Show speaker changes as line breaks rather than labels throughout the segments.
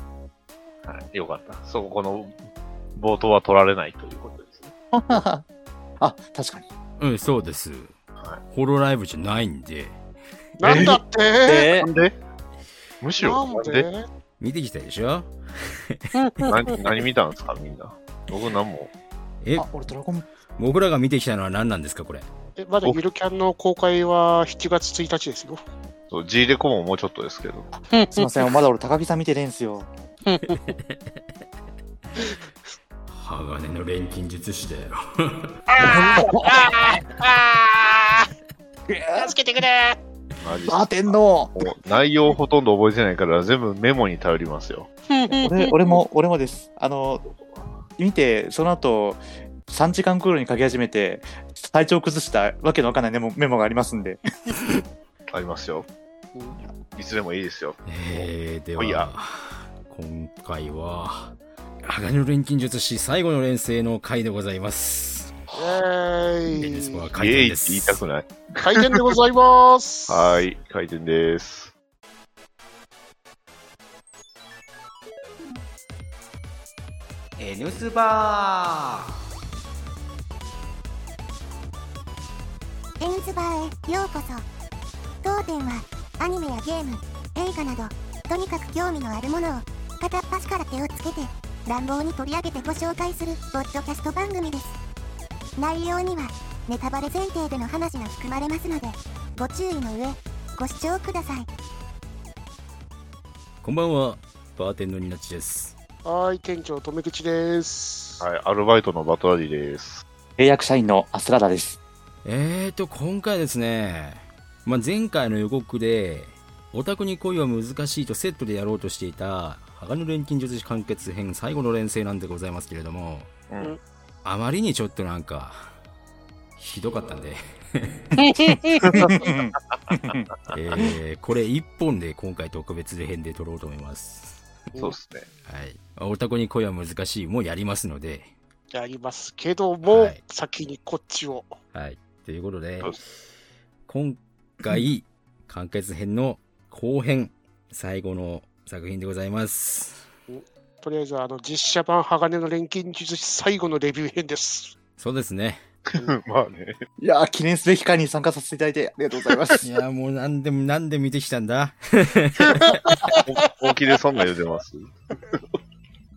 はい。よかった。そこの冒頭は取られないということですね。
あ、確かに。
うん、そうです。
は
ホロライブじゃないんで、
なんだって
え
なんでむしろ、
な
なんんで
で
見てきたでしょ
何何見たんですか、みんな。僕何も。
え
ー、、あ、俺ドラゴン。
僕らが見てきたのは何なんですか、これ。
えまだゆるキャンの公開は7月1日ですよ。
そう、G レコももうちょっとですけど。
すいません、まだ俺高木さん見てねえんすよ。
鋼の錬金術師だよ。
ああ助けてくれ
マジっす
バーテンの。
もう内容ほとんど覚えてないから、全部メモに頼りますよ。
俺、俺も、俺もです。あの、見て、その後、3時間クールに書き始めて、体調崩したわけのわかんないメモメモがありますんで。
ありますよ。いつでもいいですよ。
えー、で
おいや
は、今回は、鋼の錬金術師最後の連成の回でございます。
イェ
ベニス
ー
コは
イ
回
イエイ
転
っ
で
て
す。
言いたくない。
回転でございます。
はいーい、回転です。
N スバー
エンズバーへようこそ当店はアニメやゲーム映画などとにかく興味のあるものを片っ端から手をつけて乱暴に取り上げてご紹介するポッドキャスト番組です内容にはネタバレ前提での話が含まれますのでご注意の上ご視聴ください
こんばんは、バーテンのニナッチです。
はい、店長、留吉です。
はい、アルバイトのバトラディです。
契約社員のアスラダです。
えーと、今回ですね、まあ、前回の予告で、オタクに恋は難しいとセットでやろうとしていた、鋼の錬金術師完結編最後の連成なんでございますけれども、
うん
あまりにちょっとなんか、ひどかったんで、えーこれ一本で今回特別編で撮ろうと思います。
そうですね。
はい。オタクに恋は難しいもやりますので、
やりますけども、
はい
先にこっちを。
はい。ということで
そう、
今回、 完結編の後編、最後の作品でございます。
とりあえず、あの、実写版鋼の錬金術師最後のレビュー編です。
そうですね。
まあね。
いやー、記念すべき会に参加させていただいてありがとうございま
い
す。
や、もうなんで、なんで見てきたんだ
本気でそんな言うてます。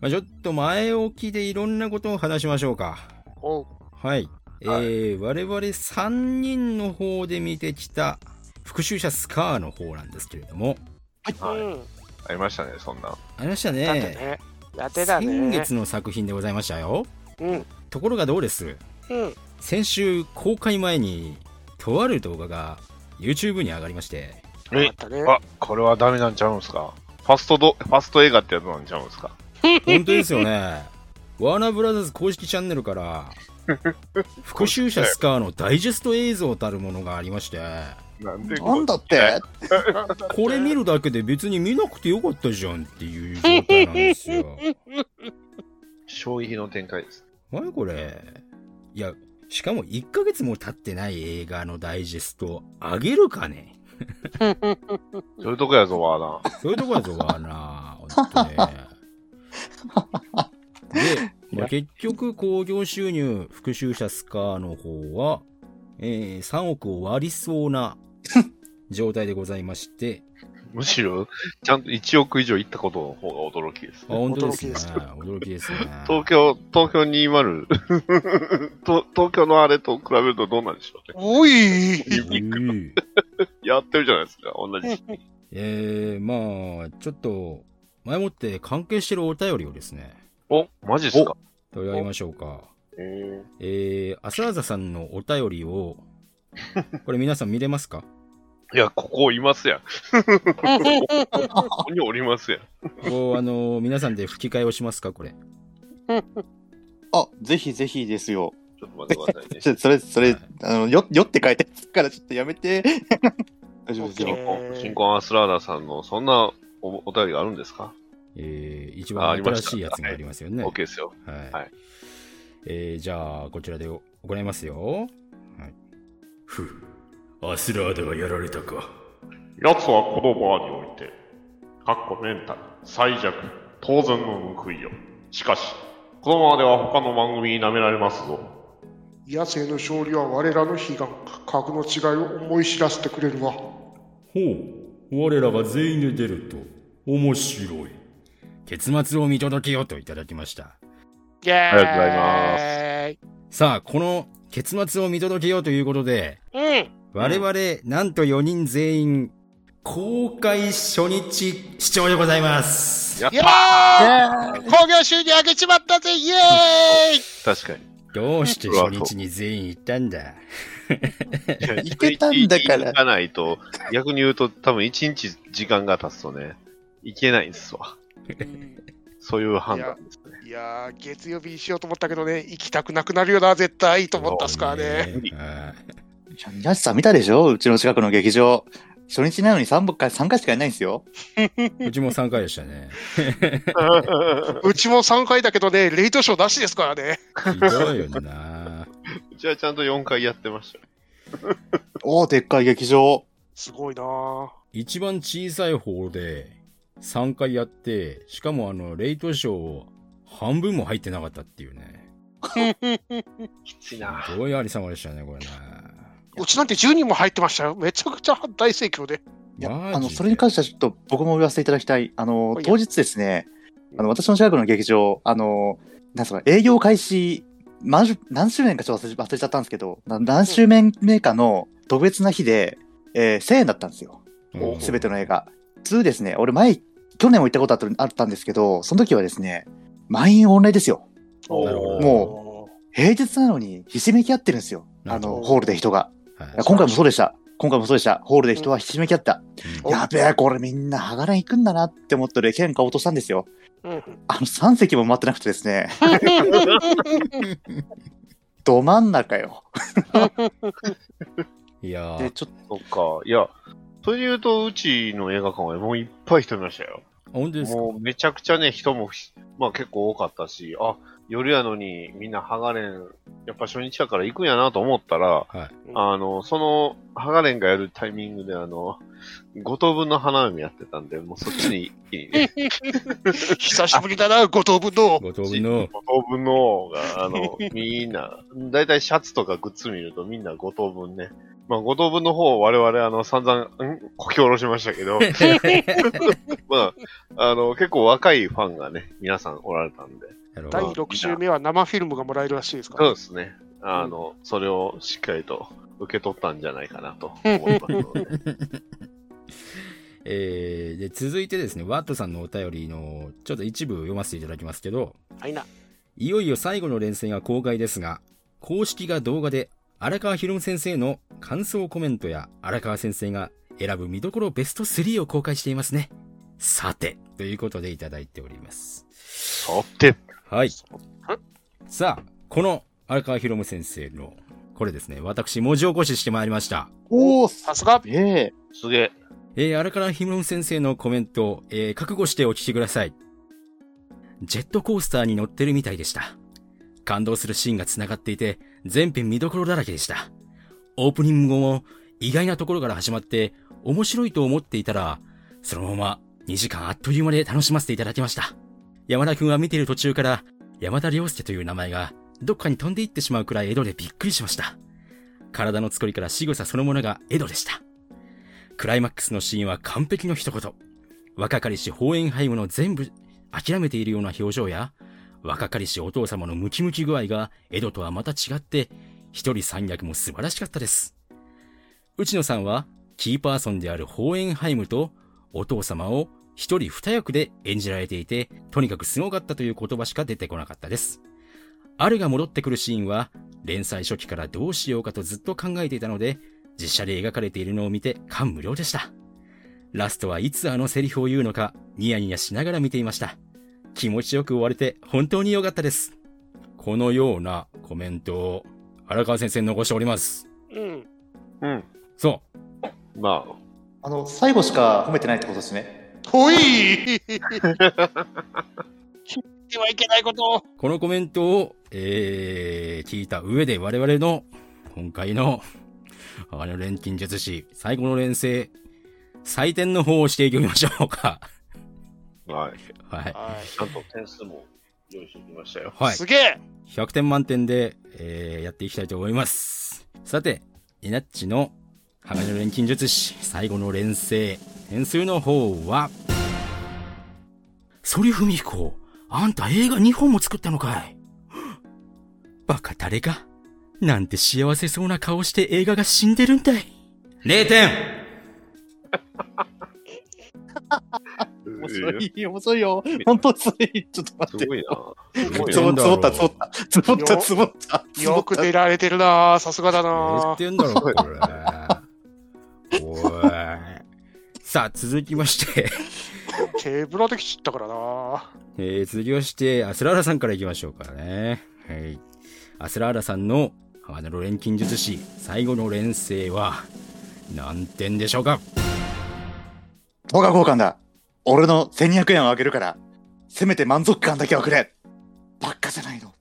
まあ、ちょっと前置きでいろんなことを話しましょうか。
おう
はい。えー我々3人の方で見てきた、復讐者スカーの方なんですけれども、
はい
うん
ありましたね、そんな。
ありました
だって
ね。
ね。やってだね。
先月の作品でございましたよ。
うん。
ところがどうです
うん。
先週公開前にとある動画が YouTube に上がりまして
え
あったね。
あ、これはダメなんちゃうんすかファストド、ファスト映画ってやつなんちゃうんすか
本当ですよねワーナーブラザーズ公式チャンネルから復讐者スカーのダイジェスト映像たるものがありまして
なんで
なんだって
これ見るだけで別に見なくてよかったじゃんっていう状態なんですよ
衝撃の展開です。
何これいやしかも1ヶ月も経ってない映画のダイジェストあげるかね
そういうとこやぞ、ワーナ
そういうとこだぞ、ワーナー。ほんとね。で、まあ、結局、興行収入、復讐者スカーの方は、えー3億を割りそうな状態でございま して、
むしろ、ちゃんと1億以上行ったことの方が驚きです
あ、
ね。
本当ですね。
驚きです
驚き ですね。
東京、東京20 と、東京のあれと比べるとどうなんでしょ うね。
おい
うん
やってるじゃないですか、同じ。
えー、まあ、ちょっと、前もって関係してるお便りをですね、
お、マジっすか
取り上げましょうか。
えー
えー、浅ラさんのお便りを、これ皆さん見れますか
いや、ここいますやん。 ここにおりますやん。
こう、あのー皆さんで吹き替えをしますかこれ。
あ、ぜひぜひですよ。
ちょっと待ってくださ いね。
ちょそれ、それ
はい、
あの、よ、よって書いてあるからちょっとやめて。大丈夫です
新
よ。
婚、新婚アスラーダさんの、そんなおお便りがあるんですか
えー一
あ
番
ありま
新
した
しいやつがありますよね。
?OK ですよ。
はい
はい
えーじゃあ、こちらで行いますよ。はい、ふう、アスラーダがやられたか。
奴はこのバーにおいて、かっこメンタル、最弱、
当然の報いよ。しかし、このままでは他の番組に舐められますぞ。
野生の勝利は我らの悲願格の違いを思い知らせてくれるわ
ほう我らが全員で出ると面白い
結末を見届けよといただきました。
イエーイ
ありがとうござ
い
さあ、この結末を見届けようということで、
ますうん
我々、なんと4人全員、公開初日視聴でございます。
やっ
イエーイ興行収入上げちまったぜイエーイ
確かに。
どうして初日に全員行ったんだ
い
行けたんだから
行かないと、逆に言うと多分一日時間が経つとね、行けないんですわ。そういう判断ですね。
いやー月曜日にしようと思ったけどね行きたくなくなるよな絶対と思ったっすからね
ね
い
あ
や皆さん見たでしょうちの近くの劇場。初日なのに3回、3回しかいないんですよ。
ーうちも3回でしたね。
うちも3回だけどねレイトショーなしですからね
ひどいよな。
うちはちゃんと4回やってましたよ。
おお、でっかい劇場。
すごいなー
一番小さい方で3回やって、しかもあの、レイトショー半分も入ってなかったっていうね。
きついな。
どういうありさまでしたね、これ
うちなんて10人も入ってましたよめちゃくちゃ大盛況で
い
な。
や、
マジで
あの、それに関してはちょっと僕も言わせていただきたい。あの
お、や
当日ですね、あの、私の近くの劇場、あの、なんすか、営業開始、何十何周年かちょっと忘れ忘れちゃったんですけど、な何周年目かの特別な日で、えー1000円だったんですよ。
うん
すべての映画。普通ですね、俺前、去年も行ったことあったあったんですけど、その時はですね、満員御礼ですよ。
なるほど
も平日なのにひしめき合ってるんですよ。
な
あ
るほど
の、ホールで人が。
はい
いや今回もそうでした。今回もそうでした。ホールで人はひしめき合った。
うん
やべえ、これみんなハガレン行くんだなって思って俺、喧嘩落としたんですよ。
うんうん
あの、3席も待ってなくてです ね。ど真ん中よ。
いや
で、
ー、
ちょっと、
そっか。いや、それで言うと、うちの映画館はもういっぱい人いましたよ。
本当ですか
もうめちゃくちゃね、人もひ、まあ結構多かったし、あ、夜やのにみんなハガレン、やっぱ初日やから行くんやなと思ったら、
はい
あの、その、ハガレンがやるタイミングで、あの、五等分の花嫁やってたんで、もうそっちに一気に ね、
久しぶりだな五等分の
ご当分の、
五等分のが、あの、みんな、だいたいシャツとかグッズ見るとみんな五等分ね。まあ、五等分の方、我々、あの、散々、んこき下ろしましたけ ど、 まあ、あの、結構若いファンがね、皆さんおられたんで、
なるほ
第
ど
6週目は生フィルムがもらえるらしいですか
そう
ら
ですね。あの、それをしっかりと受け取ったんじゃないかなと思いますので。
えー、で、続いてですね、ワットさんのお便りの、ちょっと一部読ませていただきますけど、
はいない
よいよ最後の連戦が公開ですが、公式が動画で荒川博先生の感想コメントや荒川先生が選ぶ見どころベスト3を公開していますね。さて、ということでいただいております。
とって、
はい。さあ、この荒川博先生の、これですね、私文字起こししてまいりました。
おお、す
さすが
げえ。
すげえ。
えー、荒川ひむん先生のコメント、えー覚悟してお聞きください。ジェットコースターに乗ってるみたいでした。感動するシーンが繋がっていて、全編見どころだらけでした。オープニング後も意外なところから始まって、面白いと思っていたら、そのまま2時間あっという間で楽しませていただきました。山田くんは見ている途中から、山田良介という名前がどっかに飛んでいってしまうくらい江戸でびっくりしました。体の作りから仕草そのものが江戸でした。クライマックスのシーンは完璧の一言。若かりし放煙背後の全部諦めているような表情や、若かりしお父様のムキムキ具合が江戸とはまた違って、一人三役も素晴らしかったです。内野さんは、キーパーソンであるホーエンハイムとお父様を一人二役で演じられていて、とにかくすごかったという言葉しか出てこなかったです。アルが戻ってくるシーンは、連載初期からどうしようかとずっと考えていたので、実写で描かれているのを見て感無量でした。ラストはいつあのセリフを言うのか、ニヤニヤしながら見ていました。気持ちよく終われて本当に良かったです。このようなコメントを荒川先生に残しております。
うん
うん。
そ
まあ、
あの、最後しか褒めてないってことですね。
ほい聞いてはいけないことを
う。このコメントを、えー、聞いた上で我々の今回の、あの錬金術師、最後の連成、採点の方をしていきましょうか。
はい。
はい。
は
ちゃんと点数も用意してきましたよ。
はい
い。。すげえ
100点満点で、えーやっていきたいと思います。さて、イナッチの鋼の錬金術師、最後の連成。点数の方は、ソリフミ彦、あんた映画2本も作ったのかいバカ誰か。なんて幸せそうな顔して映画が死んでるんだい。0点
面白
え
い、面白いよ。本当すごい。ちょっと
ー
待って
す。ごいな。すごい
つ
な
も積もった、積もった、積もった、
よ
積もった。積も
よ
っ
く
た
出られてるなぁさすがだ
言っ
なぁ
てんだろ、これ。おい。さあ、続きまして。
手ぶらできちったからなぁ
えー続きまして、アスラーラさんからいきましょうかね。はい。アスラーラさんの、あの、錬金術師、最後の連成は、何点でしょうか
等価交換だ。俺の1200円をあげるから、せめて満足感だけはくれ。ばっかじゃないの。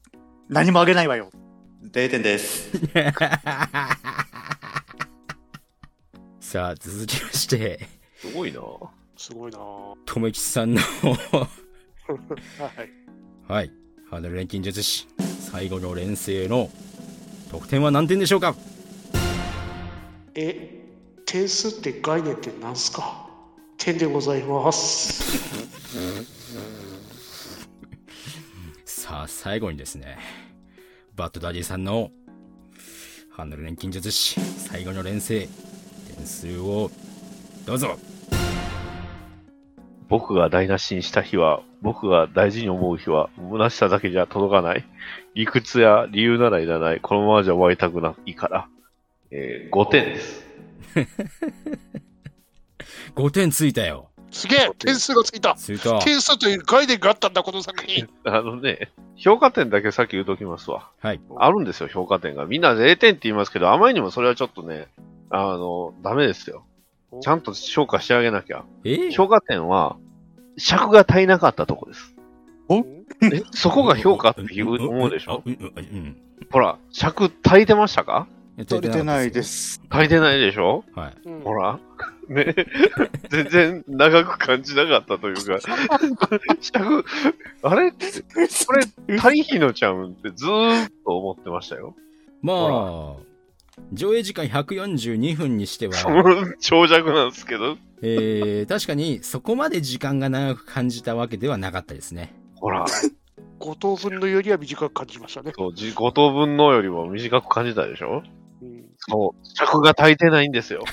何もあげないわよ。0点です。
さあ、続きまして、
すごいな。
すごいなぁ
とめきちさんの、
はい。
はい。あの、錬金術師、最後の連成の、得点は何点でしょうか
え、点数って概念ってなんすか点でございます。
さあ、最後にですね、バッドダディさんの、ハンドル錬金術師、最後の連成、点数を、どうぞ
僕が台無しにした日は、僕が大事に思う日は、虚しさだけじゃ届かない。理屈や理由ならいらない。このままじゃ終わりたくないから。えー、5点です。
!5 点ついたよ
すげえ点数がついた
ついた
点数という概念があったんだ、この作品。
あのね、評価点だけさっき言うときますわ。
はい。
あるんですよ、評価点が。みんな0点って言いますけど、あまりにもそれはちょっとね、あの、ダメですよ。ちゃんと評価してあげなきゃ。
えー
評価点は、尺が足りなかったとこです。
お
え、そこが評価って言う思うでし ょ
うんうんうん
ほら、尺足りてましたか
うん。。
取れてないですす。
足りてないでしょ
はい。
うん
ほら、 ね、全然長く感じなかったというか、尺、あれこれ、足りひのちゃうんってずーっと思ってましたよ。
まあ、上映時間142分にしては、
長尺なんですけど、
えー、確かにそこまで時間が長く感じたわけではなかったですね。
ほら、
5等分のよりは短く感じましたね。
そう、自5等分のよりも短く感じたでしょ
うん
そう、尺が足りてないんですよ。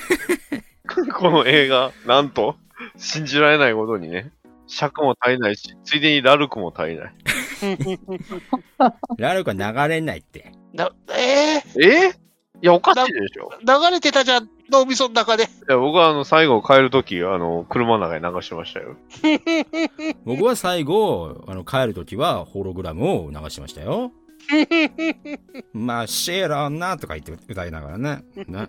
この映画、なんと、信じられないことにね、尺も足りないし、ついでにラルクも足りない。
ラルクは流れないって。
なえ
えいや、おかしいでしょ。
ー、流れてたじゃん、脳みその中で。
いや、僕はあの、最後帰るとき、あの、車の中に流してましたよ。
僕は最後、あの、帰るときはホログラムを流しました よ。まあ、シェラーなとか言って歌いながらね。ね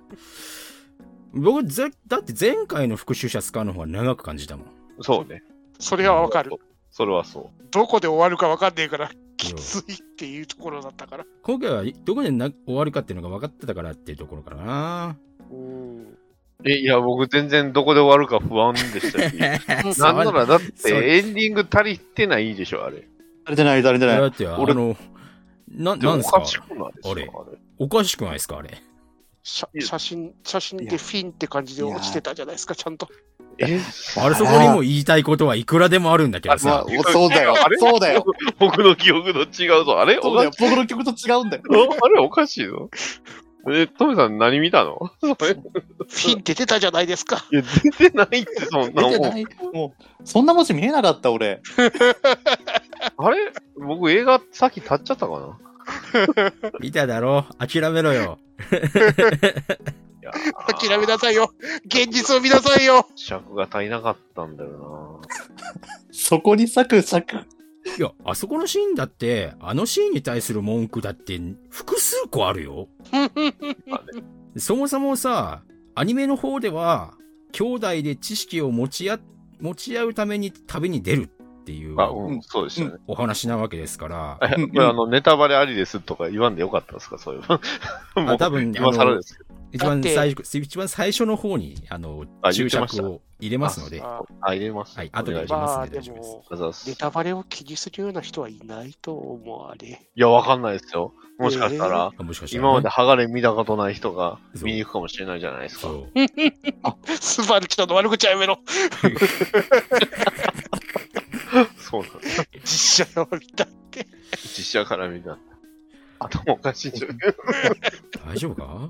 僕ぜ、だって前回の復讐者スカーの方が長く感じたもん。
そうね。
それはわかる。
それはそ
どこで終わるかわかんねえから、きついっていうところだったから。
今回はどこでな終わるかっていうのが分かってたからっていうところかな。
うん。
う。え、いや、僕全然どこで終わるか不安でしたし。なんなら、だっ
そう
てエンディング足りてないでしょ、あれ。
足りてない、足りてない
だ。って、あ
俺
の、な、
でも
なんですか
おしくないですか
あ
あ
れ
れ。
おかしくないですかあれ。
写写真、写真でフィンって感じで落ちてたじゃないですか、ちゃんと。
え
あれそこにも言いたいことはいくらでもあるんだけど
ま
さ
あ。、そうだよ
あれ。
そうだ よ。
僕の記憶と違うぞ。あれ
そ
お
うだ
か
よ。僕の曲と違うんだよ。
あれおかしいぞ。え、トメさん何見たのそれ
フィンって出たじゃないですか。
いや、出てないって、そんな
出
も
て
ん
な。い。もう、そんな文字見えなかった、俺。
あれ僕映画さっき立っちゃったかな
見ただろ諦めろよ。
いや
諦めなさいよ。現実を見なさいよ。
尺が足りなかったんだよ
そこに咲く、咲く。
いや、あそこのシーンだって、あのシーンに対する文句だって複数個あるよ。そもそもさ、アニメの方では、兄弟で知識を持ち合、持ち合うために旅に出るっていう
な。あ、うん、そうでしたね。
お話なわけですから、
これあの、ネタバレありですとか言わんでよかったですかそういう。も
あ
う
多分、あ
今更
の
で、すけど。
一番
だって
最初、一番最初の方に、あの
あ、言
注
ってました
釈を入れますので、
あ
あ、入れます。
はい後で
お願いします。
ま
ま
あ
すね
で
大丈夫です
も、
ありがとうございます。
ネ
い
タバレを気にするような人はいないと思われ。
や、わかんないですよ。もしかしたら、
もしかしたらね、
今まで剥がれ見たことない人が見に行くかもしれないじゃないですか。
そう。
スバルちゃんの悪口はやめろ。
そうなんです。
実写のだって。
実写から見た。頭おかしいんじゃない
大丈夫か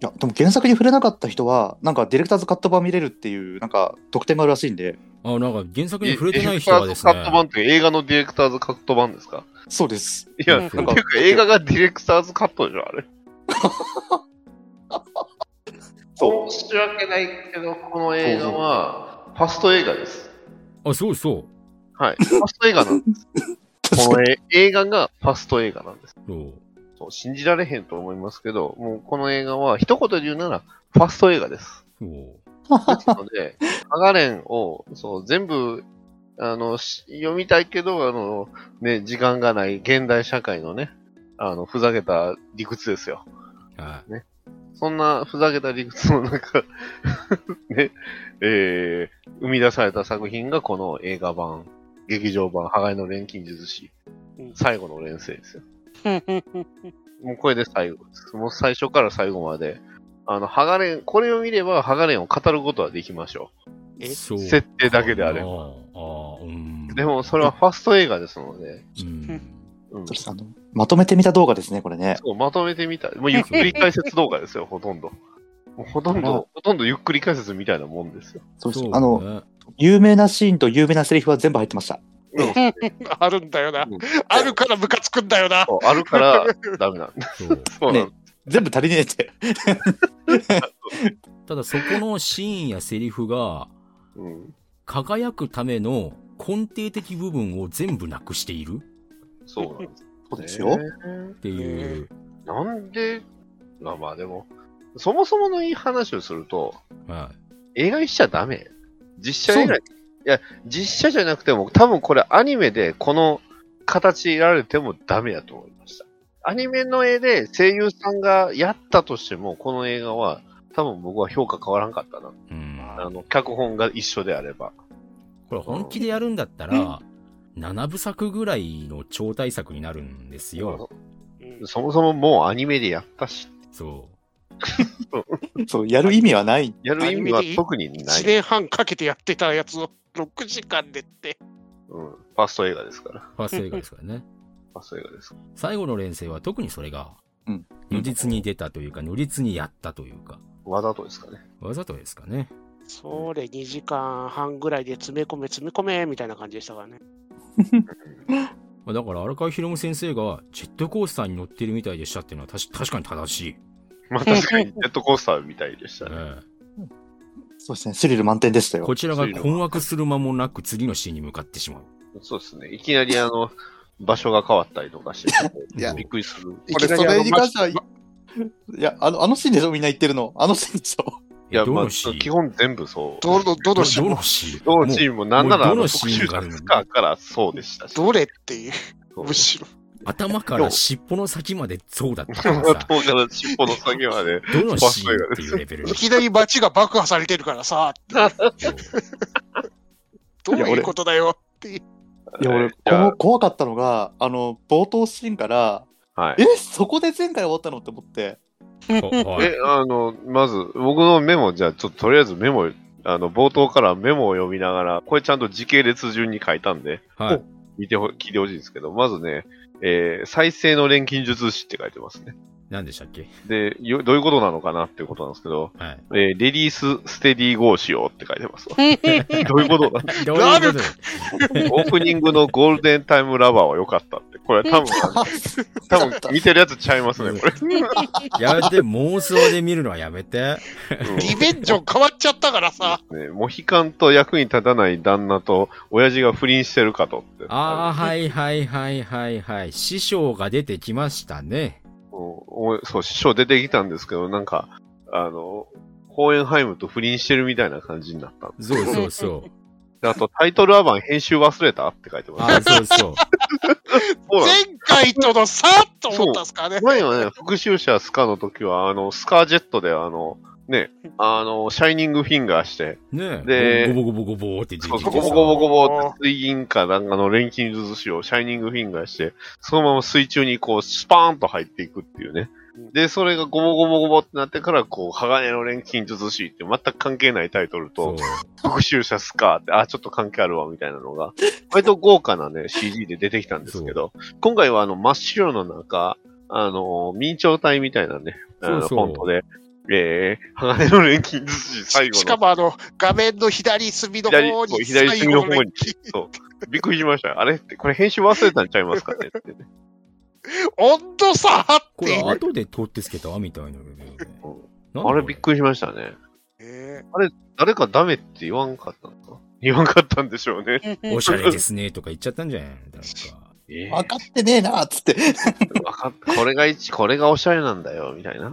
や、でも原作に触れなかった人は、なんかディレクターズカット版見れるっていう、なんか特典があるらしいんで、
あ、なんか原作に
デ
触れて
ィ
ない
レク
人
タ
は
ー
で
ズ
す
カ
ね。
ット版っていう映画のディレクターズカット版ですか
そうです。
いや、
う
なんんか映画がディレクターズカットでしょ、あ れ。
そう。
申し訳ないけど、この映画は、ファスト映画です。
あ、そうそう。
はい。ファスト映画なんです。この絵映画がファスト映画なんです。
そう
そう信じられへんと思いますけど、もうこの映画は、一言で言うなら、ファスト映画です。
そう
ですので、 ハガレンを、そう、全部、あの、し読みたいけど、あの、ね、時間がない現代社会のね、あの、ふざけた理屈ですよ。
は
そんなふざけた理屈の中、 ね、えー、生み出された作品がこの映画版、劇場版、鋼の錬金術師、最後の連成です よ。もうこれで最後です。もう最初から最後まで。あの、鋼これを見れば、鋼を語ることはできましょ
い。
え
そう
う。設定だけであれ
あ
ば。
あ、うん。
でも、それはファスト映画ですので、
うん。
うん
そうですあのまとめてみた動画ですね、これね。
そう、まとめてみたい。もうゆっくり解説動画 ですよ、ほとんど。もうほとん
あら
ど、ほとんどゆっくり解説みたいなもんですよ。
そうです
そうね
あの、有名なシーンと有名なセリフは全部入ってました。
あるんだよな
うん。
あるからムカつくんだよな。
そうあるからダメなんだ。
そう
そうなんだ。
全部足りねえって。
ただそこのシーンやセリフが、
うん。
輝くための根底的部分を全部なくしている
そうなんです。
そうですよ。
っていう。
なんで、まあまあでも、そもそものいい話をすると、
は
映画にしちゃダメ。実写映画にいや、実写じゃなくても、多分これアニメでこの形やられてもダメだと思いました。アニメの絵で声優さんがやったとしても、この映画は、多分僕は評価変わらんかったな。
い。うん。
あの、脚本が一緒であれば。
これ本気でやるんだったら、7部作ぐらいの超大作になるんですよ。
そもそももうアニメでやったし、
そう。
そう、やる意味はない。
やる意味は特にな
1
い。
年半かけてやってたやつを6時間でって。
うん。ファースト映画ですから。
ファースト映画ですからね。
ファースト映画です。
最後の連成は特にそれが
うん、
如実に出たというか、如実にやったというか、
わざとですかね。
わざとですかね。
それ2時間半ぐらいで詰め込め詰め込めみたいな感じでしたからね。
まあだから荒川博夢先生がジェットコースターに乗ってるみたいでしたっていうのはたし確かに正しい。
まあ確かにジェットコースターみたいでしたね。
え
そうですね、スリル満点でした
え
よ
こ。ちらが困惑する間もなく次のシーンに向かってしまう。
そうですね。いきなりあの、場所が変わったりとかして、
いや
びっくりする。
いきなりあのマジいや、あの、あのシーンでしょみんな言ってるの。あのシーンでしょ
いや、
ど
まあ、
のシーン
基本全部そう。
どの、ど
ど
の
の
シーンも
シーン
どのチームもなんなら
も
あ
うど
の
の
特
シー
集
ンがあるの
スカーからそうでしたし。
どれっていう、
そう
むしろ。
頭から尻尾の先までそうだったから
頭
さ、
から尻尾の先まで。
どのシーンっていうレベル
いきなり街が爆破されてるから さ、どう
いや
い
俺
うことだ よっていう。
いや、俺、この怖かったのが、あの、冒頭シーンから、
はい。
え、そこで前回終わったのって思って。
おおい
え、あの、まず、僕のメモ、じゃあ、ちょっととりあえずメモ、あの、冒頭からメモを読みながら、これちゃんと時系列順に書いたんで、
はい。
見てほ、聞いてほしいんですけど、まずね、えー再生の錬金術師って書いてますね。
何でしたっけ
で、よどういうことなのかなっていうことなんですけど、
はい。
えーレディースステディーゴーしようって書いてますわどういうことだ
どういうことだ
オープニングのゴールデンタイムラバーは良かったって。これ多分、多分見てるやつちゃいますね、これ。
やめて、妄想で見るのはやめて。
リベンジョン変わっちゃったからさ、
ね、モヒカンと役に立たない旦那と親父が不倫してるかとって。
ああ、はいはいはいはいはい。師匠が出てきましたね。
もうおそう、師匠出てきたんですけど、なんか、あの、ホーエンハイムと不倫してるみたいな感じになったんで
そうそうそう。
であと、タイトルアバン編集忘れたって書 いてます。
あそうそう。
そうなんです
前回との差と思ったんすからね。
前はね、復讐者スカの時は、あの、スカージェットで、あの、ね、あの、シャイニングフィンガーして、
ね
で
ゴボゴボゴボって
そう
11
ボコボコボコボコって水銀かなんかの錬金術師をシャイニングフィンガーして、そのまま水中にこう、スパーンと入っていくっていうね。で、それがゴボゴボゴボってなってから、こう、鋼の錬金術師って全く関係ないタイトル
そう
と、。復讐者スカーって、あ、ちょっと関係あるわ、みたいなのが、割と豪華なね、CG で出てきたんですけど、今回はあの、真っ白の中、あの、明朝体みたいなね、あの
そうそう
フォントで、えー、鋼の錬金術師最後の。
しかもあの、画面の左隅の
左、
方
そう
に、
左隅の方
最後
に
錬金。
そう。びっくりしました。あれって、これ編集忘れたんちゃいますかね ってね。
温度差あっ
こ
て
れ、後で取ってつけたみたいなのよね。なんだ
あれびっくりしましたね。
え
誰かダメって言わんかったのか言わんかったんでしょうね。
ー
おしゃれですねとか言っちゃったんじゃない なんか。
ええ
分かってねえな、つって。
わかった。これが一、これがおしゃれなんだよ、みたいな。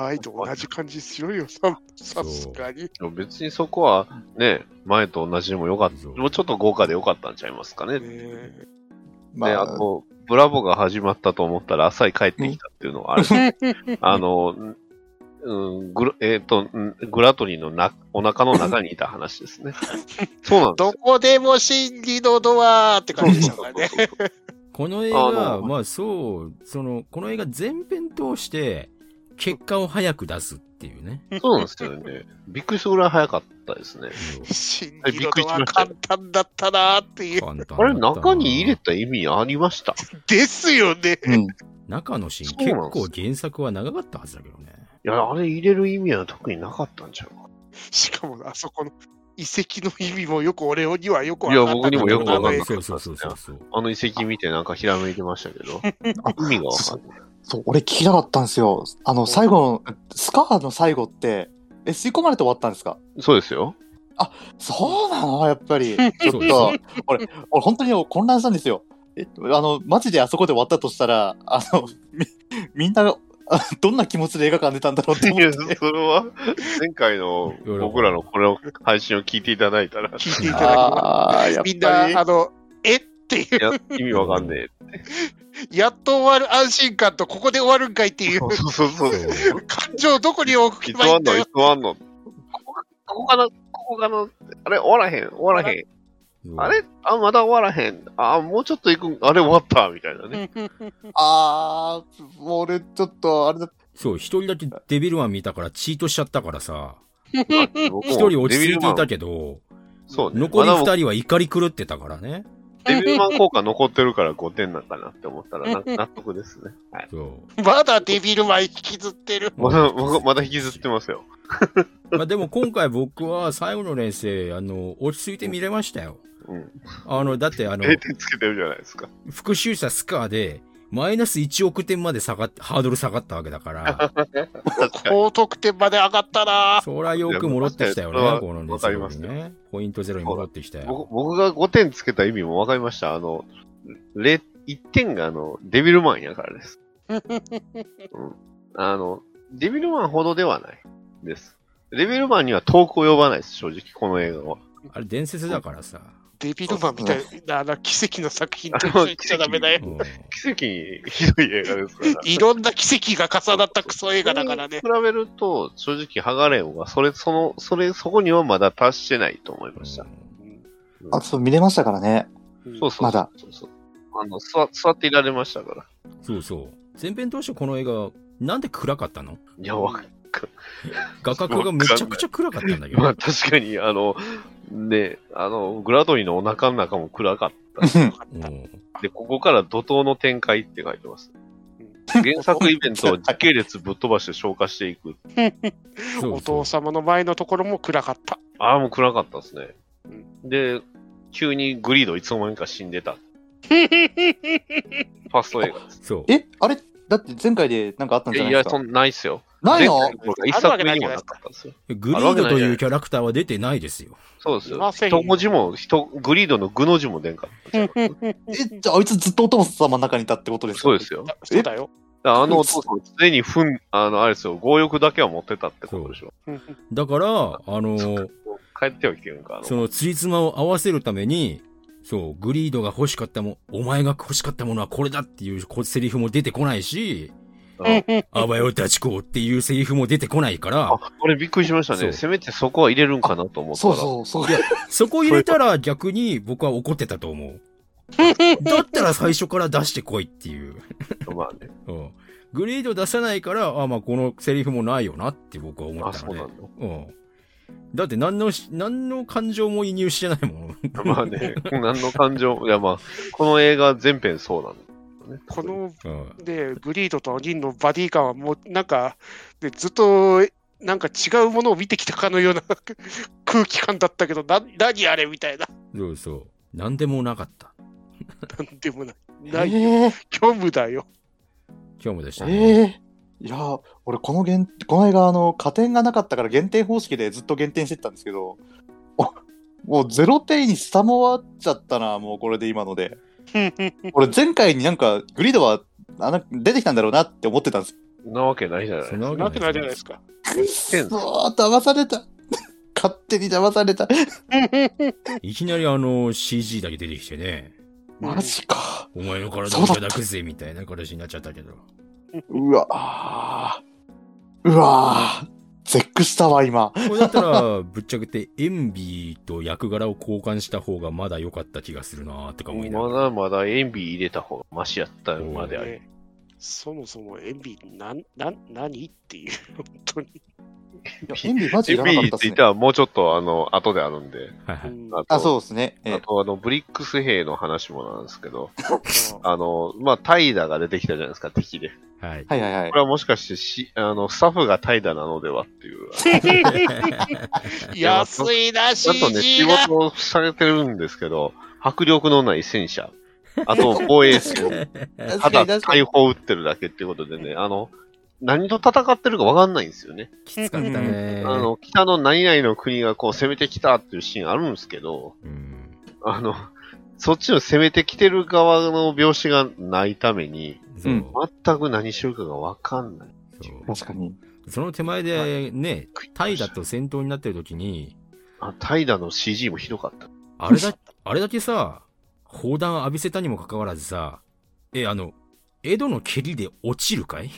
前と同じ感じしろよ、ささすがに。
でも別にそこはね、前と同じでもよかった。
そう
もうちょっと豪華でよかったんちゃいますかね。ね
え
ま
あ、と、ブラボーが始まったと思ったら、浅い帰ってきたっていうのはあれ、 あの、んうん、グラえっ、と、んグラトリーのなお腹の中にいた話です ね。そうなんです
ーど
よ。
こでも真理のドアって感じでしたからね。
この映
あ
画、
の
まあそう、その、この映画全編通して、結果を早く出すっていうね。
そうなんですよね。びっくりするぐらい早かったですね。
真理のドア簡単だったなーっていう。
簡単だった
あ
な
れ、中に入れた意味ありましたい
ですよね。
うん。
中のシーン、
そう
結
なんですよ
構原作は長かったはずだけどね。
や、あれ入れる意味は特になかったんちゃうか
しかも、あそこの遺跡の意味もよく俺にはよくわ
いや
かん
僕にもよくわかんない
そうそうそうそうそう。
あの遺跡見てなんかひらめいてましたけ ど、意味がわかんない。
そう、俺聞きたかったんですよ。あの、最後の、スカーの最後って、え、吸い込まれて終わったんですか
そうですよ。
そうなのやっぱり。ちょ
そ
っ
うです
と、俺、俺本当に混乱したんですよ。え、あの、マジであそこで終わったとしたら、あの、み、みんな、 あどんな気持ちで映画館出たんだろうって
い
思っ
や、
て
そ。れは、前回の僕らのこれを配信を聞いていただいたら、
聞いていただきま
ああ、やっ
すみん
ぱり
な、あ。の、えっていう、
いや意味わかんね
やっと終わる安心感と、ここで終わるんかいって
え。
いう
そうそうそうそう。
感情をどこに置
い
き
つ
ばい
わ
いん
ん
だ
の、
よ
い。つわんの。ここかな、ここかな、あれ、終わらへん、終わらへん。あれあ、まだ終わらへん。あ、もうちょっと行くん、あれ終わった、みたいなね。
ああ、俺、ちょっと、あれだ、
そう、一人だけデビルマン見たからチートしちゃったからさ、
僕も
一人落ち着い
デ
てい
ビルマン
たけど、
そうね。
残り
まだ
二人は怒り狂ってたからね。
デビルマン効果残ってるから5点なんかなって思ったら、 な納得ですね。はい。
そう。
まだデビルマン引きずってる。
まだ、僕まだ引きずってますよ。
まあでも今回僕は最後の練習、あの、落ち着いて見れましたよ。
うん。
あの、だってあの、
0点つけてるじゃないですか。
復讐者スカーで、マイナス1億点まで下がっハードル下がったわけだから、
確かに。
高得点まで上がっ たな。
そりゃよく戻ってきたよ
いや
ね、この
わかりま
熱
す
量にね。ポイントゼロに戻ってきたよ。
僕僕が5点つけた意味も分かりました。あの、れ1点があのデビルマンやから です、うん。あの、デビルマンほどではないです。デビルマンには遠く及ばないです、正直、この映画は。
あれ伝説だからさ。
デビルマンみたいなあの奇跡の作品と一緒に言っちゃダメだよ。
うん
奇跡にひどい映画ですから。
いろんな奇跡が重なったクソ映画だからね。
それに比べると、正直、ハガレンは、それ、その、それ、そこにはまだ達してないと思いました。
あ、そう、見れましたからね。
そうそう。
まだ。
そうそう。あの、座座っていられましたから。
そうそう。前編当初この映画、なんで暗かったの
いや、わか
画角がめちゃくちゃ暗かったんだ け
まあ
ど。
確かに、あの、ね、あの、グラトリーのお腹の中も暗かっ
うん
た。で、ここから怒涛の展開って書いてます。原作イベントを時系列ぶっ飛ばして消化していく。
そう
お
そ
父
う
様の前のところも暗かった。
ああ、もう暗かったですね。で、急にグリードいつの間にか死んでた。ファスト映画です。
そう。
え、あれだって前回でなんかあったん
い
じゃ
や
ない
いや、
です
そ
か
んないっすよ。
ないの
前回とか一作目にもなかったんですよ。
グリードというキャラクターは出てないですよ。
そうです
い
よ
ま。せんよ
一文字も、一グリードの具の字も出んかったんちゃうかな。
え、じゃああいつずっとお父様の中にいたってことですか
そうですよ。
そうだよ。
だからあのお父さん、常にふん、あの、あれですよ、強欲だけは持ってたってことでしょ。
だから、あの、
帰っておきよんか。あの
その、つりつまを合わせるために、そう、グリードが欲しかったも、お前が欲しかったものはこれだっていうこセリフも出てこないし、あばよ立ちこうっていうセリフも出てこないから
あ、、俺びっくりしました
そう
ね。せめてそこは入れるんかなと思った
そ
ら。
うそう、そう。
そこ入れたら逆に僕は怒ってたと思う。 だったら最初から出してこいっていう。
まあね。
うんグリード出さないから、あ、まあこのセリフもないよなって僕は思
あ、
った
そ
の
うな
で。
ん
うん。だって何のし、何の感情も移入してないもん。
だ。まあね、何の感情も、いやまあ、この映画全編そうなんだ、ね。
この
うん。
ね、グリードと銀のバディ感はもうなんか、ね、ずっとなんか違うものを見てきたかのような 空気感だったけど、な何あれみたいな。
そうそう。何でもなかった。
なんでもない。な
え
いよ。
え
虚無だよ。
今日もでしたね。
ええいやー、俺この限、この映画、あの、加点がなかったから減点方式でずっと減点してたんですけど、おもうゼロ点に下回っちゃったな、もうこれで今 ので。俺前回になんか、グリードは、あの、出てきたんだろうなって思ってたんです
なわけないじゃない
そんな
な
わ
わけ
け
な
ないい
じ
じ
ゃ
ゃ
な
ないい
で
ですす
か。
けど。
うわー、騙された。勝手に騙された。
か。いきなりあの CG だけ出てきてね。
マジか。
お前の体をいただくぜみたいな形になっちゃったけど。
うわあーうわー絶句した わ、今。
これだったら、ぶっちゃけて、エンビーと役柄を交換した方がまだ良かった気がするなーとか思いなが
ま
ら。
だまだエンビ入れた方がマシやったまであり。
ねそもそもエンビなんなん何っていう、本当に。
いやエンビマジ
エ
い
ン
らな
ビ
かっ
に
たっ
つ
す
い
ね
て。はもうちょっとあの、後であるんで。
はいはい。
うん
あと
あ、そうですね。え
あ
え
とあの、ブリックス兵の話もなんですけど、あの、まあ、タイダが出てきたじゃないですか、敵で。
はい。
はいはいはい
こ。れはもしかしてし、あの、スタッフがタイダなのではっていう。
安いな、
ちょっとね、仕
CG が。
事をされてるんですけど、迫力のない戦車。あと、防衛戦。ただ、大砲撃ってるだけっていうことでね、あの、何と戦ってるかわかんないんですよね。
きつかったねー。
あの、北の何々の国がこう攻めてきたっていうシーンあるんですけど、
うん。
あの、そっちの攻めてきてる側の描写がないために、
そう。
うん
全く何してるかがわかんない。
そう
確かに。
その手前でね、タイだと戦闘になってる時に、
あタイダの CG もひどかった。
あれだ、あれだけさ、砲弾浴びせたにもかかわらずさ、え、あの、江戸の蹴りで落ちるかい
い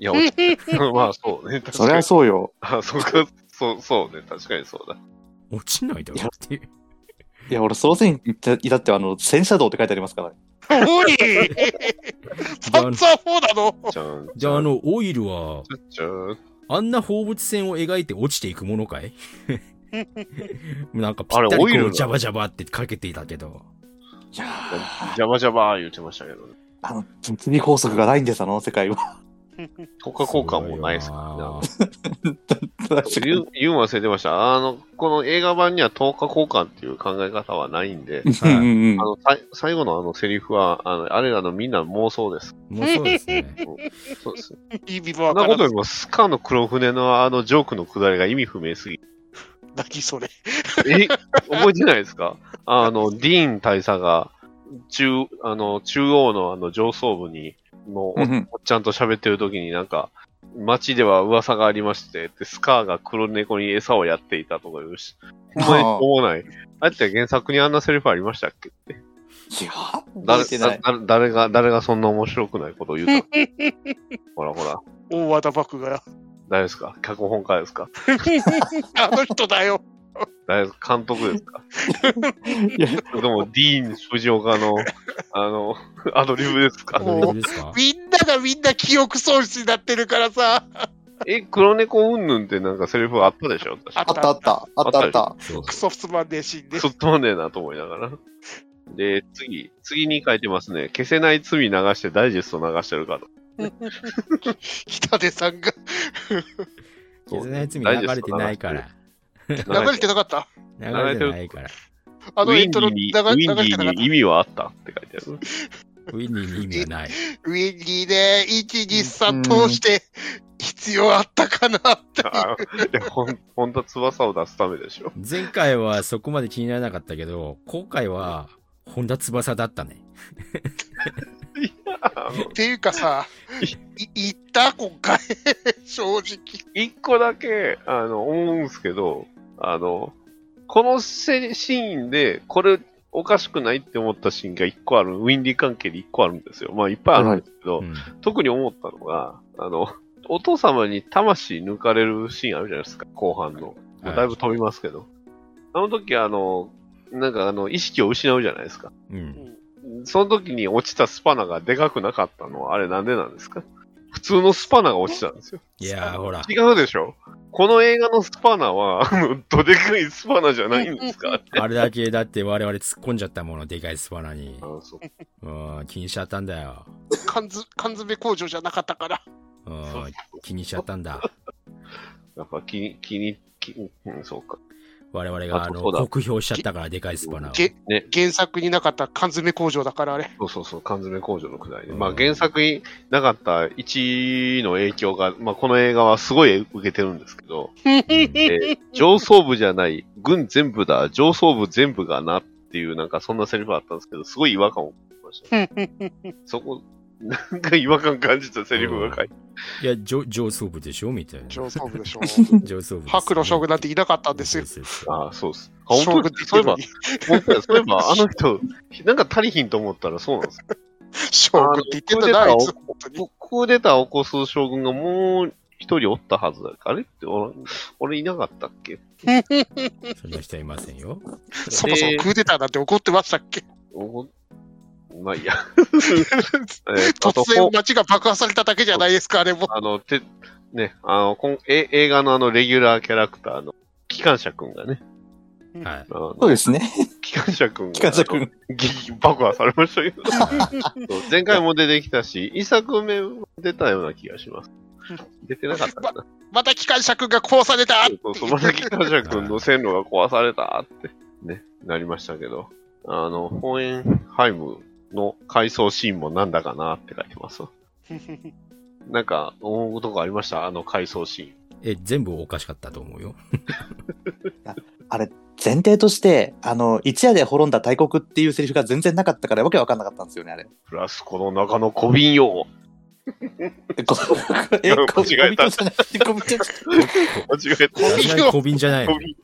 や、落ち まあそうね。確
そり
か
ゃ
に。
そうよ。
あ、そうか、そう、そうね。確かにそうだ。
落ちないだろっていう。
いや、俺、その線に至っては、あの、戦車道って書いてありますからね。
おいパンツァー4なの
じゃん。
じゃああ、の、オイルは、
じゃん。
あんな放物線を描いて落ちていくものか いなんかぴっ
あれ
たりこ
オイル
う
だ
ジャバジャバってかけていたけど。
いやー
ジャバジャバー言ってましたけどね。
あの、物理法則がないんです、あの世界は。
効果交換もないですからね。
確か
ユ
に
ンユン忘れてました。あの、この映画版には10日交換っていう考え方はないんで、
うんうんうん
あの、さい最後のあのセリフは、あの、あれらのみんな妄想です。
もうそうですね。
そうです。
意味も
そ
わ
ん
か
な
ら
こと
ない
よ。りも、スカの黒船のあのジョークのくだりが意味不明すぎて。
何それ。
え、覚えてないですかあの、ディーン大佐が、中、あの、中央のあの上層部に、のお
うんうん
おっちゃんと喋ってる時になんか、街では噂がありまして、でスカーが黒猫に餌をやっていたとか言うし、ほんまにしょうもない。あれって原作にあんなセリフありましたっけって。
いやー覚
誰
えてない。
だ誰が、誰がそんな面白くないことを言 うたほらほら、
大和田幕が。
誰ですか脚本家ですか
あの人だよ。
誰ですか監督ですか
いや
でも、ディーン・藤岡の、あの、アドリブです
ア
か
ドリブですか
みんながみんな記憶喪失になってるからさ。
え、黒猫うんぬんってなんかセリフあったでしょ確か
あったあった、あったあった。
そう
クソつまんねえシーンで
く。そっとまんねえなと思いながら。で、次、次に書いてますね。消せない罪流してダイジェスト流してるかと。
北出さんが。
傷のやつに流れてないから。
流れてなかった。
流れてないから。
あ
ウ
のエ
ィンデ
ント
ィ
ロ
ーに、ウ
流れ流れて
ィン
なか
デ
っ
ィー
た。
に意味はあったって書いてある。
ウィンディーに意味はない。
ウィンディーで1、2、3通して必要あったかなって。
あで、ほん、 ほんと翼を出すためでしょ。
前回はそこまで気にならなかったけど、今回は、本田翼だったね。
あの
っていうかさ、い言った今回、 正直。
一個だけ、あの、思うんすけど、あの、このせシーンで、これおかしくないって思ったシーンが一個ある、ウィンディ関係で一個あるんですよ。まあいっぱいあるんですけど、
うん
特に思ったのが、あの、お父様に魂抜かれるシーンあるじゃないですか、後半の。
はい
だいぶ飛びますけど。あの時あの、なんかあの、意識を失うじゃないですか。
うん
その時に落ちたスパナがでかくなかったのは、あれなんでなんですか普通のスパナが落ちたんですよ。
いやー、ほら。
違うでしょこの映画のスパナは、あのどでかいスパナじゃないんです か
あれだけだって我々突っ込んじゃったもの、でかいスパナに
あ。のそう
うん、気にしちゃったんだよ。
缶詰缶詰工場じゃなかったから。
うん
そう、
気にしちゃったんだ。
やっぱ気に、気に、気にうん、そうか。
我々があ
あ
の
とそうだ
酷評しちゃったから、でかいスパナを。
げ
ね
原作になかった缶詰工場だからあれ。
そうそうそう、缶詰工場のくだりね。
うん
まあ原作になかった1の影響が、まあこの映画はすごい受けてるんですけど、えー上層部じゃない、軍全部だ、上層部全部がなっていうなんかそんなセリフあったんですけど、すごい違和感を感じました、ね。そこ、なんか違和感感じたセリフが書いて、
いや、上上層部でしょみたいな。
上層部でしょ。
上層部です。
白の将軍なんていなかったんですよ。
そうそうそう
ああ、そうです。あ
将
本
軍
当
っ
に
て
そうい
言
え
っ
ば本
てるのに、
当やそういえば、あの人、なんか足りひんと思ったらそうなんですよ。
将軍って言ってんだな、
あ
あ
の
いつ。本当に。
クーデターを起こす将軍がもう一人おったはずだあれって俺、俺いなかったっけ
そんな人はいませんよ。
そもそもクーデターなんて怒ってましたっけ
おまあいい や。えーとあと
突然
ほ
街が爆破されただけじゃないですか、あれも。
あの、て、ね、あの、こんえ映画のあの、レギュラーキャラクターの、機関車くんがね、
はい。
あの
そうですね。
機関車くんが、
機関車くん。
ギリ爆破されましたけ ど、そう前回も出てきたし、一作目も出たような気がします。出てなかったかな。
また機関車くんが壊された
そうそうそう、また機関車くんの線路が壊されたって、ね、なりましたけど、あの、ホーエンハイムの回想シーンもなんだかなって書いてますわ。なんか、思うとこありましたあの回想シーン。
え、全部おかしかったと思 うよ。
前提として、あの、一夜で滅んだ大国っていうセリフが全然なかったからわけわかんなかったんですよね、あれ。
プラスこの中の小瓶よ。
え、こえこ
間違えた
こびこじゃなくてこびこ
間違えた。
さすがに小瓶じゃないの
小。瓶。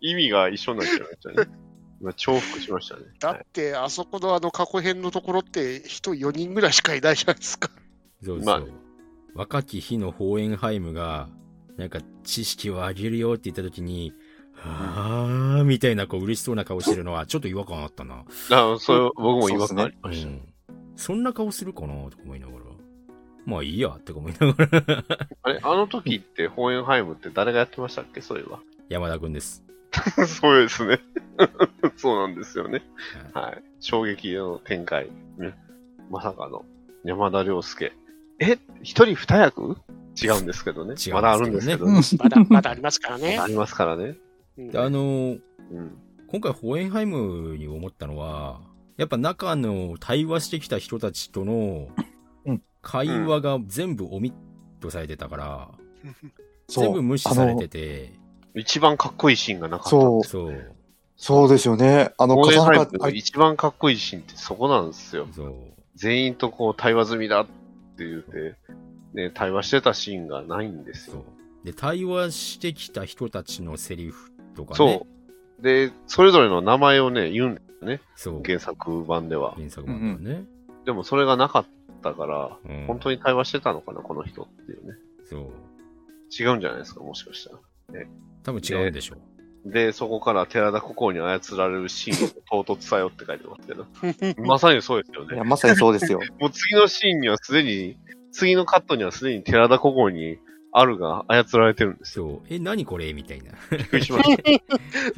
意味が一緒になっちゃいましたね。今、重複しましたね。
だ
は
っ
い
て、あそこのあの過去編のところって、人4人ぐらいしかいないじゃないですか。
そうそう。
まあね
若き日のホーエンハイムが、なんか知識を上げるよって言った時に、はぁーみたいなこう嬉しそうな顔してる のはちょっと違和感あったな。
あそれ僕も違和
そうっすね
感あり
う
ました。
ん。そんな顔するかなとか思いながら。まあいいや、とか思いながら。
あれ、あの時って、ホーエンハイムって誰がやってましたっけそういえば。
山田くんです。
そうですね。 そうなんですよね。はい。衝撃の展開。ねまさかの山田涼介。え一人二役違うんですけどね。
すけど
ま
ね
だあるんですけど、
うん
ね。
まだ、まだありますからね
あ。りますからね。
うん
であのー
うん。
今回ホエンハイムに思ったのは、やっぱ中の対話してきた人たちとの
うん
会話が全部オミットされてたから、
そう
全部無視されてて、
一番かっこいいシーンがなかった。
そう、
そう、
そうですよね。あの、
ホーエンハイ
重な
ム
か
の一番かっこいいシーンってそこなんですよ。
そう。
全員とこう対話済みだって言って、ね、対話してたシーンがないんです
そ
よ。
う。で、対話してきた人たちのセリフとかね。
そう。で、それぞれの名前をね、言うんですよね。
そう。
原作版では。
原作版だよね。
でもそれがなかったから、
うん
本当に対話してたのかな、この人っていうね。
そう。
違うんじゃないですか、もしかしたら。
多分違うんでしょう。
で、そこから寺田国王に操られるシーンを唐突さよって書いてますけど。 まさにそうですよ
い
ね
や、。まさにそうですよ。
もう次のシーンにはすでに、次のカットにはすでに寺田国王にあるが操られてるんですよ。
そう。え、何これみたいな。
びっくりしま した。
びっ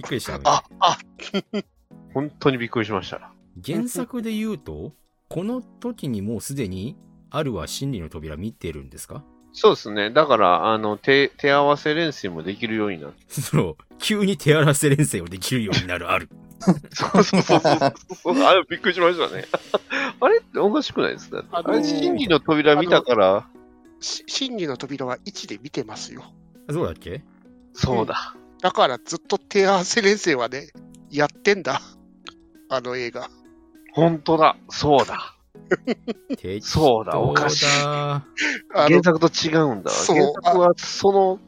くりした。
あ、あ、
本当にびっくりしました。
原作で言うと、この時にもうすでに、あるは真理の扉見てるんですか
そうですね。だから、あの、手、手合わせ練習もできるようになって。
そう。急に手荒せ連戦をできるようになるある。
そうそうそうそうそう。あれ、びっくりしましたね。 あれっておかしくないですか
あの
あれ、真理の扉見たから、
し真理の扉は1で見てますよ。
あ そうだっけ
そうだ。
だからずっと手合わせ連戦はね、やってんだ。あの映画。
本当だ。そうだ。
て
そうだ
ど
おかしい
だ
あの
原作と違うんだわ。
そう
原作はその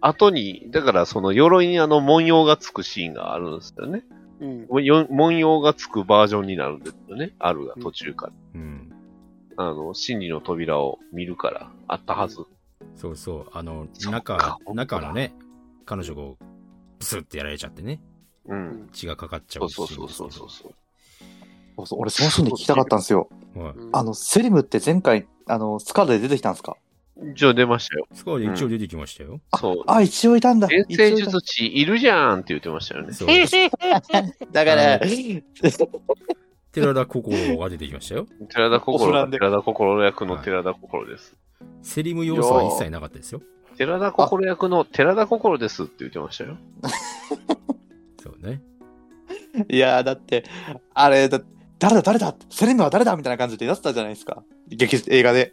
後に、だからその鎧にあの文様がつくシーンがあるんですよね。
うん。
もよ文様がつくバージョンになるんですよね。あるが途中から。
うん。
あの、真理の扉を見るから、あったはず。
そうそう。あの、
そっ
中
か、本当だ
中のね、彼女をブスってやられちゃってね、
うん。
血がかかっちゃ
そうう
シー
そ
ン
う
です
そ
けど。
うそうそうそう。
そうそう俺、そのシーンで聞きたかったんですよ。
はい。
うん
あの、セリムって前回、あの、スカーレで出てきたんですか
一応出ましたよ。
スコアで一応出てきましたよ。
そう。
あ、一応いたんだ。
遠
一応
征
いた
術師いるじゃんって言ってましたよね。
そう。
だ から、
寺田心が出てきましたよ。
寺田
オフ
心
ラ
が
ンで
寺田心役の寺田心です。
セリム要素は一切なかったですよ。
寺田心役の寺田心ですって言ってましたよ。
そうね。
いやーだって、あれ、だ誰だ誰だセレンヌは誰だみたいな感じで出てたじゃないですか。劇映画で。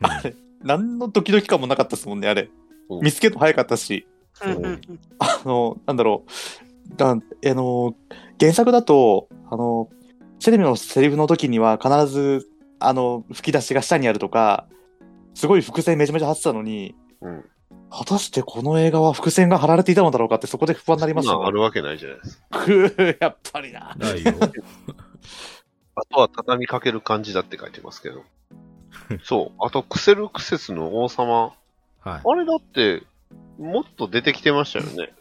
うん
あれ、何のドキドキ感もなかったですもんね、あれ
う。ん
見つけるの早かったし、
うん
あの、なんだろう。だあのー、原作だと、あのー、セレンヌのセリフの時には必ず、あの、吹き出しが下にあるとか、すごい伏線めちゃめちゃ張ってたのに、
うん。
果たしてこの映画は伏線が張られていたのだろうかってそこで不安になりまし
そ
た
んなんあるわけないじゃないですか。
ね。 やっぱりな。
な いよ。
あとは畳みかける感じだって書いてます けど。そう。あと、クセルクセスの王様。
はい。
あれだって、もっと出てきてましたよね。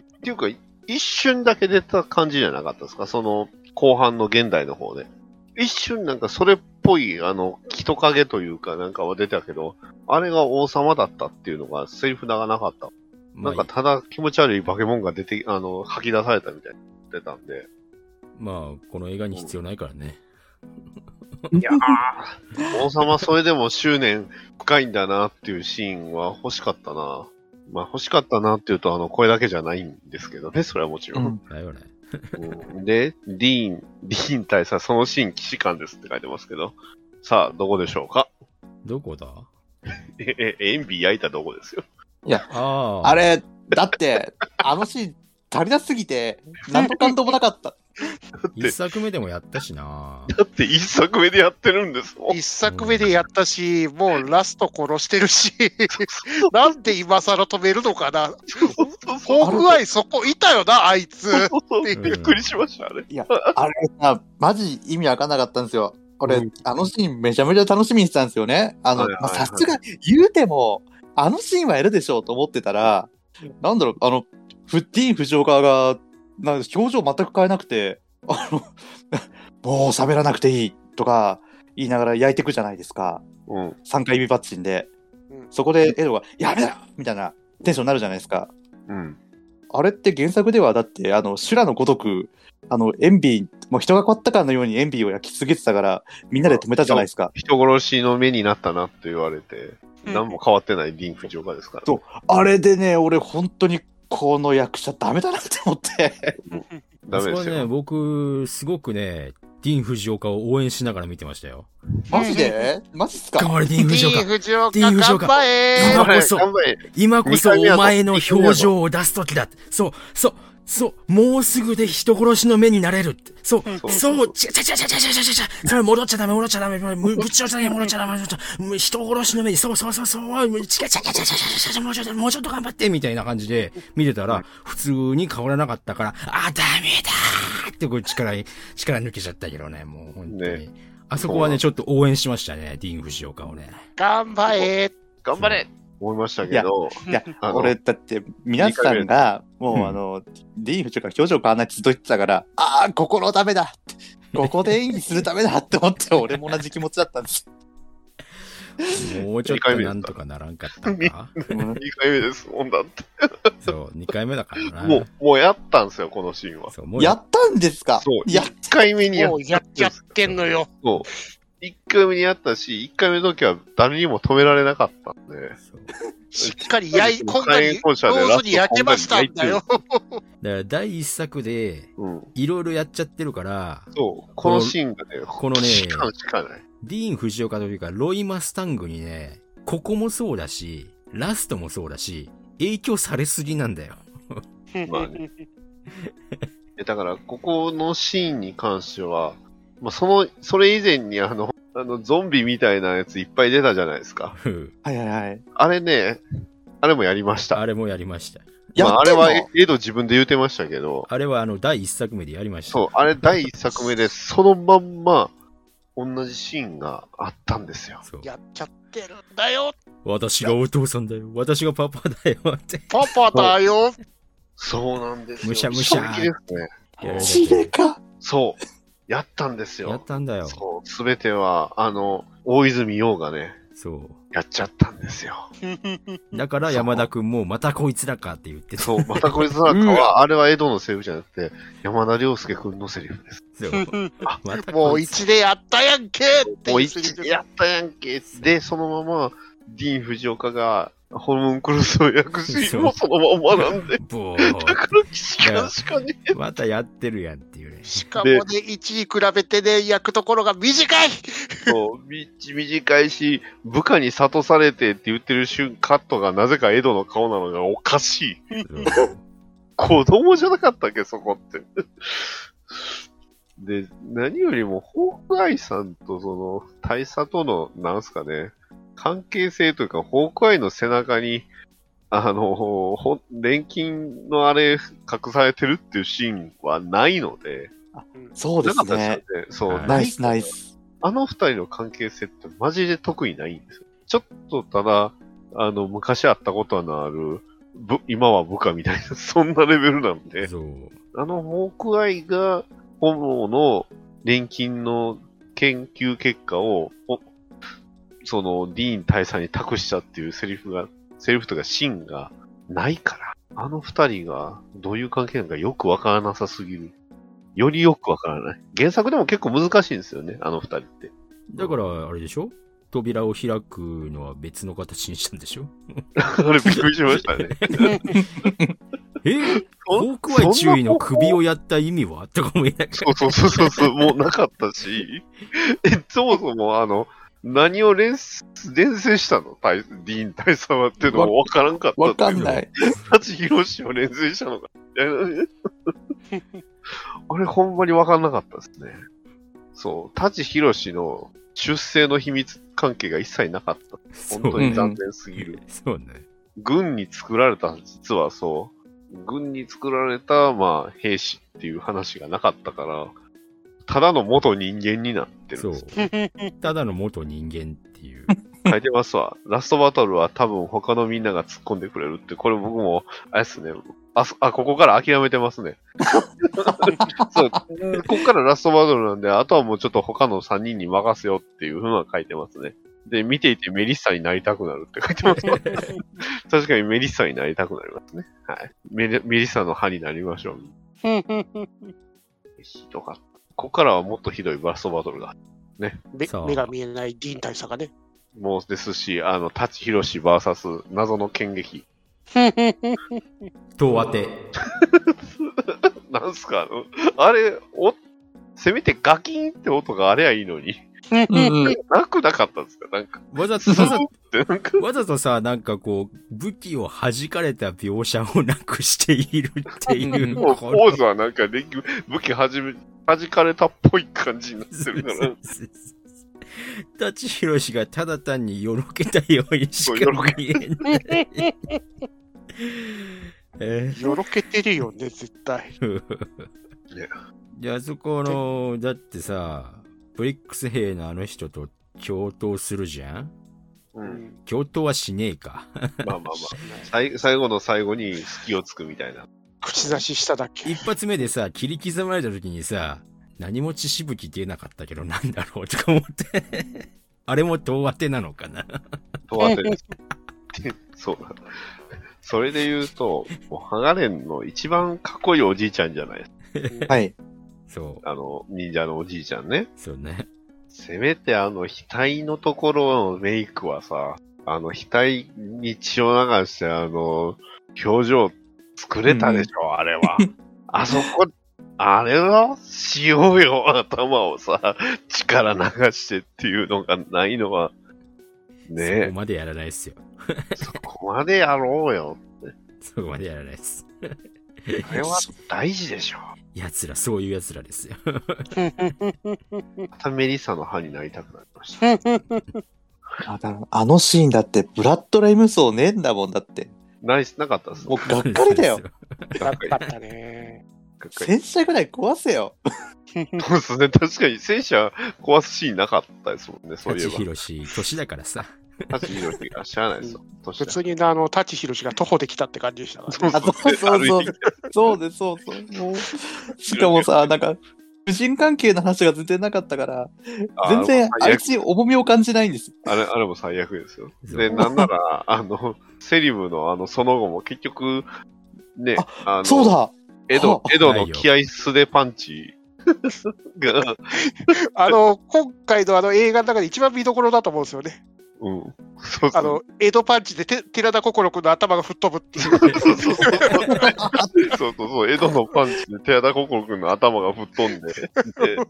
っていうか、一瞬だけ出た感じじゃなかったですかその、後半の現代の方で。一瞬なんかそれっぽい、あの、人影というかなんかは出たけど、あれが王様だったっていうのがセリフがなかった。
ま
なんか
あ、
ただ気持ち悪い化け物が出て、あの、吐き出されたみたいに出たんで。
まあ、この映画に必要ないからね。
いやー、王様それでも執念深いんだなっていうシーンは欲しかったな。まあ欲しかったなっていうと、あの、これだけじゃないんですけどね、それはもちろん。
うん
だよね。
うんで、ディーン、ディーン大佐、そのシーン、騎士官ですって書いてますけど、さあ、どこでしょうか
どこだ
え、え、えエンビ焼いたどこですよ。
ああ。
あれ、だって、あのシーン 足りなすぎて、何の感動もなかった。
一作目でもやったしな。
だって一作目でやってるんですもん。
一作目でやったし、もうラスト殺してるし、 なんで今更止めるのかな。ホークアイそこいたよな、あいつ。
びっくりしました、あれ。
いや、あれさ、マジ意味わかんなかったんですよ。俺、
うん
あのシーンめちゃめちゃ楽しみにしてたんですよね。あの、
はいはいはい
まあさすが、言うても、あのシーンはやるでしょうと思ってたら、なんだろう、あの、フッティーン藤岡が、なんか表情全く変えなくて、あの、 もう喋らなくていいとか言いながら焼いてくじゃないですか。
うん。
3回指パッチンで、
うん
そこでエドが「やめろ!」みたいなテンションになるじゃないですか
うん。
あれって原作ではだってあの修羅のごとくあのエンビーもう人が変わったかのようにエンビーを焼き続けてたからみんなで止めたじゃないですか
人殺しの目になったなって言われて、
うん
何も変わってないディーン・フジオカですから。
そうあれでね俺本当にこの役者ダメだなって思って
ダメです
それね、
よ。
僕、すごくね、ディーン・フジオカを応援しながら見てましたよ。
マジでマジっすか
頑張れ、ディーン・フジオカ
D 藤岡
D 藤
頑
岡
張れ
頑張れそう
頑張れ。
今こそお前の表情を出す時だそう、そう、そう、もうすぐで人殺しの目になれるって。そう、
そう
そう、ちゃちゃちゃちゃちゃちゃちゃちゃそれ戻っちゃダメ、戻っちゃダメ、むぶっちゃちゃダメ、戻っちゃダメ、戻っちゃダメ人殺しの目に、そうそうそう、そう、ちゃちゃちゃちゃちゃちゃちゃちゃ、もうちょっと、もうちょっと頑張って、みたいな感じで見てたら、普通に変わらなかったから、あ、ダメだーってこう力、力抜けちゃったけどね、もう本当に
ね。
あそこはね、ちょっと応援しましたね、ディーン・フジオカをね。
頑張れ
頑張れ思いましたけど、
いや
あの
俺だって皆さんがもう
うん
あの、ディーン・フチョが表情変わらないってずっと言ってたからああここのためだってここで演技するためだって思って俺も同じ気持ちだったんです
もうちょっとなんとかならんかったか。
2回目ですもんだって。
そう、2回目だからな。
もう、もうやったんですよ、このシーンは。
そう、もう
やったんですか
そう、
やっ
1回目にや
もうやっちゃってんのよ。
そう。一回目にやったし、一回目の時は誰にも止められなかったんで。
そう
しっかり焼い、こんな
火
に、上
炎放射でラスト
手に焼けましたんだよ。
だから第一作で、
うん。
いろいろやっちゃってるから、
そう。このシーンがね、
このね
しかしかない。
ディーン・フジオカというか、ロイ・マスタングにね、ここもそうだし、ラストもそうだし、影響されすぎなんだよ。
まあねえだから、ここのシーンに関しては、まあ、その、それ以前にあの、あの、ゾンビみたいなやついっぱい出たじゃないですか。
ふう
はいはいはい。
あれね、あれもやりました。
あれもやりました。
まあ、あれ
んの
は江戸自分で言うてましたけど、
あれはあの、第一作目でやりました。
そう、あれ第一作目でそのまんま同じシーンがあったんですよ。
そう
やっちゃってるんだよ
私がお父さんだよ。私がパパだよ。って。
パパだよ
そうなんですよ。
むしゃむしゃ
衝撃ですね。
やられた
死ねか。
そう。やったんですよ。
やったんだよ。
そう、すべては、あの、大泉洋がね、
そ
やっちゃったんですよ。
う。だから山田くんもまたこいつらかって言ってた。
そう、またこいつなんかは、あれは江戸のセリフじゃなくて、山田涼介くんのセリフです。
そう
あ
また
も
こ
う
いつ
一でやったやんけって
もう
言
一
って
気にやったやんけ。で、そのまま、ディーン・フジオカが、ホルモンクルーズを焼くシーンもそのまんまなんで、
ボ
だ
ー
から、しかしかね。
またやってるやんっていうね。
しかもね、1位比べてね、焼くところが 短い
そう、み短いし、部下に諭されてって言ってる瞬、カットがなぜか江戸の顔なのがおかしい。
そう
子供じゃなかったっけ、そこって。で、何よりも、ホークアイさんとその、大佐との、なんすかね、関係性というか、ホークアイの背中に、あの、ほ錬金のあれ、隠されてるっていうシーンはないので、
そうです
なかっ
ね。
たですよね。そう、
はい
ナイスナイス。
あの二人の関係性ってマジで特にないんですよ。ちょっとただ、あの、昔あったことのある、ぶ今は部下みたいな、 そんなレベルなんで、
そう。
あの、モークアイが、炎の錬金の研究結果を、おその、ディーン大佐に託したっていうセリフが、セリフとかシーンがないから、あの二人がどういう関係なのかよくわからなさすぎる。よりよくわからない。原作でも結構難しいんですよね、あの二人って。
だから、あれでしょ扉を開くのは別の形にしたんでしょ
あれびっくりしましたね。
え
そ
ホークアイ注意の首をやった意味はとか思いなが
そうそうそうそうそう、もうなかったし、 え、そもそもあの、何を連す連成したの大ディーン大佐はっていうのもわからんかった
わか
ってい
ん
うの
な
も。
い。
舘ひろしを連成したのか。 みたいなねあれほんまにわかんなかったですね。そう、舘ひろしの出生の秘密関係が一切なかった。
ら。
本当に残念すぎる。
そうね。
軍に作られた、実はそう、軍に作られた、まあ、兵士っていう話がなかったから、ただの元人間になってる
そ
ん
う
です。。
ただの元人間っていう。
書いてますわ。ラストバトルは多分他のみんなが突っ込んでくれるって、これ僕も、あれですね、あ、そあここから諦めてますね。そう、ここからラストバトルなんで、あとはもうちょっと他の3人に任せようっていうふうな書いてますね。で、見ていてメリッサになりたくなるって書いてますわ確かにメリッサになりたくなりますね。はい。メリメリッサの派になりましょう。ひどかった。ここからはもっとひどいラストバトルが。
め
そう
目が見えないディーン大佐がね。
もうですし、あの、舘ひろし VS 謎の剣劇。
と当て。
なんすかあのあれ、お、せめてガキンって音があれゃいいのに。
うんうん。
なくなかったんですかなんか、
わざと、
ス
わ
ー
ざ
ってなんか、
わざとさ、なんかこう、武器を弾かれた描写をなくしているっていう。
もうポ
この
ーズはなんか、ね、武器はじめ、弾かれたっぽい感じになって るから、
舘ひろしがただ単によろけたようにし
そうよ
か
ろ
見えない。え
よろけてるよね、絶対。
じゃあそこの、だってさ、ブリックス兵のあの人と共闘するじゃん
うん、
共闘はしねえか。
まあまあまあ最、最後の最後に隙をつくみたいな。
口差ししただ け
一。発目でさ、切り刻まれた時にさ、何も血しぶき出なかったけどなんだろうとか思って。あれも遠当てなのかな
とはてです。そうなんだ。それで言うと、もうハガレンの一番かっこいいおじいちゃんじゃないですか。
はい。
そう、
あの、忍者のおじいちゃんね。
そうね。
せめてあの額のところのメイクはさ、あの額に血を流してあの表情作れたでしょ、あれ は。あそこ、あれはしようよ、頭をさ、力流してっていうのがないのは、
そこ
ね
までやらないっすよ。
え、そこまでやろうよ。
そこまでやらないっす。
あれは大事でしょ。
奴ら、そういう奴らですよ。
またメリッサの歯になりたくなりました。
あだあのシーンだって、ブラッドレイ無双ねえんだもんだって。
ないし、なかったっす。
もうがっかりだよ。
なかったね。
がっかり
戦車ぐらい壊せよ。
そうですね。確かに戦車壊すシーンなかったですもんね、そういえ
舘
ば。
ひろし、年だか らさ。
舘ひろしが知らないですよ。年
普
だ
通にあの、舘ひろしが徒歩で来たって感じでしたからね。
そうそ
あそううそう
歩
そう
いてき。
そうです、そうそう。もうしかもさ、なんか、婦人関係の話が全然なかったから、
あ
全然
もう
あ
最
い
悪
つ重みを感じないんですよ。
あれ、あれも最悪ですよ。
そう
で、なんなら、あの、セリムのあの、その後も結局、ね、あの、
そうだ
江戸
あ、
江戸の気合素でパンチが、
あの、今回のあの映画の中で一番見どころだと思うんですよね。
うん。そうそ
あ
う。
の、江戸パンチでて寺田心君の頭が吹っ飛ぶって いう。
そうそうそう。そうそうそう。江戸のパンチで寺田心くんの頭が吹っ飛んで、で、で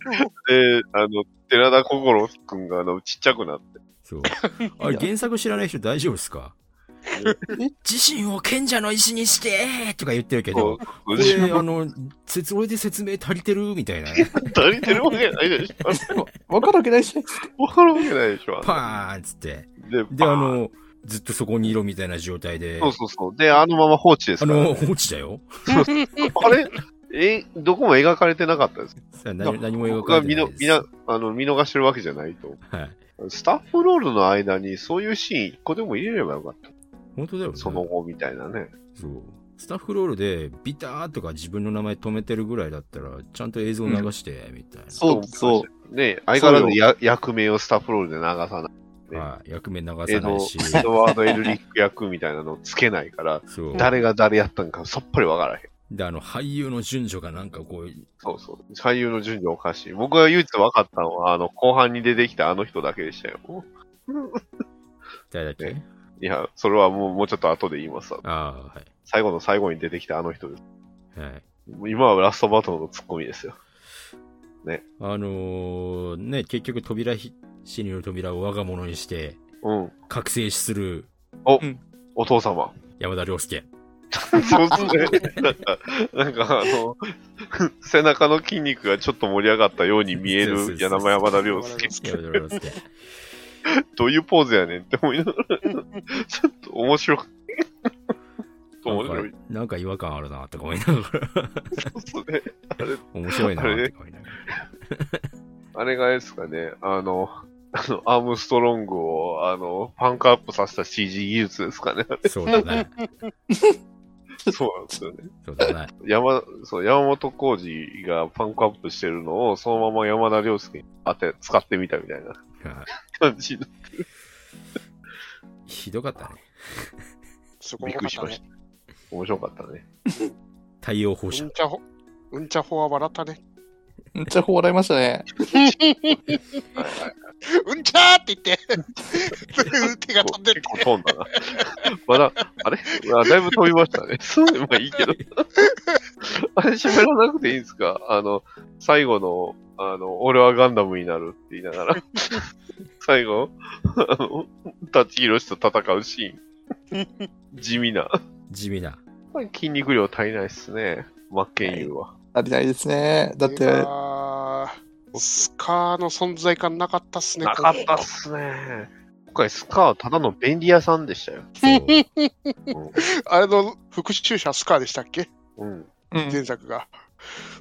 あの、寺田心くんが、あの、ちっちゃくなって、
そう。あれ、原作知らない人大丈夫ですか自身を賢者の石にしてとか言ってるけ
こ
ど、
う、
こ
こ
れ、
う
あの、説、俺で説明足りてるみたいな。
足りてるわけないでしょ。
わかるわけないじゃん。
わかるわけないでしょ。
パーンっつって。
で、
で、あの、ずっとそこにいろみたいな状態で、
そうそうそう。で、あのまま放置です
あ
から、ね
の、放置だよ。
あれえ、どこも描かれてなかったです。
さあ何何も描
僕
か
が
れて
見
な
の
いです。
見なあの見逃してるわけじゃないと。
はい。
スタッフロールの間にそういうシーン一個でも入れればよかった。
本当だよね。
その後みたいなね。。
そう。スタッフロールで、ビターとか自分の名前止めてるぐらいだったら、ちゃんと映像流して、みたいな。
そうそう
ね相変わらずや役名をスタッフロールで流さう
はい。役目流さ
ない。エ
ない
ド
し、
エドワード・エルリック役みたいなのつけないから、
そう。
誰が誰やったんかさっぱりわからへん。
で、あの、俳優の順序がなんかこう、
そうそう。俳優の順序おかしい。僕が唯一わかったのは、あの、後半に出てきたあの人だけでしたよ。
誰だっけ
ねいや、それはもうもうちょっと後で言いますわ。
ああ、
最後の最後に出てきたあの人です。
はい。はい。
今はラストバトルのツッコミですよ。
あのー、ね、結局扉ひ、死による扉を我が物にして、
うん。
覚醒する
お父様。
山田涼介。
そうですね。なんか、なんかあの、背中の筋肉がちょっと盛り上がったように見え
そうそう
る
そう
柳山田涼介。
山田 涼介。
どういうポーズやねんって思いながら、ちょっと面白く面白
ないんかなんか違和感あるなとか思いながら、
そうですね。あれ、
面白いなとか思いなが
あれがあれですかね。あの、あの、アームストロングを、あの、パンクアップさせた CG 技術ですかね。
ら。そうだね。
そうなんですよね。
そうだね。
山、そう、山本浩二がパンクアップしてるのを、そのまま山田涼介に当て、使ってみたみたいな
は
感じの。
いひどかったね。
すご
び
い
っくりしました。面白かったね。
太陽放射
うん。ちゃほ、うんちゃほは笑ったね。
めっちゃ笑いましたね。
うんちゃーって言って、 手が飛んで
結
って
構飛んだな。まだ、あれあだいぶ飛びましたね。そう、まあいいけど。あれ喋らなくていいんですかあの、最後の、あの、俺はガンダムになるって言いながら、最後、あの、立ち広しと戦うシーン。地味な。
地味な。
筋肉量足りないっすね。真剣佑は。
足りないですね。だっ
いや
て、
ースカーの存在感なかったっすね。
なかったっすね。今回スカはただの便利屋さんでしたよ。
そう。
あれの復讐者スカーでしたっけ
うん。
前作が。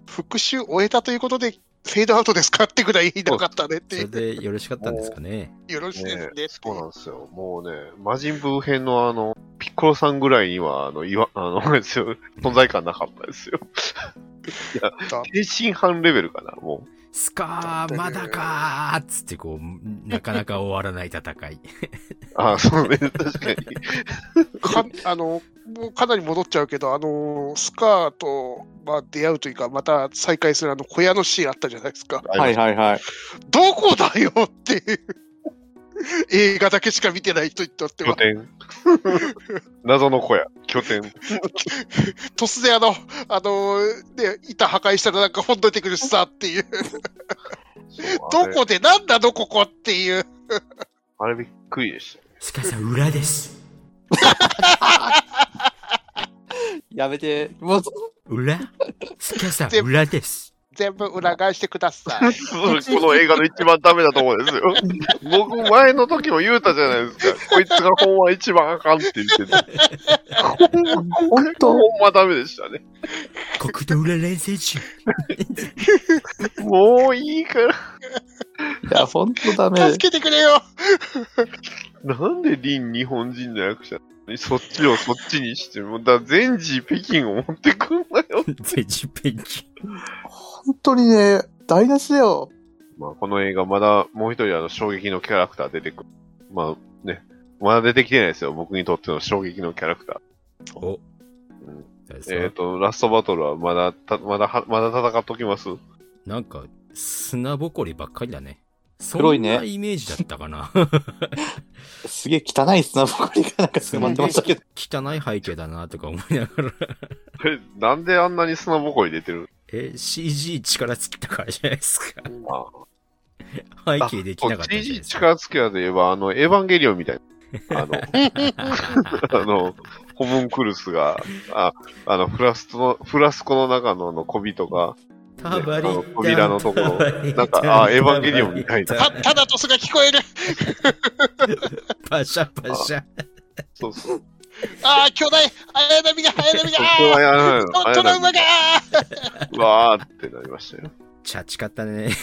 復讐終えたということで、フェードアウトですかってぐらい言いなかったねって
そ
い
れ
う。
でよろしかったんですかね。
よろしいですね
ね。そうなんですよ。もうね、魔人ブー編のあの、ピッコロさんぐらいには、あの、いわ、 あの、あれですよ、存在感なかったですよ。天津飯レベルかな、も
スカー、まだかーっつってこう、なかなか終わらない戦い。
う。ああ、そうね、確かに。
かあのもうかなり戻っちゃうけど、あのスカーと、まあ、出会うというか、また再会するあの小屋のシーンあったじゃないですか。
はいはいはい。
どこだよっていう。映画だけしか見てない人にとって
拠
は、
点。 謎の小屋、拠点。
突然あの、あのね、板破壊したらなんか本出てくるしさっていう、
そう
ど
あれ
こで、なんだのここっていう、
あれびっくりでした。
しかし裏です。
やめて。もう、
裏スキャサ裏です。
全部裏返してください。
この映画の一番ダメだと思うんですよ。 僕、前の時も言うたじゃないですか。こいつがほんま一番あかんって言ってて。
本
ほん
当
まダメでしたね。
国土裏連戦中。
もういいから。
いや、本当ダメ。
助けてくれよ
なんでリン日本人の役者なのにそっちをそっちにして、もうだ全治北京を持ってくんなよ。
全治ペンキ。
本当にね、台無しだよ。
まあ、この映画、まだもう一人あの衝撃のキャラクター出てくる。まあね、まだ出てきてないですよ。僕にとっての衝撃のキャラクター。
お。
えっ、と、ラストバトルはまだ、たまだは、まだ戦っときます。
なんか、砂ぼこりばっかりだね。
黒いね
そんなイメージだった かな。
すげえ汚い砂ぼこりがなんか詰まってましたけ ど。
汚い背景だなとか思いながら。
えなんであんなに砂ぼこり出てる
え、CG 力尽きたからじゃないですか。
あ
背景できなかったじゃないで
?CG
すか。
力つきやで言えば、あの、エヴァンゲリオンみたい な。あの、 あの、ホムンクルスが、あ、あの、フラストの、フラスコの中のあの、小人が、
タバリ
あの扉のところなんかあエヴァンゲリオンみたいな
たただトスが聞こえる
パシャパシャ。
そうそう。
ああ、巨大綾波が綾波が
そこはやらないの
ああトラウマが
うわーってなりましたよ。
チャチかったね。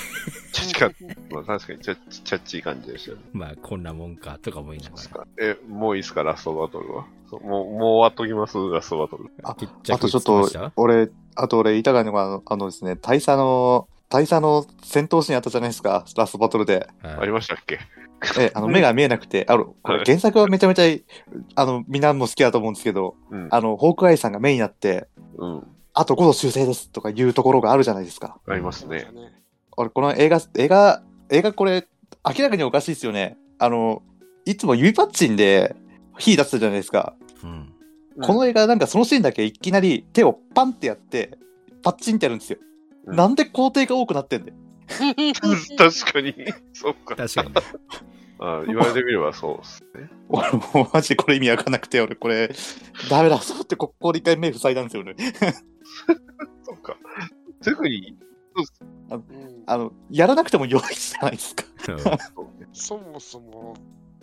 チャチ か、まあ確かにチャチ、チャッチい感じでしたよね。
まあ、こんなもんか、とか思いな
そう
が
っす
ら。
かえ、もういいっすか、ラストバトルは。そうもう、もう終わっときます、ラストバトル。
あ
決着
あとちょっ
つきま
と
し、
俺、あと俺言いたがるのが、あのあのですね、大佐の、大佐の戦闘シーンあったじゃないですか、ラストバトル で。
た
ありましたっけ
え、あの、目が見えなくて、あの、これ原作はめちゃめちゃ、あの、みんなも好きだと思うんですけど、
うん。
あの、ホークアイさんが目になって、
うん。
あと5度修正ですとかいうところがあるじゃないですか。
ありますね。
俺、この映画、映画、映画これ、明らかにおかしいですよね。あの、いつも指パッチンで火出すじゃないですか。
うん。
うん
この映画なんかそのシーンだけいきなり手をパンってやって、パッチンってやるんですよ。
うん
なんで工程が多くなってんだよ。
確かに。そっか。
確かに。
あ言われてみればそうっすね。
俺も うマジでこれ意味わかんなくて、俺これ、ダメだ、そうってここで一回目塞いだんですよね。
そっか。すぐに、
うん
あの、やらなくても弱いじゃないですか。
そもそも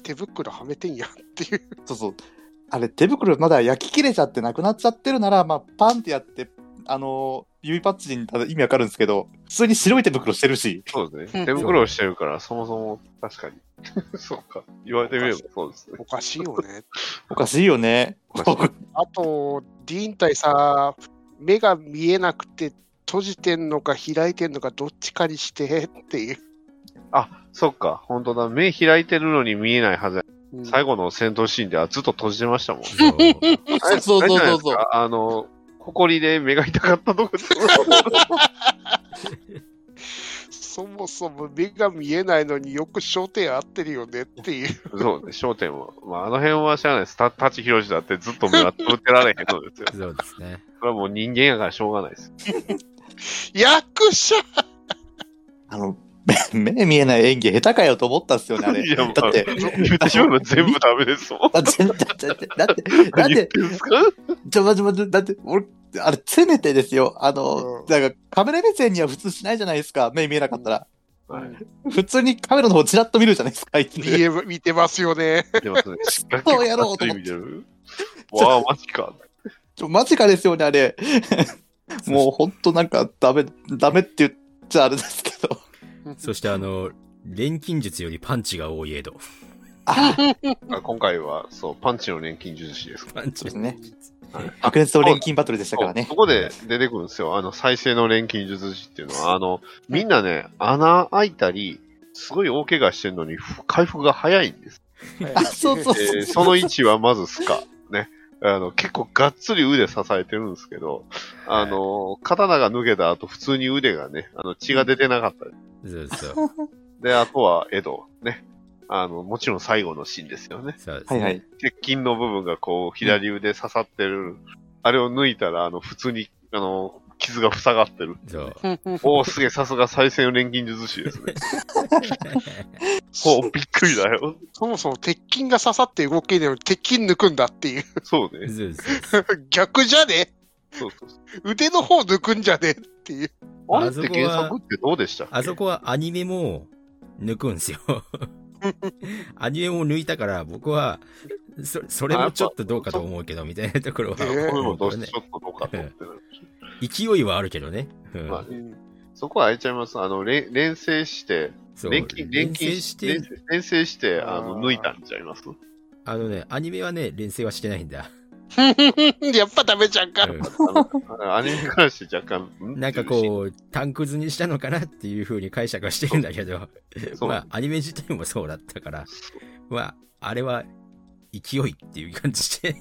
手袋はめてんやんっていう。
そうそう。あれ、手袋まだ焼き切れちゃってなくなっちゃってるなら、まあ、パンってやって、あのー指パッチンだと意味わかるんですけど、普通に白い手袋してるし、
そうですね。手袋をしてるから、そもそも、確かに。 そっか。言われてみればそうですね。
おかしいよ ね。
おかしいよね。
おかし
あと、ディーン対さ、目が見えなくて閉じてんのか開いてんのかどっちかにしてっていう。
あ、そっか。本当だ。目開いてるのに見えないはずや。
うん
最後の戦闘シーンではずっと閉じてましたもん。
そ う
そうそうそうそうそう。
ああの、埃で目が痛かったとこ
そもそも目が見えないのによく焦点合ってるよねっていう。
そうね、焦点は。まあ、あの辺は知らないです。た立ち広しだってずっと目がつぶってられへんのですよ。
そうですね。
これはもう人間やからしょうがないです。
役 者
あの、目目見えない演技下手かよと思ったんですよね、あ
いやま
れ。
あ
だって、
言ってしまえば全部ダメですもん。
だって、だって、だって、だっ、
何言っててん すか
ちょ、まじまじ、だって、俺、あれ、せめてですよ。あの、
うん
なんか、カメラ目線には普通しないじゃないですか、目見えなかったら。
はい
普通にカメラの方ちらっと見るじゃないですか、あいつ。
見え見てますよね。
言 ってますね。
そうやろう
ガッキ
と思って
リ見てるわあ、マジか。
ちょマジかですよね、あ れ。もうほんとなんかダメ、ダメって言っちゃあれですけど。
そして、あの、錬金術よりパンチが多いエド。
ああ、
あ今回は、そう、パンチの錬金術師ですか
パンチ
ですね。白熱と錬金バトルでしたからね
そ。こで出てくるんですよ。あの、再生の錬金術師っていうのは、あの、みんなね、穴開いたり、すごい大怪我してるのに、ふ回復が早いんです。
あ、そうそう
え
そ
ーそ
う。
の位置はまずスカ。ね。あの、結構がっつり腕支えてるんですけど、あの、刀が抜けた後、普通に腕がね、あの、血が出てなかったり。
そうそう。
で、あとは、江戸。ね。あの、もちろん最後のシーンですよね。
そうです
はい
ね
はい。
鉄筋の部分がこう、左腕刺さってる。あれを抜いたら、あの、普通に、あの、傷が塞がってる。
そう。
おお、すげえ、さすが再生の錬金術師です ね。お
そ
お、びっくりだよ。
そもそも鉄筋が刺さって動けないのに鉄筋抜くんだっていう。
そうね。
そうそう
逆じゃね
そうそうそう。
腕の方抜くんじゃねえっていう。
あれって原作ってどうでしたっけ
あそこはアニメも抜くんですよ。アニメも抜いたから、僕は、そそれもちょっとどうかと思うけど、みたいなところは
えー
これも
思
ど
うこ
う
れ
し
ね
ちょっとどうかと思ってる。
勢いはあるけどね。うん
まあそこは空いちゃいます。あの、れん連成して、
そう
連勤、連勤
連成して、
連連成して、あ
あ
の、
ー
抜いたんちゃいます
あのね、アニメはね、連成はしてないんだ。
やっぱダメじゃん か。
うん
あのアニメからして若干、
なんかこう、タンクズにしたのかなっていう風に解釈はしてるんだけど、
そう
まあ、アニメ自体もそうだったから、まあ、あれは、勢いっていう感じで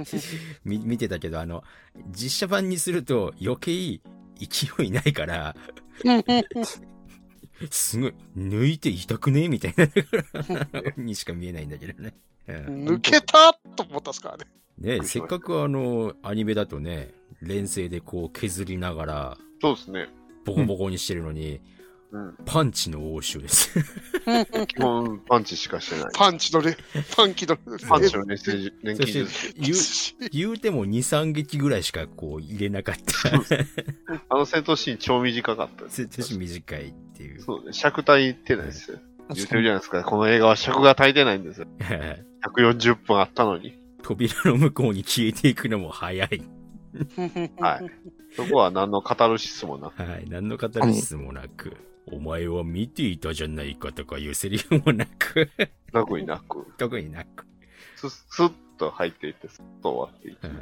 見見てたけど、あの、実写版にすると余計勢いないから、すごい、抜いて痛くねみたいな、 にしか見えないんだけどね。うん
抜けたと思ったっすからね。
ねせっかくあの、アニメだとね、連成でこう削りながら、
そうですね。
ボコボコにしてるのに、
うん。
パンチの応酬です。
基本、パンチしかしてない。
パンチのね、パンキのね、
パンチの連成、連
そ
勤
して
術。
言う、言うても2、3撃ぐらいしかこう入れなかった。
あの戦闘シーン超短かったです。
手足短いっていう。
そうね。尺足いてないですよ。言ってるじ
ゃ
ゃないですか。この映画は尺が足りてないんですよ。140分あったのに。
扉の向こうに消えていくのも早い。
はい。そこは何のカタルシスもなく。
はい。何の語る質もなく。お前は見ていたじゃないかとかいうセリフもなく。
特になく、
特になく。
ススッと入っていって、スッと終わっていって、
はい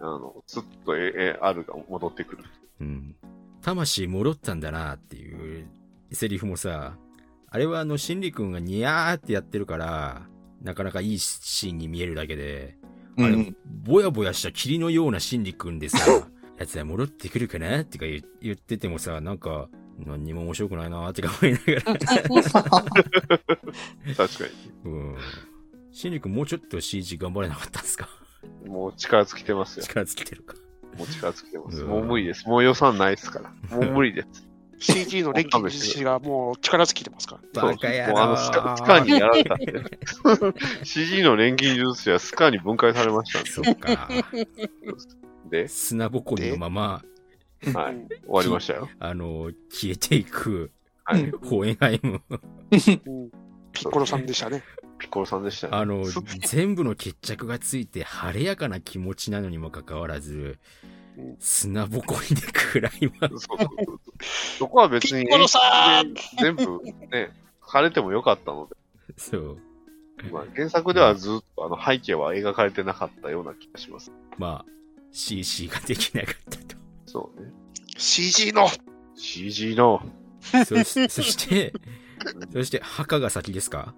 あの、スッと AR が戻ってくる。
うん。魂戻ったんだなっていうセリフもさ、あれはあの、心理君がニヤーってやってるから、なかなかいいシーンに見えるだけで、あ
う
れ
ん、
ぼやぼやした霧のような心理君でさ、 やつは戻ってくるかなってか言言っててもさ、なんか、何にも面白くないなってか思いながら、
確か
うん。心理君もうちょっと CG 頑張れなかったんで すか
に。もう力尽きてますよ。
力尽きてるか。
もう力尽きてます。
うん
もう無理です。もう予算ないですから。もう無理です。
CG の錬金術師がもう力尽きてますから。
バカや
もうあのスカ、スカにやられたん で。CG の錬金術師はスカに分解されましたん
そっか。
で、
砂ぼこりのまま、
ではい。終わりましたよ。
あの、消えていく、
はい。
ホエンハイム。
うんピッコロさんでしたね。
ピッコロさんでしたよ。
あの
す、
全部の決着がついて晴れやかな気持ちなのにもかかわらず
うん、
砂ぼこりで暗いわ。
そうそうそうそうそこは別に
ピッコロさん
全部ね、晴れてもよかったの
そう。
で、まあ、原作ではずっとあの背景は描かれてなかったような気がします。
まあ、CC ができなかったと。
そうね。
CG の
CG の、
そし そして、そして、墓が先ですか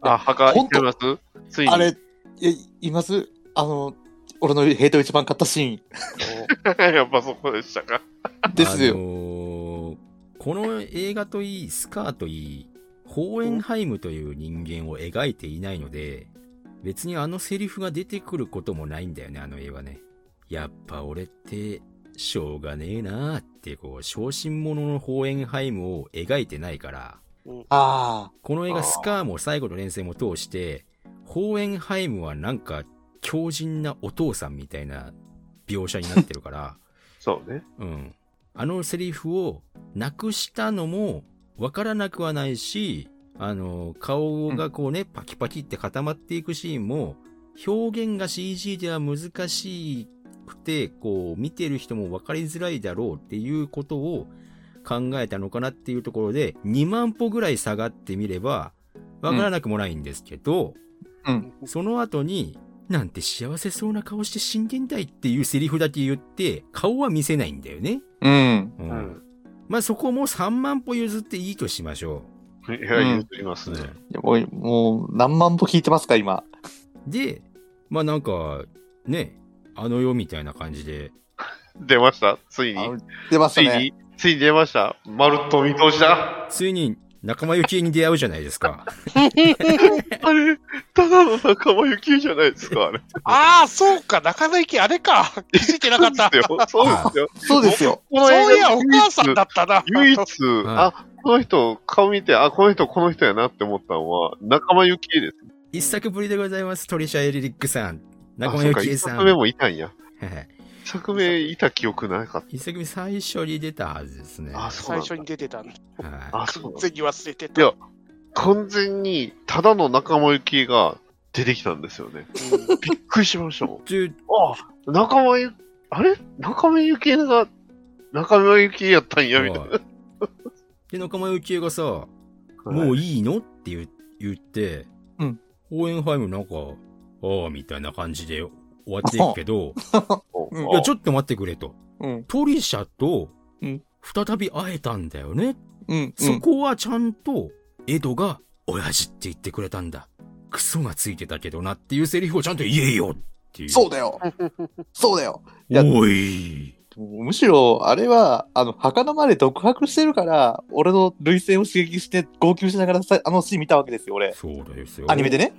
あ、墓行
ほん
って
と
みますついに。
あれ、え、いますあの、俺のヘイト一番買ったシーン
やっぱそこでしたか。
ですよ。
あのーこの映画といい、スカーといい、ホーエンハイムという人間を描いていないので、別にあのセリフが出てくることもないんだよね、あの映画ね。やっぱ俺って、しょうがねえなーって、こう、小心者のホーエンハイムを描いてないから、
あ
この映
あ
画
ー
スカーも最後の連戦も通して、ホーエンハイムはなんか強靭なお父さんみたいな描写になってるから、
そうね。
うん。あのセリフをなくしたのもわからなくはないし、あの、顔がこうね、パキパキって固まっていくシーンも、表現が CG では難しくて、こう、見てる人もわかりづらいだろうっていうことを考えたのかなっていうところで、2万歩ぐらい下がってみれば、わからなくもないんですけど、
うん
その後に、なんて幸せそうな顔して死んでんだいっていうセリフだけ言って、顔は見せないんだよね。
あ。うん。
う
うんん。
まあそこも3万歩譲っていいとしましょ
いや、言ってます
う。
ね。
いやもう、もう、何万歩聞いてますか、今。
で、まあなんか、ね、あの世みたいな感じで、
出ましたつい
あ
に。
出まし
つ
た
い
ね。
に、ついに出ました。まるっと見通しだ。
ついに仲間由紀恵に出会うじゃないです か。
あれ、ただの仲間由紀恵じゃないですか、あれ。
ああ、そうか、中野駅あれか。気づ いてなかった。
そうですよ。そうですよ。
そうですよ。
そういや、お母さんだったな。
唯一、あ、この人、顔見て、あ、この人、この人やなって思ったのは、仲間由紀恵です。
一作ぶりでございます、トリシャ・エリリックさん。仲
あ
間
そ
由
うか
紀恵さ
一
ん。
発目もいたんや。
はい
作目いた記憶なかっ
一作目最初に出たはずですね。
た。あ、そうなん
最
だ
初に。出てたの。
は
あ、そうな
完
んだ
全に忘れて
い
た。
や完全に、ただの仲間由紀恵が出てきたんですよね。びっくりしましたもん。
い。ちゅ
ああ、仲間ゆ、あれ仲間由紀恵が、仲間由紀恵やったんや、みたいな。
はいで、仲間由紀恵がさ、
は
も
いう
いいのって言う言って、
うん
ホーエンハイムなんか、ああ、みたいな感じで終わっていくけど、
うん
いや、ちょっと待ってくれと。
うん。
トリシャと
うん、
再び会えたんだよね。
うん。
そこはちゃんと、エドが、親父って言ってくれたんだ。クソがついてたけどなっていうセリフをちゃんと言えよっていう。
そう だよ。そうだよ。いや
おい。
むしろ、あれは、あの、儚まで独白してるから、俺の類性を刺激して、号泣しながらさあのシーン見たわけですよ、俺。
そうだですよ。
アニメで
ね。
ね。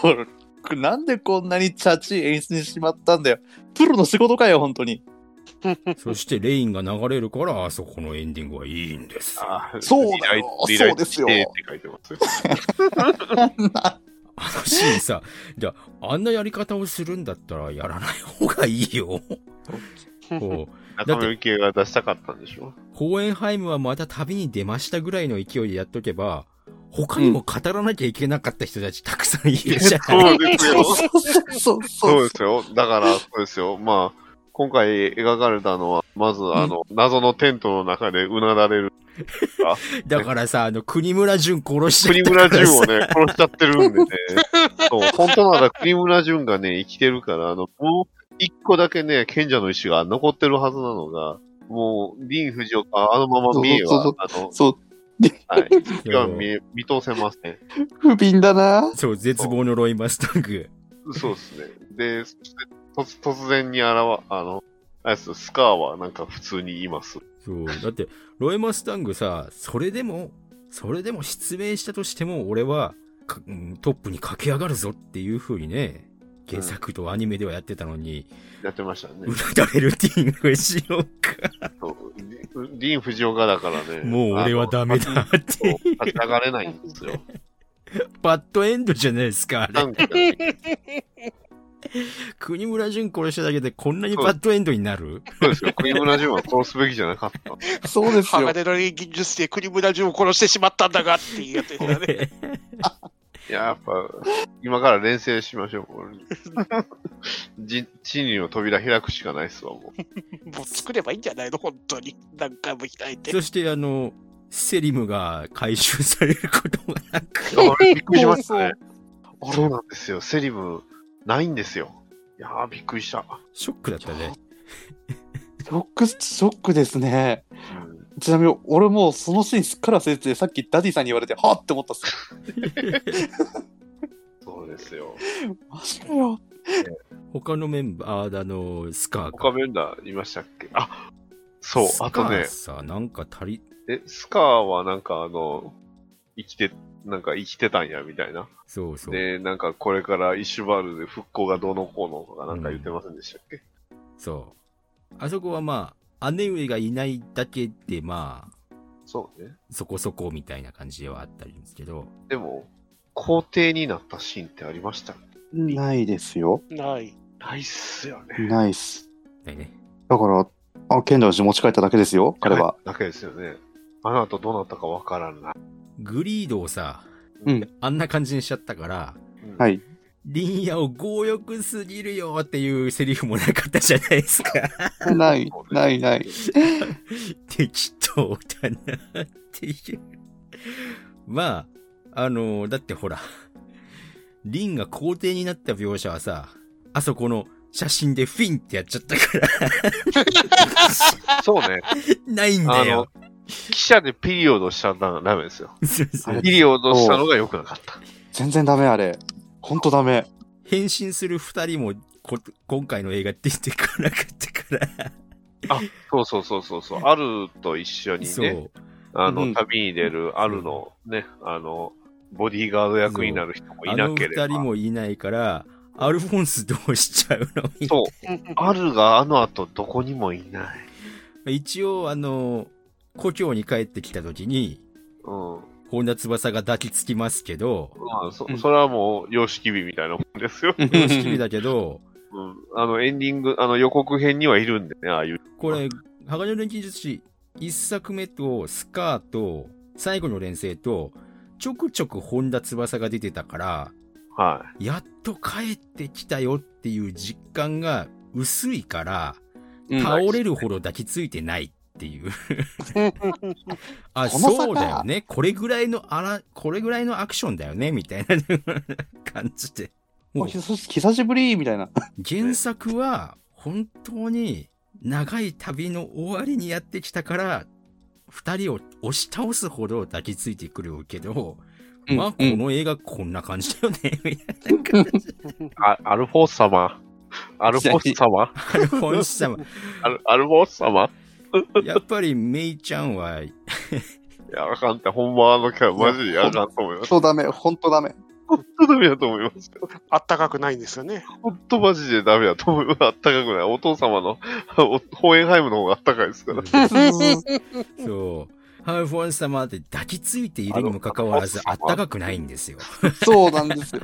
これ、これなんでこんなにチャチい演出にしまったんだよ。プロの仕事かよ、本当に。
そして、レインが流れるから、あそこのエンディングはいいんです。あ
あー
そうだよ
リライ
そうですよ
リライトしてって書いてますよ。
のシーンさ、じゃあ、あんなやり方をするんだったら、やらない方がい いよ。こう
中身由紀恵が出したかったんでしょ
ホーエンハイムはまた旅に出ましたぐらいの勢いでやっとけば、他にも語らなきゃいけなかった人たちたくさんいるじゃな
そ
い、
うですよ。
そうそうそう
そ
そうう。
ですよ。だから、そうですよ。まあ、今回描かれたのは、まず、あの、謎のテントの中でうなだれる。
だからさ、あの、国村淳殺しちゃ
国
ったから
村淳を
さ
ね、殺しちゃってるんでね。そう、本当なら国村淳がね、生きてるから、あの、もう、一個だけね、賢者の石が残ってるはずなのが、もう、林不二夫か、あのまま見え
そ
は
う、
あの、
そう、
はい。いや、見え、見通せません。
不憫だな。
そう、絶望のロイマスタング。
そうですね。で、そして突突然に現わ、あの、あれですスカーはなんか普通にいます。
そう、だって、ロイマスタングさ、それでも、それでも失明したとしても、俺は、かうんトップに駆け上がるぞっていう風にね、原作とアニメではやってたのに、
やってましたね
う。なだれるティングしようか。
そうリリン不二雄がだからね。
もう俺はダメだ
あ
って。
の。立ち上がれないんです よ。
バッドエンドじゃないですか、あれ
なんかね、
国村淳殺しただけでこんなにバッドエンドになる
そうですよ。国村淳は殺すべきじゃなかった。
そうですよ。
鋼の錬金術師で国村淳を殺してしまったんだがっていうやつだね。
いや、やっぱ、今から連戦しましょう。人人類の扉開くしかないっすわ、もう。
もう作ればいいんじゃないの本当に。何回も鍛え て。
そしてあの、セリムが回収されることがなく、
いや俺びっくりしましたね。
そう
そうなんですよ。セリム、ないんですよ。いやー、びっくりした。
ショックだったね。
ショック、ショックですね。
うん
ちなみに、俺もうそのシーンすっから忘れてて、さっきダディさんに言われて、はっって思ったっす。
そうですよ。
マジかよ。
他のメンバー、あの、スカー
他
か。
メンバーいましたっけあ、そう
ス、カ
あと
ー
ね、
さ、なんか足り、
え、スカーはなんかあの、生きて、なんか生きてたんや、みたいな。
そうそう。
で、なんかこれからイッシュバールで復興がどうのこうのとかなんか言ってませんでしたっけ、
そう。あそこはまあ、姉上がいないだけで、まあ、
そうね。
そこそこみたいな感じではあったりですけど、
でも、皇帝になったシーンってありました
ないですよ。
ない。
ないっすよね。
ないっす。
ないね。
だから、あ、剣道寺持ち帰っただけですよ、彼は。。
だけですよね。あの後どうなったかわからんな。
グリードをさ、
うん
あんな感じにしちゃったから、
うん
はい
リンヤを強欲すぎるよっていうセリフもなかったじゃないですか。
ない、ない、ない。
適当だなっていう。まあ、あのだってほら、リンが皇帝になった描写はさ、あそこの写真でフィンってやっちゃったから、
そうね。
ないんだよ。
記者でピリオドしちゃったらダメですよ。
そうそう
ピリオドしたのが良くなかった。
全然ダメ、あれ。ほんとダメ。
変身する二人もこ、今回の映画出てこなかったから。
そうそうそうそうそう。アルと一緒に
そ
ね、
う。
あ
う
の、
ん
旅に出るアルのね、あの、ボディーガード役になる人もい
あ
な
の
け
二
れ
人
ば。
もいないから、アルフォンスどうしちゃうの
そう。アルがあの後どこにもいない。
一応、あの、故郷に帰ってきた時に、
うん。
本田翼が抱きつきますけど、
まあ、そ、
うん
それはもう、様式美みたいなもんですよ。
様式美だけど、
うん、あの、エンディング、あの、予告編にはいるんでね、ああいう。
これ、鋼の錬金術師、一作目と、スカーと、最後の連成と、ちょくちょく本田翼が出てたから、
は
やっと帰ってきたよっていう実感が薄いから、
い。うん
倒れるほど抱きついてないっていう。あ、
この差か
そうだよね。これぐらいの、あら、これぐらいのアクションだよね、みたいな感じで。もう
久し久しぶりみたいな。
原作は本当に長い旅の終わりにやってきたから、二人を押し倒すほど抱きついてくるけど、
うん
まあこの映画こんな感じだよね、 みたいな感じ。
あアルフォース様。アルフォース様
あれ本質様
アルアルフォース様
やっぱりメイちゃんは、
いや、あかんって、ほんまあのキャラ、マジであかんと思います。
そうダメ、ほんとダメ。
ほんとダメだと思いますよ。
あったかくないんですよね。
ほんとマジでダメだと思います。あったかくない。お父様の、おホーエンハイムの方があったかいですから。
そう、ハーフォン様って抱きついているにもかかわらずあったかくないんですよ。
そうなんですよ。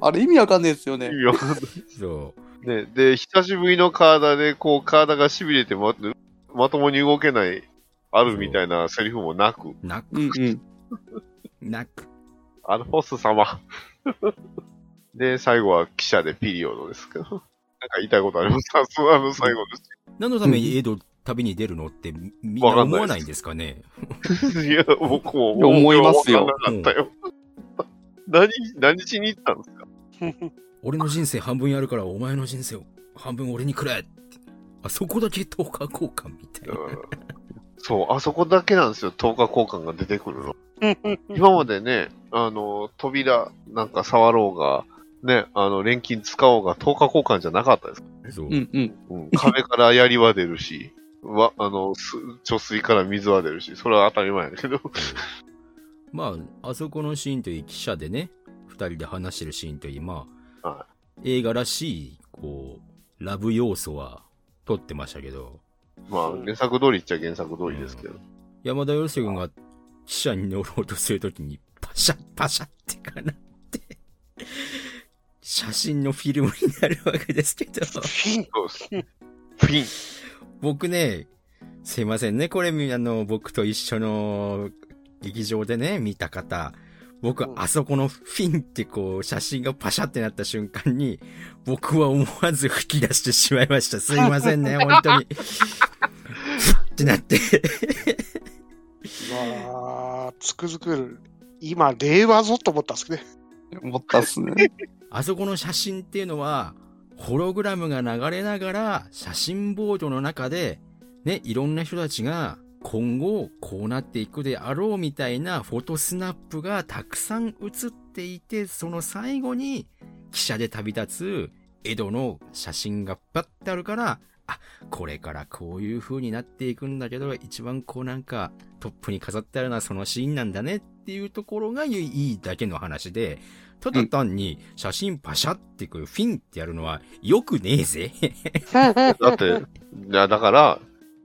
あれ意味わかんないですよね。
意味わかんない
そ
ね、で、久しぶりの体で、こう、体が痺れてま、まともに動けない、あるみたいなセリフもなく、
う、なく、
うんうん。
なく。
アルフォース様。 で、最後は記者でピリオドですけど。なんか言いたいことありますかそうあの最後で
何のためにエド旅に出るのってみみんな思わないんですかね。
す。いや、僕も
いや思いますよ
わかんなかったよ。何、何しに行ったんですか
俺の人生半分やるからお前の人生を半分俺にくれってあそこだけ等価交換みたいな、
そう、あそこだけなんですよ、10日交換が出てくるの。今までね、あの、扉なんか触ろうが、ね、あの、錬金使おうが10日交換じゃなかったです。
そう、
うんうん。
うん、壁から槍は出るし、 わ、あの、す貯水から水は出るし、それは当たり前だけど。
まああそこのシーンといい記者でね2人で話してるシーンといいまあ、
は
映画らしいこうラブ要素は取ってましたけど
まあ、原作通りっちゃ原作通りですけど。
山田洋介君が記者に乗ろうとするときにパシャッパシャッってかなって写真のフィルムになるわけですけど
フィンそうです。フィン。
僕ね、すいませんね、これ、みあの、僕と一緒の劇場でね、見た方。僕、
うん
あそこのフィンってこう、写真がパシャってなった瞬間に、僕は思わず吹き出してしまいました。すいませんね、本当に。ってなって。
まあ、つくづく、今、令和ぞと思ったんですけどね。
思ったっすね。
あそこの写真っていうのは、ホログラムが流れながら、写真ボードの中で、ね、いろんな人たちが、今後、こうなっていくであろうみたいなフォトスナップがたくさん写っていて、その最後に、汽車で旅立つ、江戸の写真がバッてあるから、あ、これからこういう風になっていくんだけど、一番こうなんか、トップに飾ってあるのはそのシーンなんだねっていうところがいいだけの話で、ただ単に写真パシャってこうフィンってやるのはよくねえぜ。
だって、いやだから、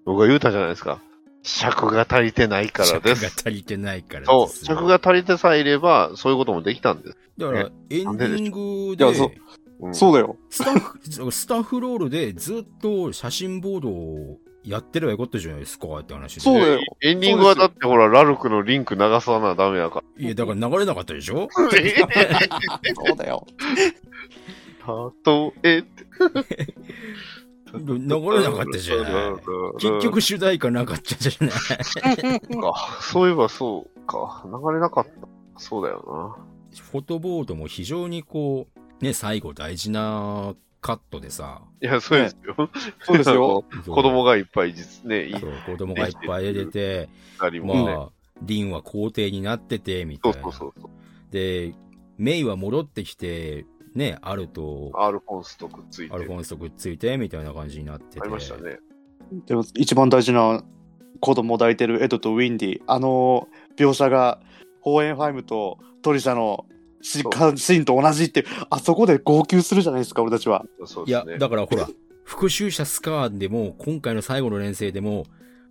僕が言うたじゃないですか。尺が足りてないからで
尺が
す。
足りてないから
そ
で
う、
す。
尺が足りてさえいれば、そういうこともできたんです。
だからエンディン
い
グ
やそ
で
う、
うん
そうだよ。
スタッフ、スタッフロールでずっと写真ボードをやってればよかったじゃないですかって話で。
そうだよ。
エンディングはだってほら、ラルクのリンク流さなダメやか
いや、だから流れなかったでし
ら。
ょ
そうだよ。
たとえ、
流れなかったじゃない。結局主題歌なかったじゃない。
か。そういえばそうか。流れなかった。そうだよ
フォトボードも非常にこう、ね、最後大事なカットでさ。
な。いや、そうですよ。
そうですよ。
子供がいっぱい実ね、い
そう子供がいっぱい出て、
たりもね。
まあ、リンは皇帝になってて、みた
そ
いうな。
そうそうそう。
で、メイは戻ってきて、ね、アルと
アルフォンスとくっついて。
アルフ
あ
ォンソくっついて、みたいな感じになってて。
りましたね。
でも一番大事な子供を抱いてるエドとウィンディ。あの描写が、ホーエンファイムとトリシャのシシーンと同じって、あそこで号泣するじゃないですか、俺たちは。
そう
い
で
や
すね、。
だからほら、復讐者スカーでも、今回の最後の連戦でも、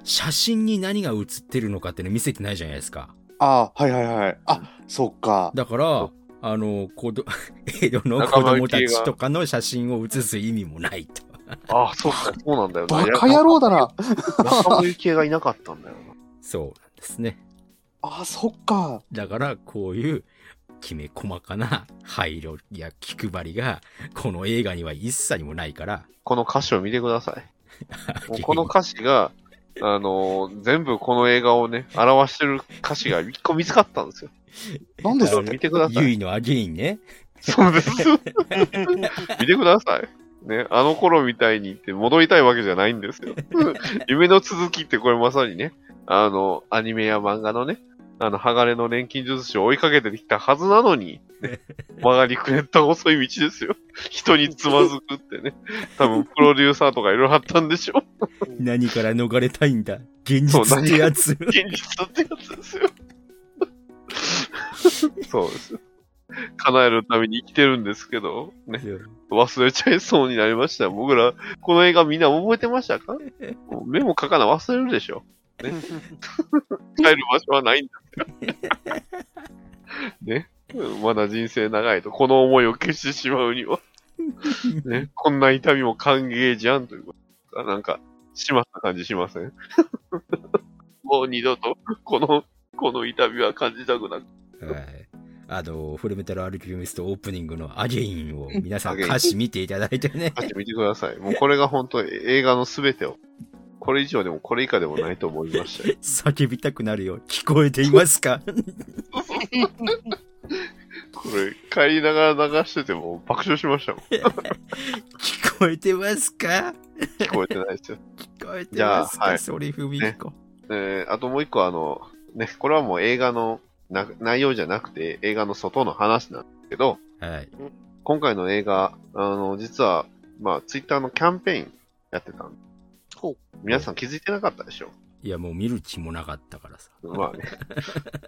写真に何が写ってるのかっていうの見せてないじゃないですか。
ああ、はいはいはい。あ、そっか。
だから、あの、子ど、 江戸の子供たちとかの写真を写す意味もないと。
ああ、そうか、そうなんだよな。
バカ野郎だな。
仲間由紀恵がいなかったんだよな。
そうなんですね。
あ、そっか。
だから、こういう、きめ細かな配慮や気配りが、この映画には一切もないから、
この歌詞を見てください。 もうこの歌詞が、あのー全部この映画をね、表してる歌詞が一個見つかったんですよ。
なんです
見てくださ
ゆ
い。
いのアゲインね。
そうです。 見てください。ね、あの頃みたいに言って戻りたいわけじゃないんです よ。夢の続きってこれまさにね、あの、アニメや漫画のね、あの、鋼の錬金術師を追いかけてきたはずなの に、曲がりくねった細い道ですよ。人につまずくってね。多分、プロデューサーとかいろいろあったんでしょ
何から逃れたいんだ。現実ってや つ。
現実ってやつです よ。そうです。叶えるために生きてるんですけど、ね、忘れちゃいそうになりました。僕ら、この映画みんな覚えてましたかもうメモ書かな忘れるでしょ。ね、帰る場所はないんですよ。ね、まだ人生長いと、この思いを消してしまうには、ね、こんな痛みも歓迎じゃんということなんか、しまった感じしません もう二度と、この、この痛みは感じたくなく
はい。あの、フルメタルアルキュミストオープニングのアゲインを皆さ
ア
ん
ゲイン
歌詞見ていただいてね。
歌詞見てください。もうこれが本当に映画のすべてを。これ以上でもこれ以下でもないと思いましたよ。
叫びたくなるよ。聞こえています か
これ、帰りながら流してても爆笑しましたもん。
聞こえてますか
聞こえてないですよ。
聞こえて
じゃあ
ますか、
はい
ソリフミコ。
えーあともう一個あの、ね、これはもう映画のな内容じゃなくて映画の外の話なんですけど、
はい。
今回の映画、あの、実は、まあ、ツイッターのキャンペーンやってたんで
ほう。
皆さん気づいてなかったでしょ
いや、もう見る気もなかったからさ。
まあね。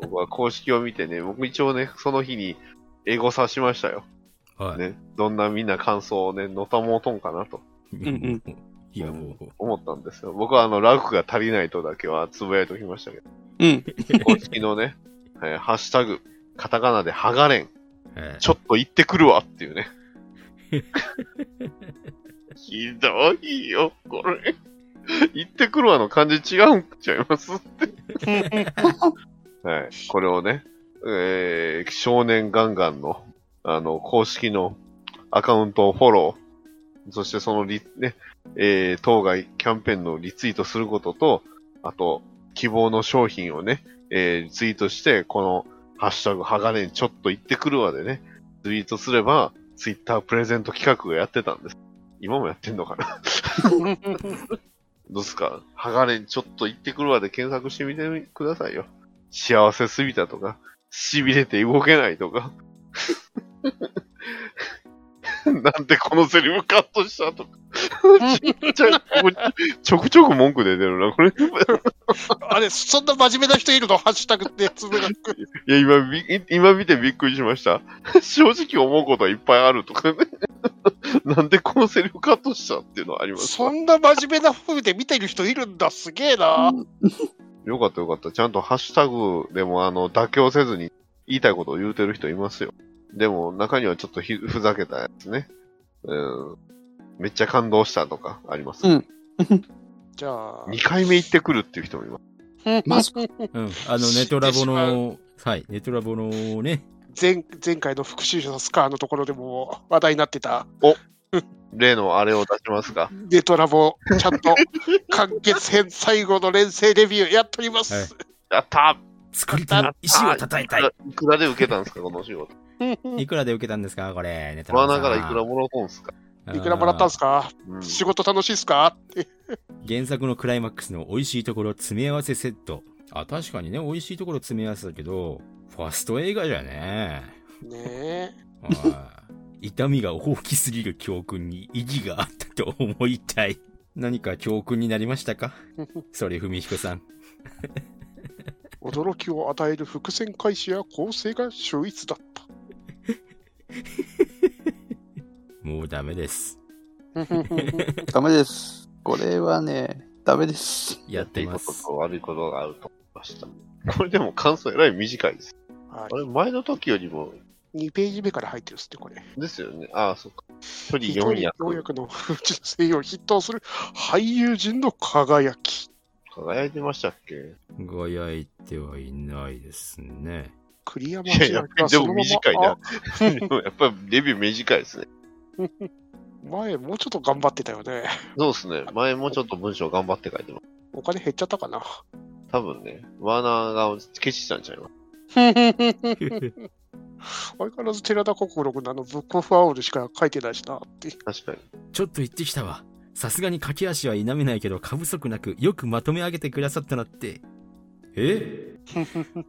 僕は公式を見てね、僕一応ね、その日に英語さしましたよ。
はい。
ね。どんなみんな感想をね、のたもうとんかなと
ん
いや、もう、
思ったんですよ。僕はあの、ラグが足りないとだけはつぶやいておきましたけ
うん。
ど、公式のね、えーハッシュタグ、カタカナでハガレン、
はい
ちょっと行ってくるわっていうね。ひどいよ、これ。行ってくるわの感じ違うんちゃいますって。はい。これをね、えー、少年ガンガンの、あの、公式のアカウントをフォロー、そしてそのリ、ね、えー、当該キャンペーンのリツイートすることと、あと、希望の商品をね、えー、リツイートして、この、ハッシュタグ、ハガレンちょっと行ってくるわでね、ツイートすれば、ツイッタープレゼント企画をやってたんです。今もやってんのかな どうっすかハガレンちょっと行ってくるわで検索してみてくださいよ。幸せすぎたとか、痺れて動けないとか。 なんでこのセリフカットしたとか。 ちっちゃいちょくちょく文句出てるな、これ。
あれ、そんな真面目な人いるのハッシュタグってつぶやく。
いや、今び、今見てびっくりしました。 正直思うことはいっぱいあるとかね。 なんでこのセリフカットしたっていうのはあります
そんな真面目な風で見てる人いるんだ。すげえな。
よかったよかった。ちゃんとハッシュタグでもあの、妥協せずに言いたいことを言うてる人いますよ。でも、中にはちょっとひふざけたやつね。うん。めっちゃ感動したとかあります。
うん
じゃあ。
2回目行ってくるっていう人もいます。
マジ
うん。あの、ネトラボの、はい、ネトラボのね、
前前回の復讐者のスカーのところでも話題になってた
例のあれを出しますか。
デトラボちゃんと完結編最後の連成レビューやっております、
はい
やった
作り手の石を叩いた
いく
い。
らいくらで受けたんですか、このお仕事。
いくらで受けたんですかこれ、ネト
マ
ラボさ
ナ
ん。
からいくらもらうんすか。
ら
いくらもらったんですか
うん
仕事楽しいっすか
原作のクライマックスの美味しいところ詰め合わせセット。あ、確かにね、美味しいところ詰め合わせだけど、ファスト映画じゃね
ねえ
え。はい痛みが大きすぎる教訓に意義があったと思いたい。何か教訓になりましたかそれ、文彦さん。
驚きを与える伏線回収や構成が秀逸だった
もうダメです。
ダメです。これはね、ダメです。
やってます
いいこと。と悪いことがあると思いました。これでも感想えらい短いです。
は
あれ、前の時よりも
2ページ目から入ってるっすって、これ。
ですよね。ああ、そっか。距離
一人
400。
ようやくの 人生を筆頭する俳優陣の輝き。
輝いてましたっけ
ご焼いてはいないですね。
栗山
いや、
千
やっぱり
明
で
はその
も
まま
短いな。 でもやっぱりデビュー短いですね。
あ前、もうちょっと頑張ってたよね。
そうですね。前もちょっと文章頑張って書いてます。
お金減っちゃったかな。
多分ね、ワーナーが消したんちゃいます。
相変わらず寺田国六のあのブックオフアウルしか書いてないしなって。
確かに。
ちょっと行ってきたわ。さすがに駆け足は否めないけど、過不足なくよくまとめ上げてくださったなって。 え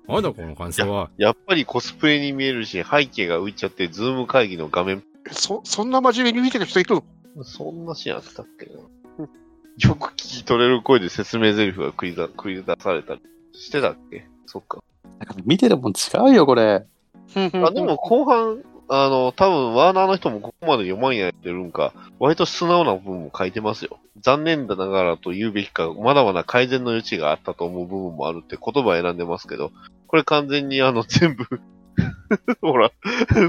あだこの感想は。
やっぱりコスプレに見えるし、背景が浮いちゃって、ズーム会議の画面、
そ、そんな真面目に見てる人いるの
そんなシーンあったっけな。よく聞き取れる声で説明台詞が繰りだ繰り出されたりしてたっけそっか。
なんか見てるもん違うよ、これ。
あでも後半、あの、多分ワーナーの人もここまで読まんやってるんか、割と素直な部分も書いてますよ。残念だながらと言うべきか、まだまだ改善の余地があったと思う部分もあるって言葉選んでますけど、これ完全にあの 全部、ほら、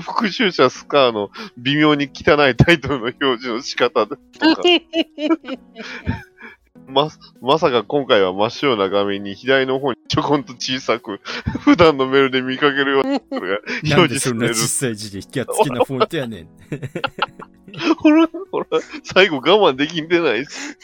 復讐者スカーの微妙に汚いタイトルの表示の仕方とか。ま、まさか今回は真っ白な画面に左の方にちょこんと小さく、 普段のメールで見かけるようなことが表
なんで
示さ
そん
れ
な
る
小 さい字で引き付けなフォントやねん。
ほら、ほら、最後我慢できんでないっす。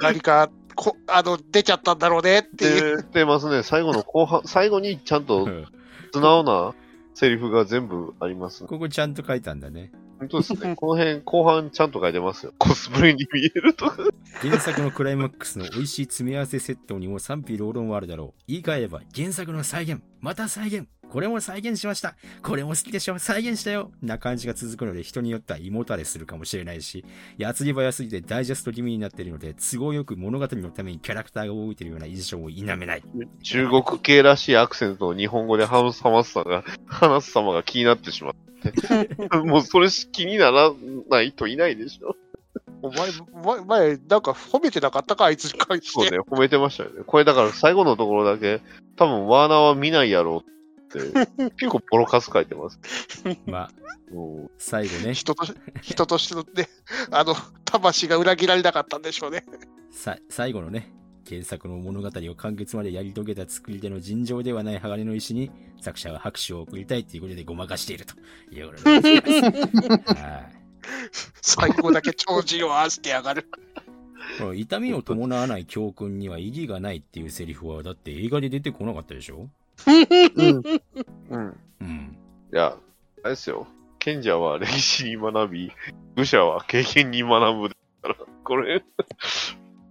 何か、こ、あの、出ちゃったんだろうねっていう。
言ってます ね。最後の後半、最後にちゃんと
うん
素直なセリフが全部ありますね。
ここちゃんと書いたんだね。
本当ですね。この辺、後半ちゃんと書いてますよ。コスプレに見えるとか。
原作のクライマックスの美味しい詰め合わせセットにも賛否両論はあるだろう。言い換えれば、原作の再現、また再現、これも再現しました、これも好きでしょ、再現したよ、な感じが続くので人によっては胃もたれするかもしれないし、やつり早すぎてダイジェスト気味になっているので、都合よく物語のためにキャラクターが動いているような印象を否めない。
中国系らしいアクセントを日本語で話す様さが、 話す様が気になってしま って。もうそれし気にならない人いないでしょ。
お前、前、前、なんか褒めてなかったか、あいつに関し
そう
て。
ね、褒めてましたよね。これだから最後のところだけ、多分ワーナーは見ないやろうって、結構ボロカス書いてます。
まあ、
うん
最後ね、
人とし、人としてのね、あの、魂が裏切られなかったんでしょうね。
さ最後のね、原作の物語を完結までやり遂げた作り手の尋常ではない鋼の石に作者は拍手を送りたいということでごまかしているということでございます。はい
最後だけ超人を合わせてやがる。
この痛みを伴わない教訓には意義がないっていうセリフはだって映画で出てこなかったでしょ
うん。
うん。
うん。
いや、あれですよ。賢者は歴史に学び、愚者は経験に学ぶだから、これ、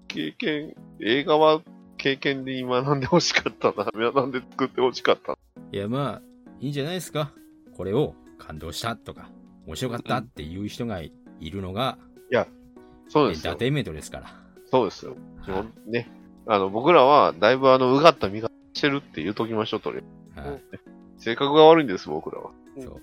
経験、映画は経験で学んでほしかったな。学んで作ってほしかった。
いやまあ、いいんじゃないですか。これを感動したとか、面白かったっていう人がいるのが、
そう
エ
で
ン
す
ター
よ。
テインメントですから。
そうですよ。基
はい
本ね。あの、僕らは、だいぶあの、うがった見方してるって言うときましょう、とりあえ
はい
ず。性格が悪いんです、僕らは。
そう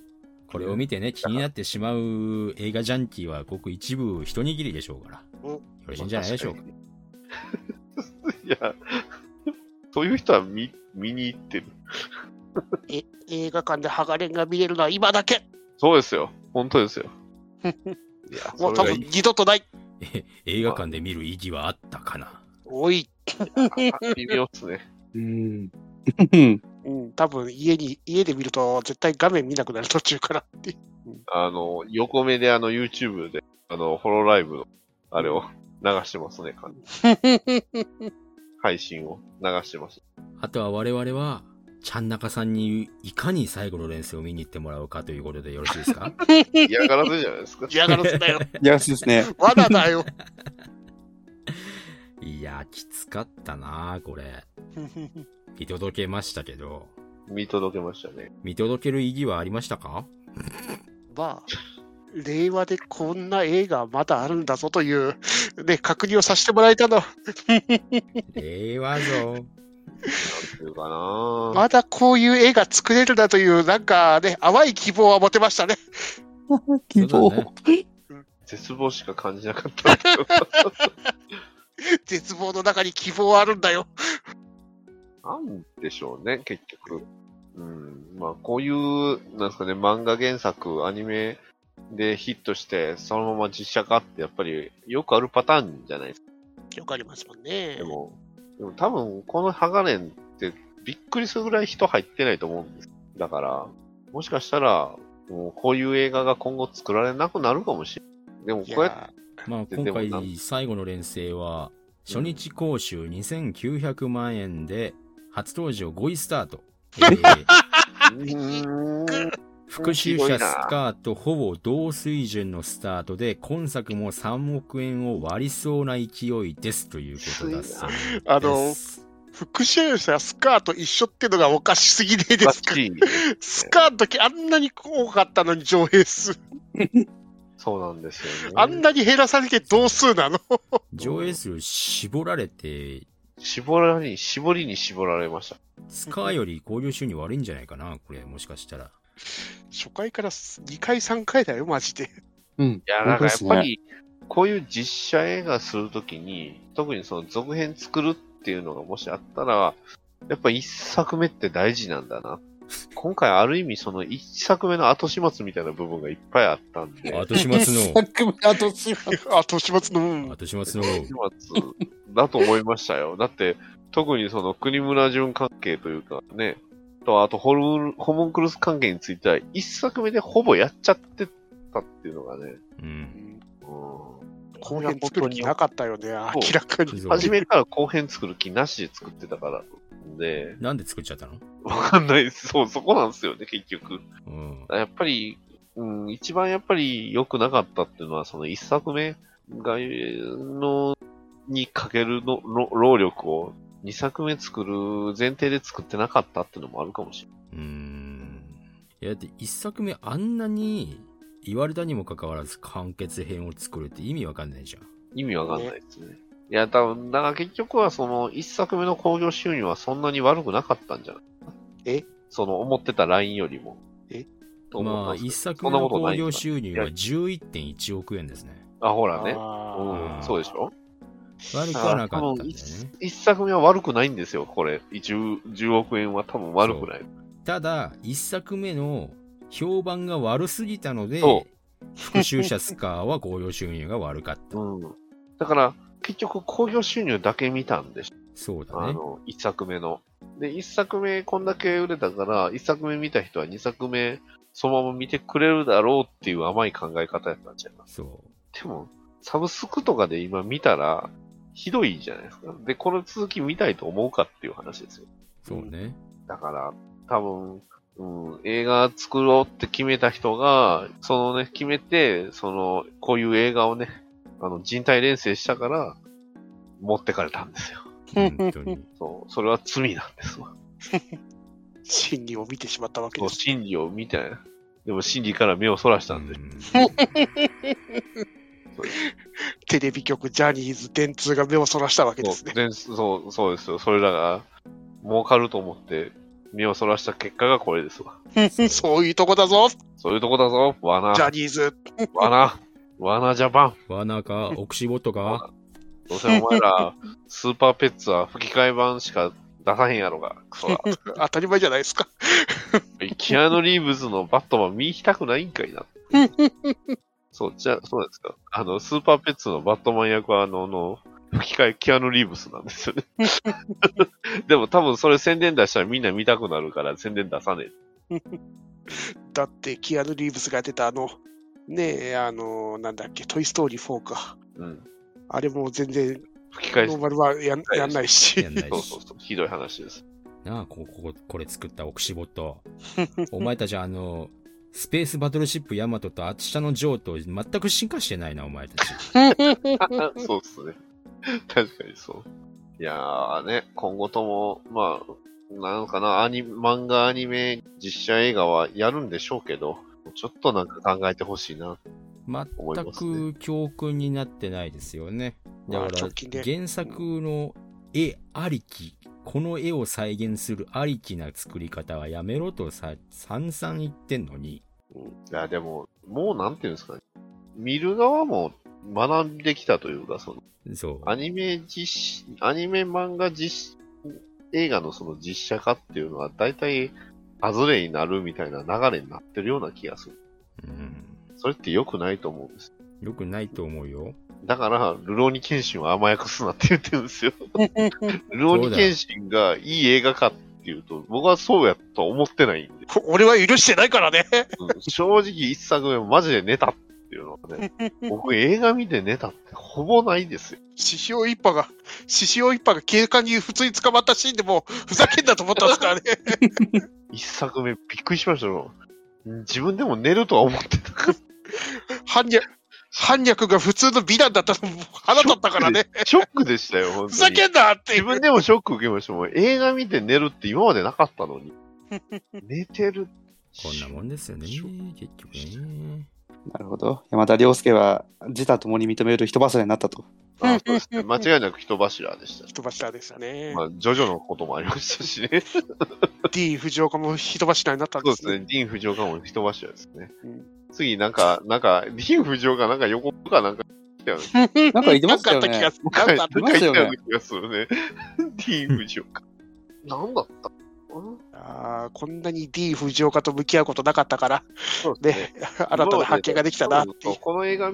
これを見てね、気になってしまう映画ジャンキーはごく一部一握りでしょうから。
うん
よろしいんじゃないでしょうか。
いや、そういう人は見、見に行ってる。
え 映画館でハガレンが見れるのは今だけ。
そうですよ。本当 ですよ。いや、
もう
そ
多
れがい
分
い
二度とない。
え映画館で見る意義はあったかな。
おい、
微妙ですね。
うん。
うん、多分家に、家で見ると絶対画面見なくなる途中からって。
あの、横目であの YouTube で、あの、ホロライブの、あれを流してますね、完 全に配信を流してます。
あとは我々は、ちゃん中さんにいかに最後の連戦を見に行ってもらうかということでよろしいですか
嫌がらせじゃないですか。
嫌がら せだよ。
やらしいですね。
罠だよ。
いや、きつかったなあこれ。見届けましたけど、
見届けましたね。
見届ける意義はありましたか
まあ、令和でこんな映画まだあるんだぞという、ね、確認をさせてもらえたのは、
令和ぞ。
なんていうかな
まだこういう映画作れるんだという、なんかね、淡い希望は持てましたね。
希
そ
望
うだ。ね
絶望しか感じなかったけど。
絶望の中に希望はあるんだよ。
なんでしょうね、結局。うん、まあ、こういう、なんですかね、漫画原作、アニメでヒットして、そのまま実写化って、やっぱりよくあるパターンじゃないですか。
よくありますもんね
で。も、でも多分、このハガレンって、びっくりするぐらい人入ってないと思うんです。だから、もしかしたら、もうこういう映画が今後作られなくなるかもしれない。でも、
い
こうやって、
や
まあ、
でで
今
もなん
回最後の連成は、初日講習2900万円で、初登場5位スタート。えー
うーん
復讐者スカーとほぼ同水準のスタートで、今作も3億円を割りそうな勢いですということだそうです。
あの、復讐者スカート一緒ってのがおかしすぎねえで
おか
すか
しい。
スカート時あんなに多かったのに上映数、
そうなんですよね。
あんなに減らされて同数なの
上映数絞られて、
絞らに、絞りに絞られました。
スカーより興行収入悪いんじゃないかな、これ、もしかしたら。
初回から2回3回だよ、マジ で。
うん。
いや、なんかやっぱり、こういう実写映画するときに、特にその続編作るっていうのがもしあったら、やっぱ一作目って大事なんだな。今回ある意味その一作目の後始末みたいな部分がいっぱいあったんで、後
後始末
さっきも後始末
後始末の、うん
の、後始末の、
始末だと思いましたよ。だって、特にその国村淳関係というかね、とあとホルホモンクルス関係については、一作目でほぼやっちゃってたっていうのがね、
うん。
うん
後編作る気なかったよね、
当に
明らかに。
初めから後編作る気なしで作ってたから。で、
なんで作っちゃったの
わかんないです。そう、そこなんですよね、結局。
うん。
やっぱり、うん、一番やっぱり良くなかったっていうのは、その一作目が、えーの、にかけるのの労力を、二作目作る前提で作ってなかったっていうのもあるかもしれ
うーん。いや、だって一作目あんなに言われたにもかかわらず完結編を作るって意味わかんないじゃん。
ない。意味わかんないですね。いや、多分、だから結局はその一作目の興行収入はそんなに悪くなかったんじゃない
え
その思ってたラインよりも。
え
と思
まあ、
ったんで
一
すけど
作目
そ
の
んなことな
興
い
行収入は11.1億円ですね。
あ、ほらね。
あ
う
ー
ん、そうでしょ
悪くはなかったんだよね。
一作目は悪くないんですよ、これ。10, 10億円は多分悪くない。
ただ、一作目の評判が悪すぎたので
そ、
復讐者スカーは興行収入が悪か った。
うん。だから、結局、興行収入だけ見たんでし
そうだ
ょ、あ
ね。
の、一作目の。で、一作目こんだけ売れたから、一作目見た人は二作目、そのまま見てくれるだろうっていう甘い考え方やったんちゃいます。
そ
でも、サブスクとかで今見たら、ひどいじゃないですか。で、この続き見たいと思うかっていう話ですよ。
う。そうね。
だから、多分、うん、映画作ろうって決めた人が、そのね、決めて、その、こういう映画をね、あの、人体錬成したから、持ってかれたんですよ。
本当 に。
そう、それは罪なんですわ。
真理を見てしまったわけ
そ
で
う、
す。
真理を見て、でも真理から目をそらしたんで、
テレビ局ジャニーズ電通が目をそらしたわけで
そ
すね
う。でそう、そうですよ。それらが、儲かると思って、目をそらした結果がこれですわ。
うん
そういうとこだぞ、
そういうとこだぞ、罠
ジ、ャニーズ。
罠、罠ジャパン。
わなか、オクシボ とか、
どうせお前ら、スーパーペッツは吹き替え版しか出さへんやろが、クソが。
当たり前じゃないですか。
キアヌ・リーブズのバットマン見きたくないんかいな。そう、じゃあ、そうなんですか。あの、スーパーペッツのバットマン役は、あの、の吹き替えキアヌ・リーブスなんですよね。でも多分それ宣伝出したらみんな見たくなるから宣伝出さねえ。
だって、キアヌ・リーブスが出たあの、ねえ、あの、なんだっけ、トイ・ストーリー4か。
うん。
あれも全然、
吹き
ノ
替え
ーマルはやんやんないし
や。んない
そう
し
そう。そう。ひどい話です。
なあ、ここ、これ作ったオクシボット。お前たちあの、スペースバトルシップヤマトとアッシャのジョーと全く進化してないな、お前たち。
そうっすね。確かにそう。いやーね、今後とも、まあ、なんかな、アニ漫画、アニメ、実写映画はやるんでしょうけど、ちょっとなんか考えてほしいな。思い
全
ますね
く教訓になってないですよね。だ
ま
か
あ
ら
直近で、
原作の絵ありき、この絵を再現するありきな作り方はやめろとさ、散々言ってんのに、
いや、でも、もうなんていうんですかね。見る側も学んできたというか、その、
そう。
アニメ実、アニメ漫画実、映画のその実写化っていうのは、大体、ハズレになるみたいな流れになってるような気がする。それって良くないと思うんです。
良くないと思うよ。
だから、ルローニケンシンを甘やかすなって言ってるんですよ。 ルローニケンシンがいい映画かっていうと、僕はそうやとは思ってないんで。
こ 俺は許してないからね。
うん正直一作目マジで寝たっていうのは ね、僕映画見て寝たってほぼないですよ。
獅子王一派が、獅子王一派が警官に普通に捕まったシーンでもうふざけんなと思ったんですからね。
一作目びっくりしましたよ。自分でも寝るとは思って たから。
反逆、反逆が普通の美男だったのも腹立ったからね。
ショックでしたよ、本当に。
ふざけんなってい
自
う。
分でもショック受けましたもん。映画見て寝るって今までなかったの に。寝てる。
こんなもんですよね。結局ね。
なるほど。山田涼介は自他ともに認める人柱になったと。
あそうですね間違いなく人柱でしたし。
人柱でしたね。
まあ、ジョジョのこともありましたし ね。そ
D 藤岡も人柱になったん
うで
です
す
ね。
ね。ディーン・フジオカも人柱ですね
うん。
次、なんか、なんか、ディーン・フジオカなんか横かなんか来たよね。
なんか言ってましたよね
なんかあった気がす
な
る。
んか
な んか
い
言っ
ま
た
した
よ
よね
うな気がするね。 ディーン・フジオカ。なんだったの
あったあーこんなに D 藤岡と向き合うことなかったから、
そうですね
ね、新たな発見ができたなっていう
そうそうこの映画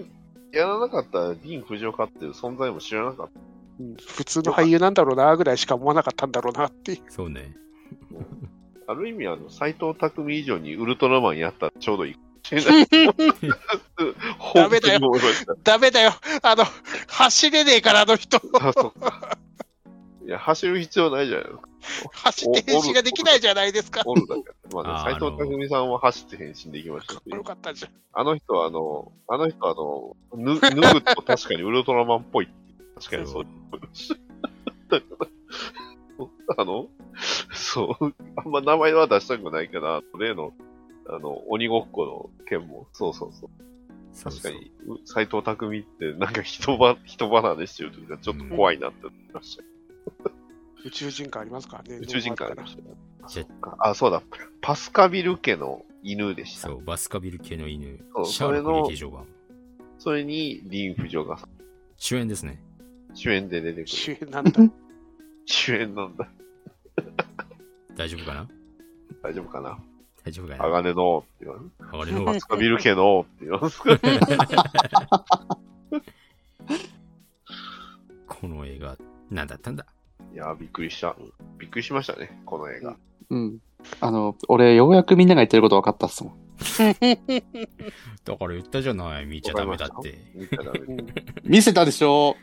やらなかったらディーン・フジオカっていう存在も知らなかった。
うん普通の俳優なんだろうなぐらいしか思わなかったんだろうなっていう。
そうね。
ある意味、あの、斎藤匠以上にウルトラマンやったらちょうどいいかもしれない。
ダメだ
本当
よ
に思いました。
ダメだよ、あの、走れねえから、あの人。
あ、そっか。いや、走る必要ないじゃないですか。
走って変身ができないじゃないですか。か
おるだけ。まあ
あー
ね、斎藤匠さんは走って変身できましたし
っ、こよかったじゃん。
あの人は、あの、あの人は、あの、 ぬ脱ぐと確かにウルトラマンっぽいって。確かにそう。だから、あの、そう、あんま名前は出したくないから、例の、あの、鬼ごっこの件も、そうそうそう。
そう
確
そ
か
う
に、う斎藤匠って、なんか人ば、人離れしてるというか、ちょっと怖いなって思いました。
宇宙人感ありますからね。
宇宙人感あり
ノーマ
ま
ル
したね
ジェッ
ああ、そうだ。パスカビル家の犬でした
そ。う、バスカビル系の犬
そ、う
シャー
そ
ロ
れ
ッ
の
ク劇場版。
それに、ディーン・フジョガさん。
主演ですね。
主演で出てくる。
主演なんだ。
主演なんだ。
大丈夫かな
大丈夫かな。
大丈夫かな
鋼のって言われる。
あれの
パスカビル家のって言われる。
この映画、なんだったんだ
いやー、びっくりした。びっくりしましたね、この映画。
うん。あの、俺、ようやくみんなが言ってること分かったっすもん。
だから言ったじゃない、見ちゃダメだって。
見たらダメ。
見せたでしょ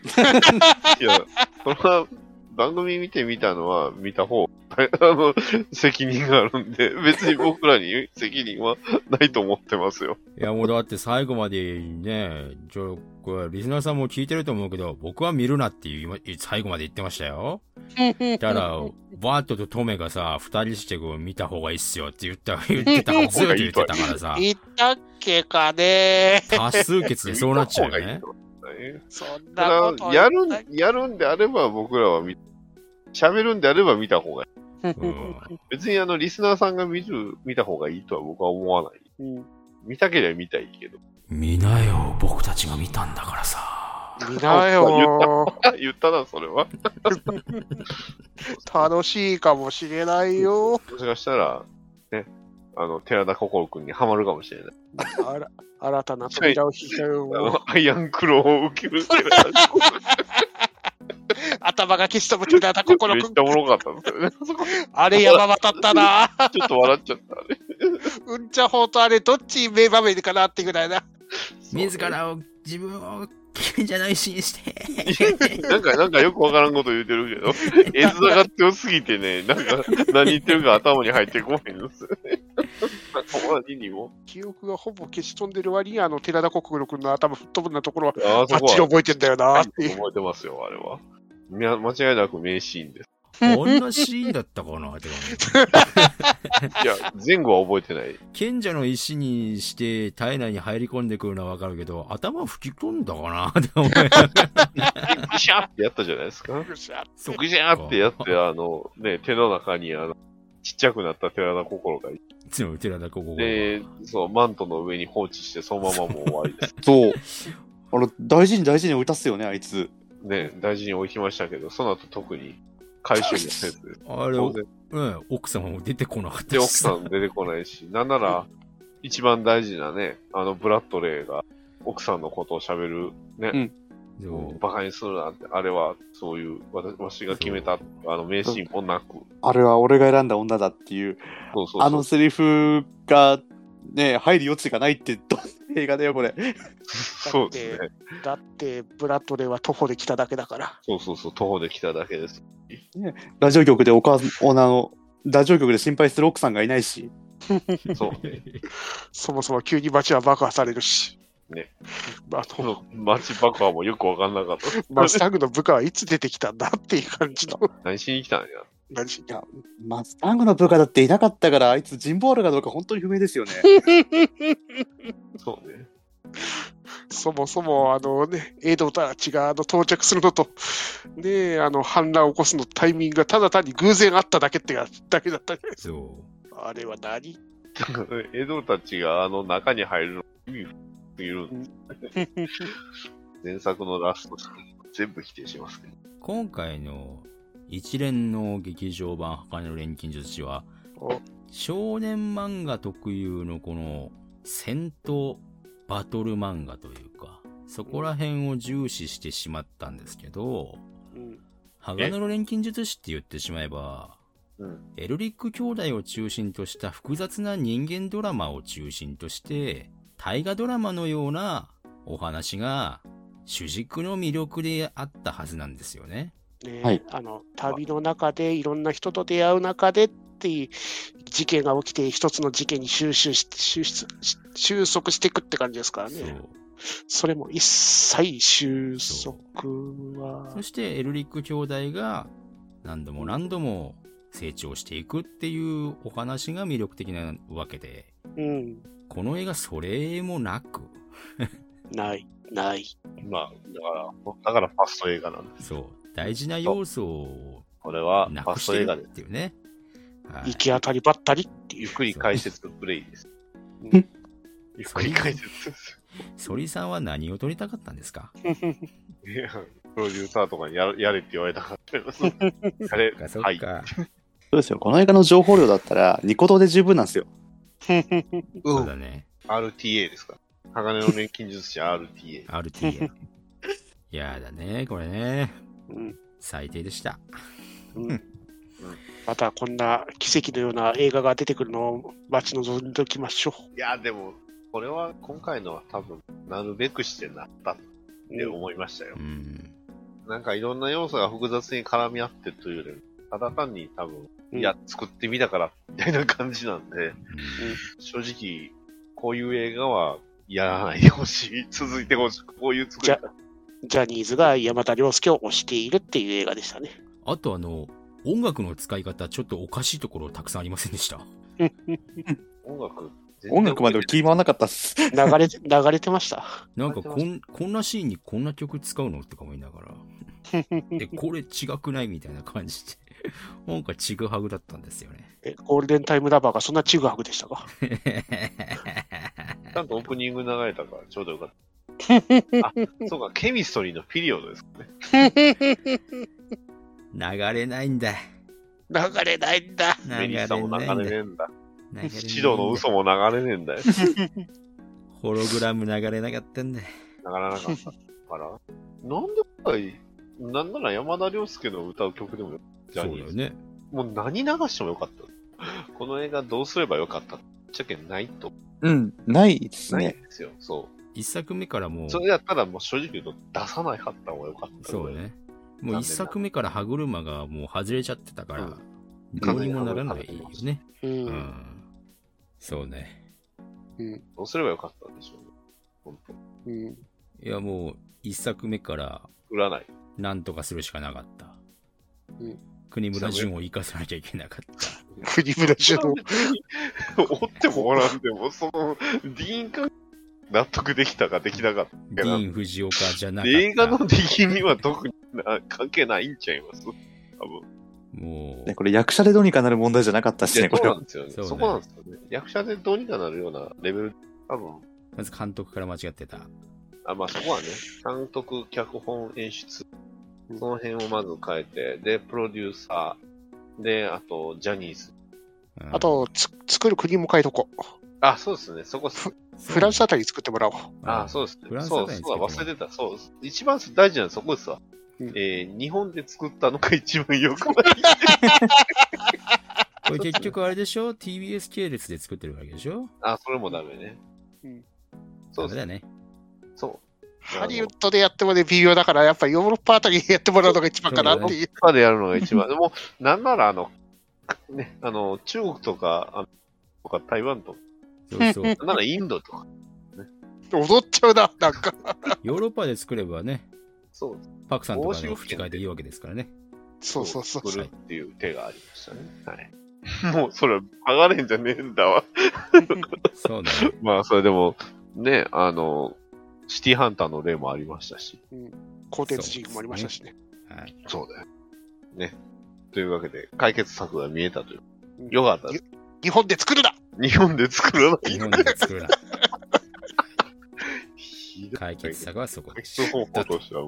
いや、それは、番組見てみたのは、見た方、 あの、責任があるんで、別に僕らに責任はないと思ってますよ。
いやもうだって最後までね、じゃあこれリスナーさんも聞いてると思うけど、僕は見るなっていう今最後まで言ってましたよ。だから、バートとトメがさ、二人してこう見た方がいいっすよって言った、言ってたはずって言ってたからさ、
いたっけかね
多数決でそうなっちゃうよ
見
ね
た。方がいいと思うね
そん
た
な
だ
こと
やるん、やるんであれば僕らは見、喋るんであれば見た 方がいい。
うん、
別にあの、リスナーさんが見る、見た方がいいとは僕は思わない。
うん
見たければ見たいけど。
見なよ、僕たちが見たんだからさ。
見なよ。
あ 言ったな、それは。
楽しいかもしれないよ。
もしかしたら、ね、あの、寺田心君にはまるかもしれない。
あら新たな扉を引いたよ
あ。の、アイアンクローを受ける寺田心君。
頭が消し飛ぶ寺田 心
めっ
君
ち。ゃおもろかったんですよね。 そこ
あれ山渡ったな。
ちょっと笑っちゃった。あれ
うんちゃほうとあれどっち名場面かなってぐらいな。
自らを、自分を、じゃないしにして。
なんか、なんかよくわからんこと言うてるけ ど、絵面が強すぎてね、なんか、何言ってるか頭に入ってこないん ですよね。なんかまりにも。
記憶がほぼ消し飛んでる割にあの寺田心君の頭吹っ飛ぶようなところは
ああ、
あっちり覚えてんだよな
は
っ
い
ていう。
覚えてますよ、あれは。みゃ間違いなく名シーンです。
こんなシーンだったかなってか
いや、前後は覚えてない。
賢者の石にして体内に入り込んでくるのはわかるけど、頭吹き込んだかなって思いながら
ぐしゃってやったじゃないですか。
そっか
ぐしゃってやって、あの、ね、手の中に、あの、ちっちゃくなった寺田心がい
つも寺田ここ
て、そう、マントの上に放置して、そのままもう終わりです。
うそう。あれ、大事に大事に置いたっすよね、あいつ。
ね、大事に置きましたけど、その後特に回収のせいで、
あれ
当然
うん、奥様も出てこなかった
で、奥さん出てこないし、なんなら、一番大事なね、あの、ブラッドレーが、奥さんのことを喋る、ね、
そう
バカにするなんて、あれは、そういう、わたわしが決めた、あの、名シーンもなく、
あれは俺が選んだ女だっていう、
そうそうそう
あのセリフが、ね、入る余地がないって、どんな映画だよ、これ。
そうですね。
だって、ブラッドレーは徒歩で来ただけだから。
そうそうそう、徒歩で来ただけです。
ラジオ局でお母女の、ラジオ局で心配する奥さんがいないし、
そうね。
そもそも急に街は爆破されるし。
ね。
あ
こ
の、
の街爆破もよくわかんなかった。
マスタグの部下はいつ出てきたんだっていう感じの。
何しに来たんや。
何し
いや、マスタングの部下だっていなかったから、あいつ人望あるかどうか本当に不明ですよね。
そうね。
そもそも、あのね、エイドたちがあの到着するのと、ね、あの反乱を起こすのタイミングがただ単に偶然あっただけってやだけだったじゃないです
そ
か。あれは何
なんかね江戸たちがあの中に入るの意味すぎるんです。前作のラスト全部否定しますね。
う今回の一連の劇場版「鋼の錬金術師」は
お
少年漫画特有のこの戦闘バトル漫画というかそこら辺を重視してしまったんですけど
うん
鋼の錬金術師って言ってしまえば
うん。
エルリック兄弟を中心とした複雑な人間ドラマを中心として、大河ドラマのようなお話が主軸の魅力であったはずなんですよね。
ね
はい
あの旅の中でいろんな人と出会う中でっていう事件が起きて一つの事件に収集し収集し収束していくって感じですから
そ
ね
う。
それも一切収束は
そしてエルリック兄弟が何度も何度も成長していくっていうお話が魅力的なわけで、
うん
この映画それもなく、
ないない
まあ、だから、だからファスト映画なんです。
そう、大事な要素を
これはフ
な
ァ
く
ス
し
ト
て
映
る
画
っ
です。
ていうね。はい
行き当たりばったりってい
ゆ
う
っくり解説プレイです。
ん
ゆっくり解説。
ソリさんは何を撮りたかったんですか
いやプロデューサーとかにやれやれって言われたかったです。やれ、
そっかそっ
はい。
か、
そうですよ、この映画の情報量だったら、ニコ動で十分なんですよ。
う。
そうんだね。
RTA ですか。鋼の錬金術師 RTA。
RTA。いやだね、これね。
うん
最低でした。
またこんな奇跡のような映画が出てくるのを待ち望んでおきましょ
いや、でも、これは今回のは多分、なるべくしてなったっ
う。
て思いましたよ
う。ん。
なんかいろんな要素が複雑に絡み合ってというよりも、ただ単に多分、
うん
いや、作ってみたから、みたいな感じなんで、
うん
正直、こういう映画はやらないでほしい。続いてほしい。こういう作り方。
ジャニーズが山田涼介を推しているっていう映画でしたね。
あとあの、音楽の使い方、ちょっとおかしいところたくさんありませんでした。
音楽、全然
音楽まで気回んなかったっす。
流れて流れてました。
なんかこん、こんなシーンにこんな曲使うのとか思いながら。え、これ違くないみたいな感じで。なんかちぐはぐだったんですよね。
えゴールデンタイムラバーがそんなちぐはぐでしたか
ちゃんとオープニング流れたからちょうどよかった。あ、そうか、ケミストリーのピリオドですかね。
流れないんだ。
流れないんだ。
流
メ
れ
リ
な
ー
いんだ
さんも流れねえんだ。
流れないんだ
シドの嘘も流れねえんだよ。
ホログラム流れなかったんだ。
なからなかったから。なんで今回、なんなら山田涼介の歌う曲でもよジ
そ
ャ
うだ
ニー
よ
ズ、
ね。
もう何流してもよかった。この映画どうすればよかったぶっちゃけないと。
うん、ないです
ないん
ね。
ですよ。そう。
一作目からもう。
それやったらもう正直言うと出さないかった方がよかった。
そうね。。もう一作目から歯車がもう外れちゃってたから、
ん
どうにもならないよね。
う。
うんん。そうね。
どうすればよかったんでしょうね。本当
うん
いやもう一作目から
売らない。
何とかするしかなかった。
うん
国村淳を生かさなきゃいけなかった。
国村淳の
追ってもおらんでも、その、ディーン関係納得できたかできなかったか
ディーン・フジオカじゃ
な。
なかった。
映画の出来には特にな関係ないんちゃいます多分。
も
ねこれ役者でどうにかなる問題じゃなかった
い
し
や
ね、こ
そう
れ
な
は。
んですよね。
そうね
そこなんですよね。役者でどうにかなるようなレベル、多分、
う、まず監督から間違ってた。
あまあそこはね、監督、脚本、演出、その辺をまず変えて、で、プロデューサー、で、あと、ジャニーズ。
あと、つ作る国も変えとこう。
あ、そうですね、そこっす。
フランスあたりに作ってもらおう。
あ、そうですね
フラ。ンス
そう、
だね
そうだ、忘れてた。そう、一番大事なのそこですわ。えー日本で作ったのが一番よくない。
これ結局あれでしょ ?TBS 系列で作ってるわけでしょ
あ、それもダメね。
うん
そう
ダ
で
メだ
すね。
ね。
そう。
ハリウッドでやってもね、微妙だから、やっぱヨーロッパあたりでやってもらうのが一番かなっていう。
までやるのが一番。でも、なんなら、あの、ね、あの、中国とか、あのとか台湾とか、
そ うそう。
なんならインドとか。
踊っちゃうな、なんか。
ヨーロッパで作ればね、
そう。
パクさんとかの吹き替えでいいわけですからね。
そうそうそう。
作るっていう手がありましたね。はい。もう、それ、上がれんじゃねえんだわ。
そうね。
まあ、それでも、ね、あの、シティハンターの例もありましたし。
コンテンツチームもありましたしね。
はい。
そうだよ。ね。というわけで、解決策が見えたという。
うん
よかったで
ゆ
す。
日本で作るな
日本で作らない。
日本で作るな。
ひどい
解決策はそこ
解決方法としては、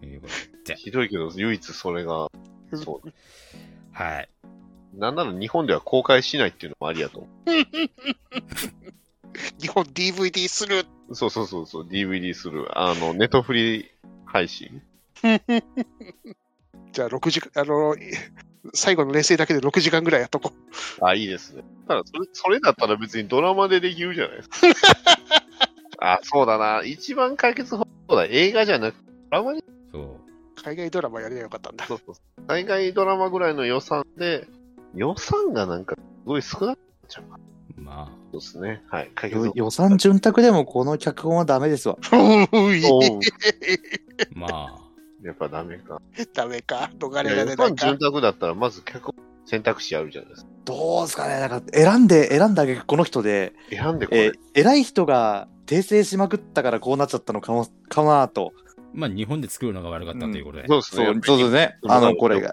ということで。
ひどいけど、唯一それが、そう。
はい。
なんなら日本では公開しないっていうのもありやと思
日本 DVD する
う。そうそうそうそう、DVD する。あの、ネットフリー配信。
じゃあ6時間、あの、最後の冷静だけで6時間ぐらいやっとこう。
あ、いいですね。ただ、それ、それだったら別にドラマでできるじゃないですか。あ、そうだな。一番解決方法だ。映画じゃなく、ドラマに
そう。
海外ドラマやりゃよかったん だ。
そうそうそう。海外ドラマぐらいの予算で、予算がなんかすごい少なかったちゃうか
ま
そうですね。はい。解決
よ予算潤沢でもこの脚本はダメですわ。
うい、
おう
あ、まあ、
やっぱダメか。
ダメか。逃
い
れ
や予
られな
算
いか
潤。沢だったら、まず脚本選択肢あるじゃないですか。
どうすかねなんか選んで、選んだげこの人で、
選んでこ
え
れ
ー、偉い人が訂正しまくったからこうなっちゃったのかも、かなと。
まあ日本で作るのが悪かったということで。
そうです
そ
ね。
う、そうですね。
うん
あの、これが、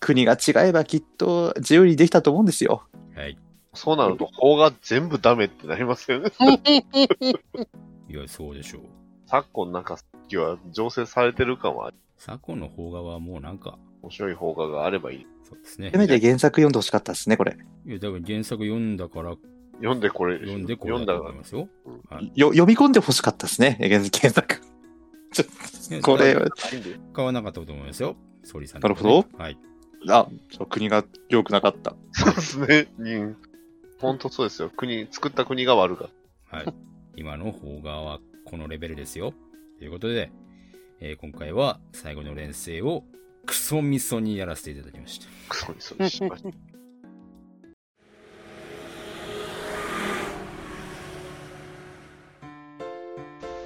国が違えばきっと自由にできたと思うんですよ。
はい。
そうなると、法が全部ダメってなりますよね。
いや、そうでしょう。
昨今なんか、さっきは醸成されてる感はあり、
昨今の邦画はもうなんか、
面白い法ががあればいい。
そうですね
せ。めて原作読んでほしかったですね、これ。
いや、多分原作読んだから、
読んでこれ、
読んでこ
読
れ
ん
だ
だ
と
ら
思い、ますよ。はい
よ読み込んでほしかったですね、原原作。ちょ
ね
これは、
買わなかったと思いますよ。ソリさん、
なるほ
ど。はい。
あ、そう国が良くなかった。
そうですね。うん。ほんとそうですよ。国、作った国が悪かった。
はい。今の邦画はこのレベルですよ。ということで、えー今回は最後の連成をクソミソにやらせていただきました。
クソにそれしました。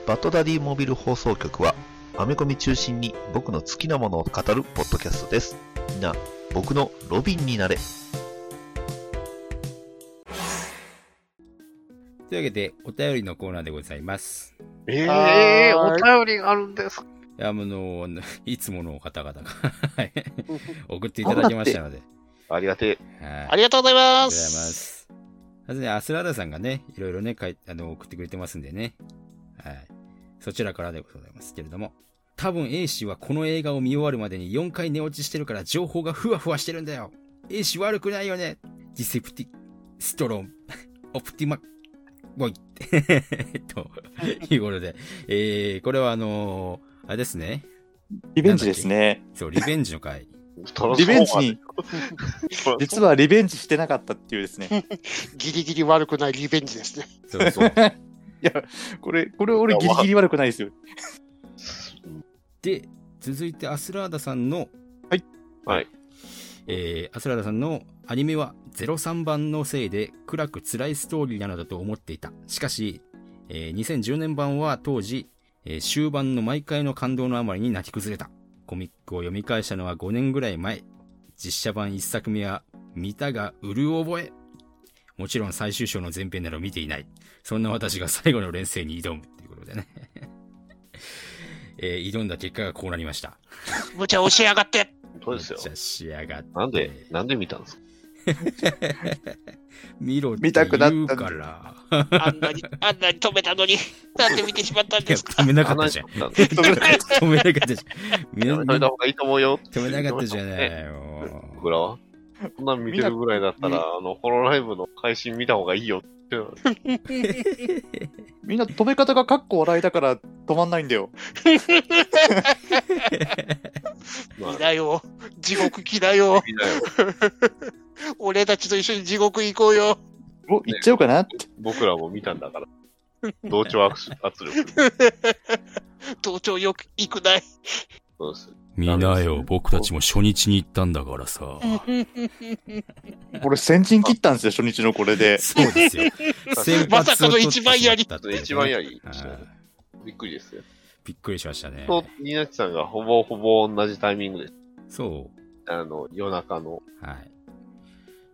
バッドダディモビル放送局は、アメコミ中心に僕の好きなものを語るポッドキャストです。みんな、僕のロビンになれ。
というわけで、お便りのコーナーでございます。
ええ
は
お便りがあるんですか
いや、あの、 いつもの方々がはい送っていただきましたので。
ありがて
はい
ありがとうござい
ありがとうござい
ま。
ますす。まずね、アスラーダさんがね、いろいろね、かいあの送ってくれてますんでね。はい。そちらからでございますけれども。多分 A 氏はこの映画を見終わるまでに4回寝落ちしてるから情報がふわふわしてるんだよ。A 氏悪くないよね。ディセプティ、ストロン、オプティマ、ゴイ。 ということで、えー、これはあのーあれですね。
リベンジですね。
そう、リベンジの回。
え。
リベンジに、
そう
実はリベンジしてなかったっていうですね。
ギリギリ悪くないリベンジですね。
そうそう。
いや、これ、これ俺ギリギリ悪くないですよ。
で、続いてアスラーダさんの、
はい。
はい。
えー、アスラーダさんのアニメは03番のせいで暗く辛いストーリーなのだと思っていた。しかし、えー2010年版は当時、えー終盤の毎回の感動のあまりに泣き崩れた。コミックを読み返したのは5年ぐらい前。実写版1作目は、見たが潤覚え。もちろん最終章の前編など見ていない。そんな私が最後の連戦に挑む。ということでね。えー挑んだ結果がこうなりました。
無茶押しやがって。
そうですよ
めっち。ゃ仕上がって。
なんで、なんで見たんですか
見ろって
見たくなった
言うから。
あんなに、あんなに止めたのに。なんで見てしまったん
いや、
ですか。
止めなかったじゃん。
話しちゃったん で
止めなかったじゃん。み ん
や
な
めといた
止
方がいいと思うよ。
めなかったじゃ
ね
ない。もう
僕らはそんなん見てるぐらいだったら、あの、ホロライブの配信見た方がいいよっていうのは。
みんな止め方がカッコ笑いだから止まんないんだよ。
いだよ。地獄来だよ
いだよ。
俺たちと一緒に地獄行こうよ。
お、行っちゃおうかなって。
僕らも見たんだから。同調圧力。
同調よく行くない。
そうです。
見なよ、僕たちも初日に行ったんだからさ。
俺、先陣切ったんですよ、初日のこれで。
そうです よ。先
まさ
発
か
を
の
取って
一番やり
しまったというね
一番やり。
はい
びっくりですよ。
びっくりしましたね。
と、ニナチさんがほぼほぼ同じタイミングです。
そ
あの、夜中の。
う。はい。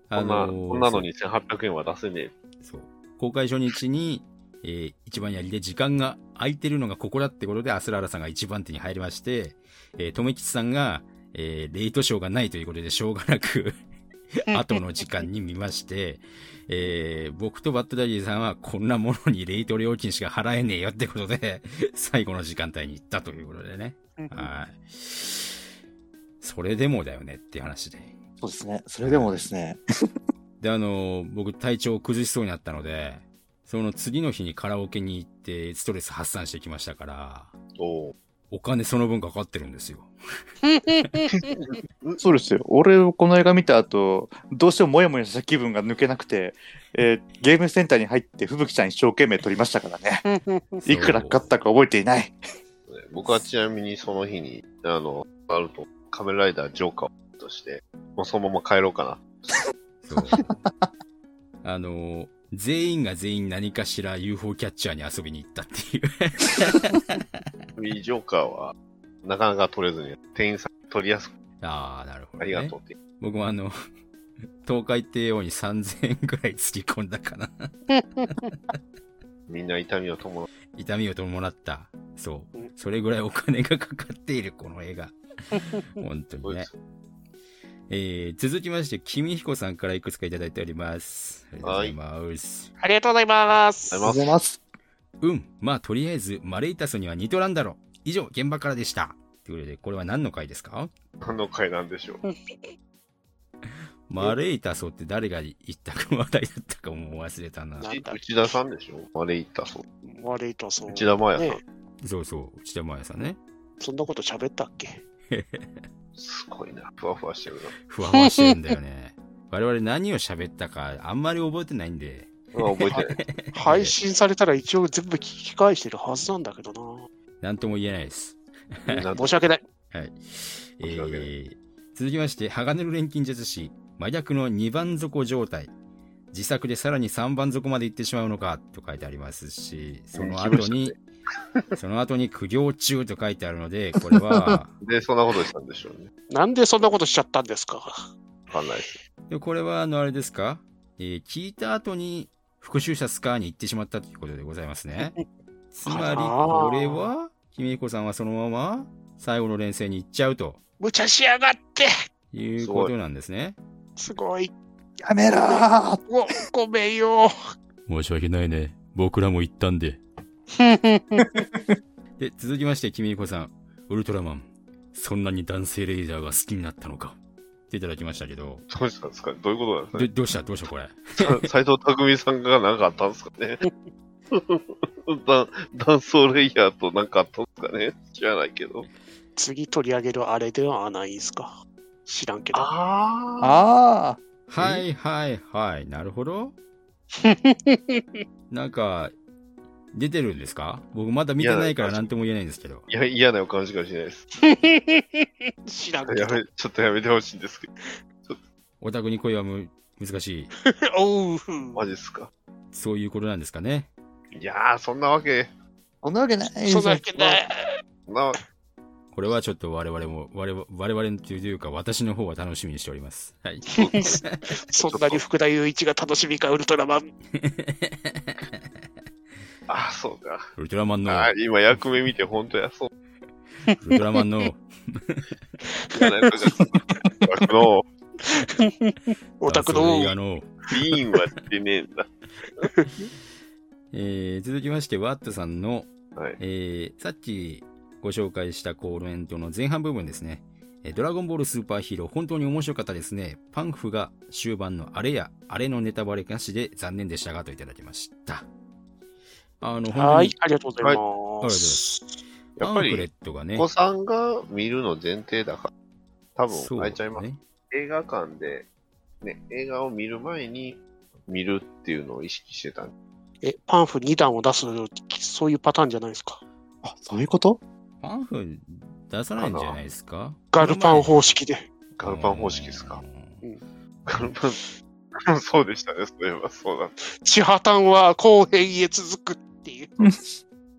こんな、
ー
こんなのに1800円は出せねえ。
そう。公開初日に、えー一番やりで時間が空いてるのがここだってことで、アスラーラさんが一番手に入りまして、えー、とめきちさんが、えーレイトショーがないということで、しょうがなく、後の時間に見まして、えー僕とバッドダディさんは、こんなものにレイト料金しか払えねえよってことで、 最後の時間帯に行ったということでね。はい。それでもだよねっていう話で。
そうですね。それでもですね。
で、あの、僕体調を崩しそうになったので、その次の日にカラオケに行ってストレス発散してきましたから、
お
お金その分かかってるんですよ。
そうですよ。俺、この映画見た後、どうしてもモヤモヤした気分が抜けなくて、えーゲームセンターに入って、吹雪ちゃん一生懸命撮りましたからね。 いくら買ったか覚えていない。
僕はちなみにその日に、あの、あると、仮面ライダージョーカーとして、もうそのまま帰ろうかな。
そうあの、全員が全員何かしら UFO キャッチャーに遊びに行ったっていう。
ジョーカーは、なかなか取れずに、店員さん取りやすく、
ああ、なるほど、
あ
ね。
りがとうって。
僕もあの、 東海帝王に3000円くらいつぎ込んだかな。
みんな痛みを伴う。
痛みを伴った。そう
うん。
それぐらいお金がかかっている、この映 画。本当にね。えー、続きまして、君彦さんからいくつかいただいております。ありがとうございます。
ありがとうございます。
ありがとうござ
ありがとうござ
い
い
ます。
ます。
うん。まあ、とりあえず、マレイタスにはニトランだろ。以上、現場からでした。ということで、これは何の回ですか
何の回なんでしょう。
マレイタソって誰が言ったか話題だったかもう忘れたな。
なんだ
内田さんでしょあれ言ったそう。
悪いとそう。
内田真也さ
ね
ん。
そうそう、内田真也さんね。
そんなこと喋ったっけ
すごいな。ふわふわしてる
ふわふわしてるんだよ ね。我々何を喋ったか、あんまり覚えてないんで。
な。まあ、覚 えてない。
配信されたら一応全部聞き返してるはずなんだけど な。
なんとも言えないです。
なん
申し訳ない。
はい。え
申し訳ない
ー、続きまして、鋼の錬金術師、真逆の2番底状態。自作でさらに3番底まで行ってしまうのかと書いてありますし、その後に、 その後に苦行中と書いてあるので、これは、
で、そんなことしたんでしょうね。
なんでそんなことしちゃったんですか
わかんないです。
でこれは、あの、あれですかえー聞いた後に復讐者スカーに行ってしまったということでございますね。つまり、これは、君彦さんはそのまま最後の連戦に行っちゃうと
無茶しやがって
いうことなんですね。
すごい。
やめろー
ご、ごめんよ。
申し訳ないね。僕らも行ったんで。で、続きまして、君彦さん。ウルトラマン。そんなに男性レイザーが好きになったのか。っていただきましたけど。
どうしたんですかどういうことなんですか
ど、どうしたどうしたこれ。
斎藤匠さんが何かあったんですかね ダンソーレイヤーと何かあったんですかね知らないけど。
次取り上げるあれではないんすか知らんけど。
あ
ああ。
はいはいはい。なる ほど。なんか、出てるんですか僕まだ見てないから
いや
何とも言えないんですけど。
いや、嫌な予感しかしないです。
知らんけど
や。め、ちょっとやめてほしいんですけど。
オタクに恋はむ難しい。
おう。
マジっすか。
そういうことなんですかね。
いやー、そんなわけ、
そんなわけない
そんなわけない。
そんな、
これはちょっと我々も、我々我々というか私の方は楽しみにしております。 はい。
そんなに福田雄一が楽しみか、ウルトラマン。
あ、そうか。
ウルトラマンの、
あー今、役目見て、本当やそう。
ウルトラマンの、
嫌な予 感しかしない。あの、
オタク
ダンス映
の
画の、
ビーンは出ねえんだ。
えー続きまして、ワットさんの、
はい。
えーさっきご紹介したコメントの前半部分ですね。えードラゴンボールスーパーヒーロー、本当に面白かったですね。パンフが終盤のあれや、あれのネタバレなしで残念でしたが、といただきました。あの、
はいありがとうござ
す。
います
ありがとうございます。パ
やっ
ン
ぱり
フレットがね、
お子さんが見るの前提だから、多
そう
分変えちゃいます。映画館で、ね、映画を見る前に見るっていうのを意識してたんで
え、パンフ2段を出す、そういうパターンじゃないですか。
あ、そういうこと
パンフ出さないんじゃないですか
ガルパン方式で。
ガルパン方式ですか。ガルパン、 そうでしたね、そういえばそうだ。
地破綻は後編へ続くっていう。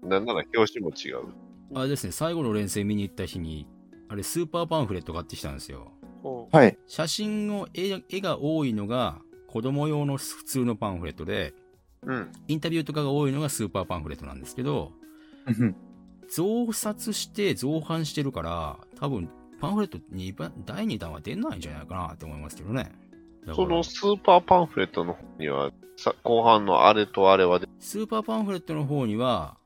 なんなら表紙も違う。
あれですね、最後の連戦見に行った日に、あれ、スーパーパンフレット買ってきたんですよ。
はい。
写真の絵絵が多いのが、子供用の普通のパンフレットで、
うん。
インタビューとかが多いのがスーパーパンフレットなんですけど、増刷して増版してるから、多分、パンフレットに第2弾は出ないんじゃないかなって思いますけどね。だか
そ
ら
の、スーパーパンフレットの方には、さ後半のあれとあれはで、
スーパーパンフレットの方には、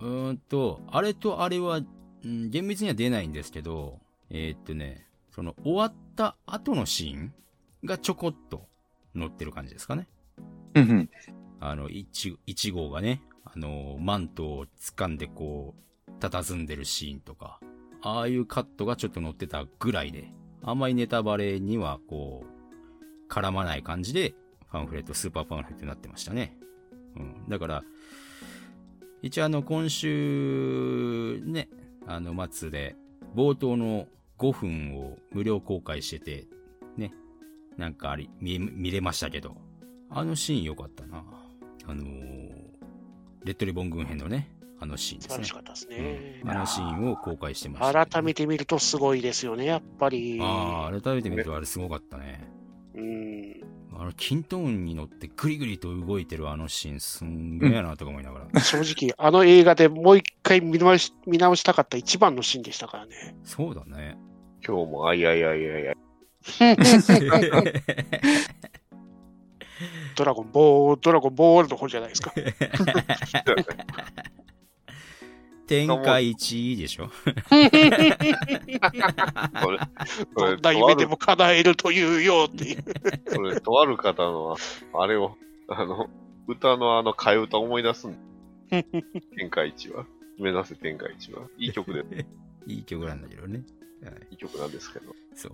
うーんと、あれとあれは、うん厳密には出ないんですけど、えーっとね、その終わった後のシーンがちょこっと載ってる感じですかね。
うん
あの、一一号がね、あの、マントを掴んでこう、佇んでるシーンとか、ああいうカットがちょっと載ってたぐらいで、あんまりネタバレにはこう、絡まない感じで、パンフレット、スーパーパンフレットになってましたね。うん。だから、一応あの、今週、ね、あの、末で、冒頭の5分を無料公開してて、ね、なんかあり、見え、見れましたけど、あのシーン良かったな。あのーレッドリボン軍編のね、あのシーンですね。
楽しかったですね
うんあのシーンを公開してました。
改めて見るとすごいですよね、やっぱり。
ああ、改めて見るとあれすごかったね。
うん。
あの、キントーンに乗ってグリグリと動いてるあのシーン、すんげえなとか思いなが ら。
正直、あの映画でもう一回見直し見直したかった一番のシーンでしたからね。
そう だね。
今日もあいあいあいあいあい。
ドラゴンボール、ドラゴンボールの方じゃないですか。
天下一位でしょ
それ、そ
ど
れ、
んな
とあ
夢で
る
も、叶えるというよっていう。
それ、とある方の、あれを、あの、歌のあの、替え歌思い出すん 天下一は。目指せ天下一は。いい曲 で、
いい曲なんだけどね。はい、
いい曲なんですけど。
そう。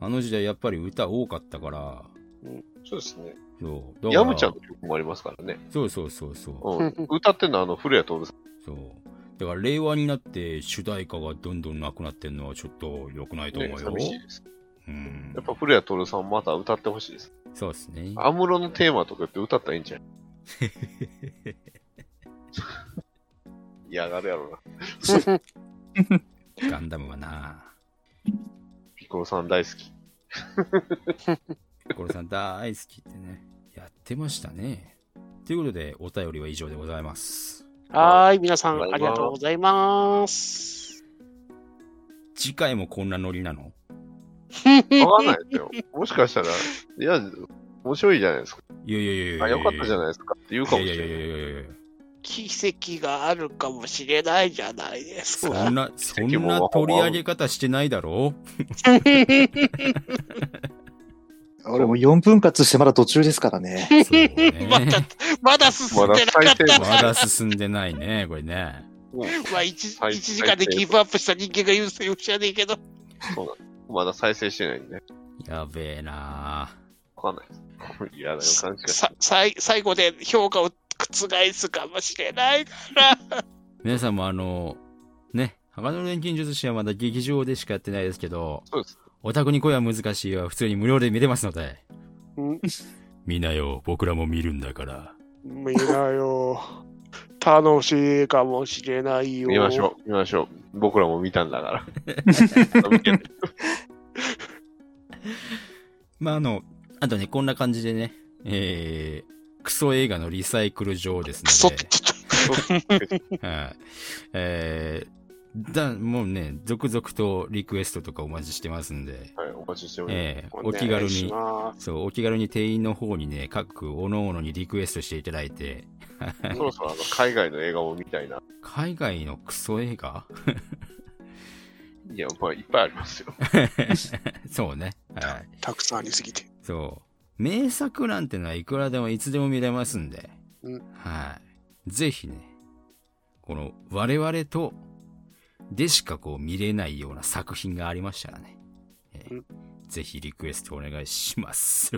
あの時代やっぱり歌多かったから、
そうですね。
そう。だから
ヤムちゃんの曲もありますからね。
そうそうそうそう。
うん、歌ってんのはあの古谷徹さん。
だから令和になって主題歌がどんどんなくなってんのはちょっと良くないと思うよ。
ね寂しいです
うん。
やっぱ古谷徹さんまた歌ってほしいです。
そうですね。
アムロのテーマとかって歌ったらいいんじ ゃない嫌がるやろな。
ガンダムはな。
ピコロさん大好 き。
コロさん大好きってね。やってましたね。ということで、お便りは以上でございます。
はーい、皆さん
あり
あ
が
り
とう
がとうございます。
次回もこんなノリな
わ
の
かんないですよ。もしかしたら、いや、面白いじゃないですか。
いやいやいやいや
あ、よかったじゃないですかって言うかもしれない。
いやいやいやいやいやいや。
奇跡があるかもしれないじゃないです
そ
か
ん。な、そんな取り上げ方してないだろ
うん。俺も4分割してまだ途中ですから ね。
うそうね
まだ、まだ進んでなかった
まだ最低
まだ進んでないね、これね。
まあ、一
最低
一時間でギブアップした人間が言うせよ知らねえけど。
まだ再生してないんでね。
やべえな
わかんないです。嫌な予感しかし
さ最最後で評価を覆すかもしれないから。
皆さんもあの、ね、鋼の錬金術師はまだ劇場でしかやってないですけど、
そうです
お宅に恋は難しいは普通に無料で見れますので。
うん
見なよ、僕らも見るんだから。
みんなよ。楽しいかもしれないよ。
見ましょう、見ましょう。僕らも見たんだから。 見てね
まあ、あの、あとね、こんな感じでね、えー、クソ映画のリサイクル場です
クソ
の
っ
で
て、言っ
はい。えー、だ、もうね、続々とリクエストとかお待ちしてますんで、
はい、お待ちしております。
えー、
た。
お気軽
願いし
に、
ま
そう、お気軽に店員の方にね、各おのおのにリクエストしていただいて、
そろそろあの海外の映画も見たいな。
海外のクソ映画
いや、これいっぱいありますよ。
そうね。はい。
たくさんありすぎて。
そう。名作なんてのはいくらでもいつでも見れますんで。
うん
はい。ぜひね、この我々とでしかこう見れないような作品がありましたらね。えーぜひリクエストお願いします。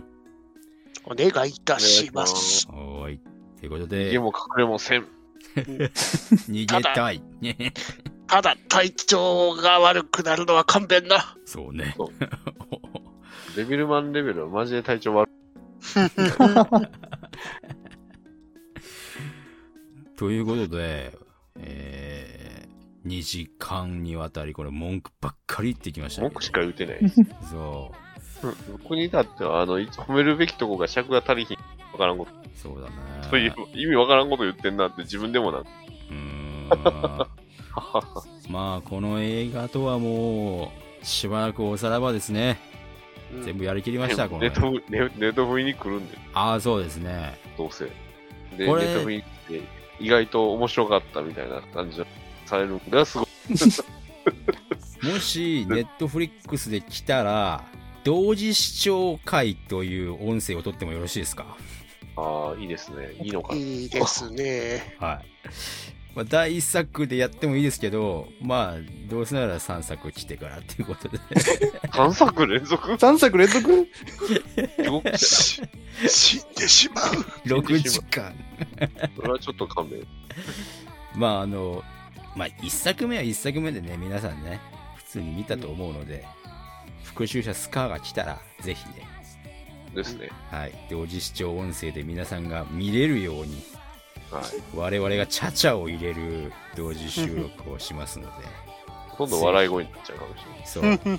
お願いいたします。
はーい。ということで。
家も隠れもせん。
逃げたい。
ただ、体調が悪くなるのは勘弁な。
そうね。
デビルマンレベルはマジで体調悪い。
ということで、えー、2時間にわたりこれ文句ばっかり言ってきましたけど
文句しか言うてない
そ
僕にだっては、あの、い褒めるべきとこが尺が足りひん。わからんこと。
そうだね。
そういう、意味わからんこと言ってんなって自分でもなん。
う。まあ、この映画とはもう、しばらくおさらばですね。
うん
全部やりきりました、この
ネ
映
ット
画。
フネネットフリに来るんで、
ああ、そうですね。
どうせ。で、ネ
これ
ットフリに来て、意外と面白かったみたいな感じがされるのがすごい。
もし、ネットフリックスで来たら、同時視聴会という音声を取ってもよろしいですか
ああ、いいです ね。いいのか。
いいですね。
はい。まあ、第1作でやってもいいですけど、まあ、どうせなら3作来てからっていうことで。
3作連続
?3 作連続
死
んでしまう。
6時間。
それはちょっと勘弁。
まあ、あの、まあ、1作目は1作目でね、皆さんね、普通に見たと思うので、復讐者スカーが来たら、ぜひね、
ですね。
はい、同時視聴音声で皆さんが見れるように、
はい。
我々がチャチャを入れる同時収録をしますので、
ほとんど笑い声になっちゃうかもしれない。
そう。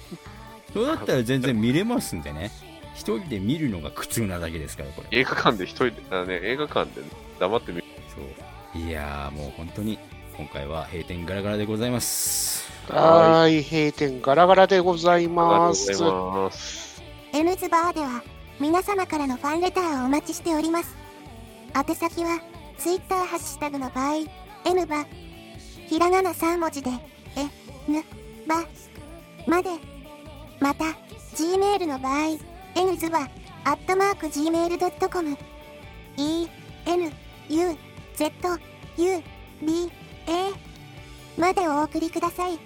そうだったら全然見れますんでね。一人で見るのが苦痛なだけですから、これ。
映画館で一人で、あね、映画館で黙って見る。
そう。いやー、もう本当に、今回は閉店ガラガラでございます。
はーい、閉店ガラガラでございます。
ます。
N ズバーでは皆様からのファンレターをお待ちしております宛先は Twitter ハッシュタグの場合 N バひらがな3文字で N バまでまた Gmail の場合 N ズバアットマーク Gmail.com E N U Z U B A までお送りください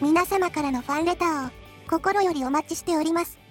皆様からのファンレターを心よりお待ちしております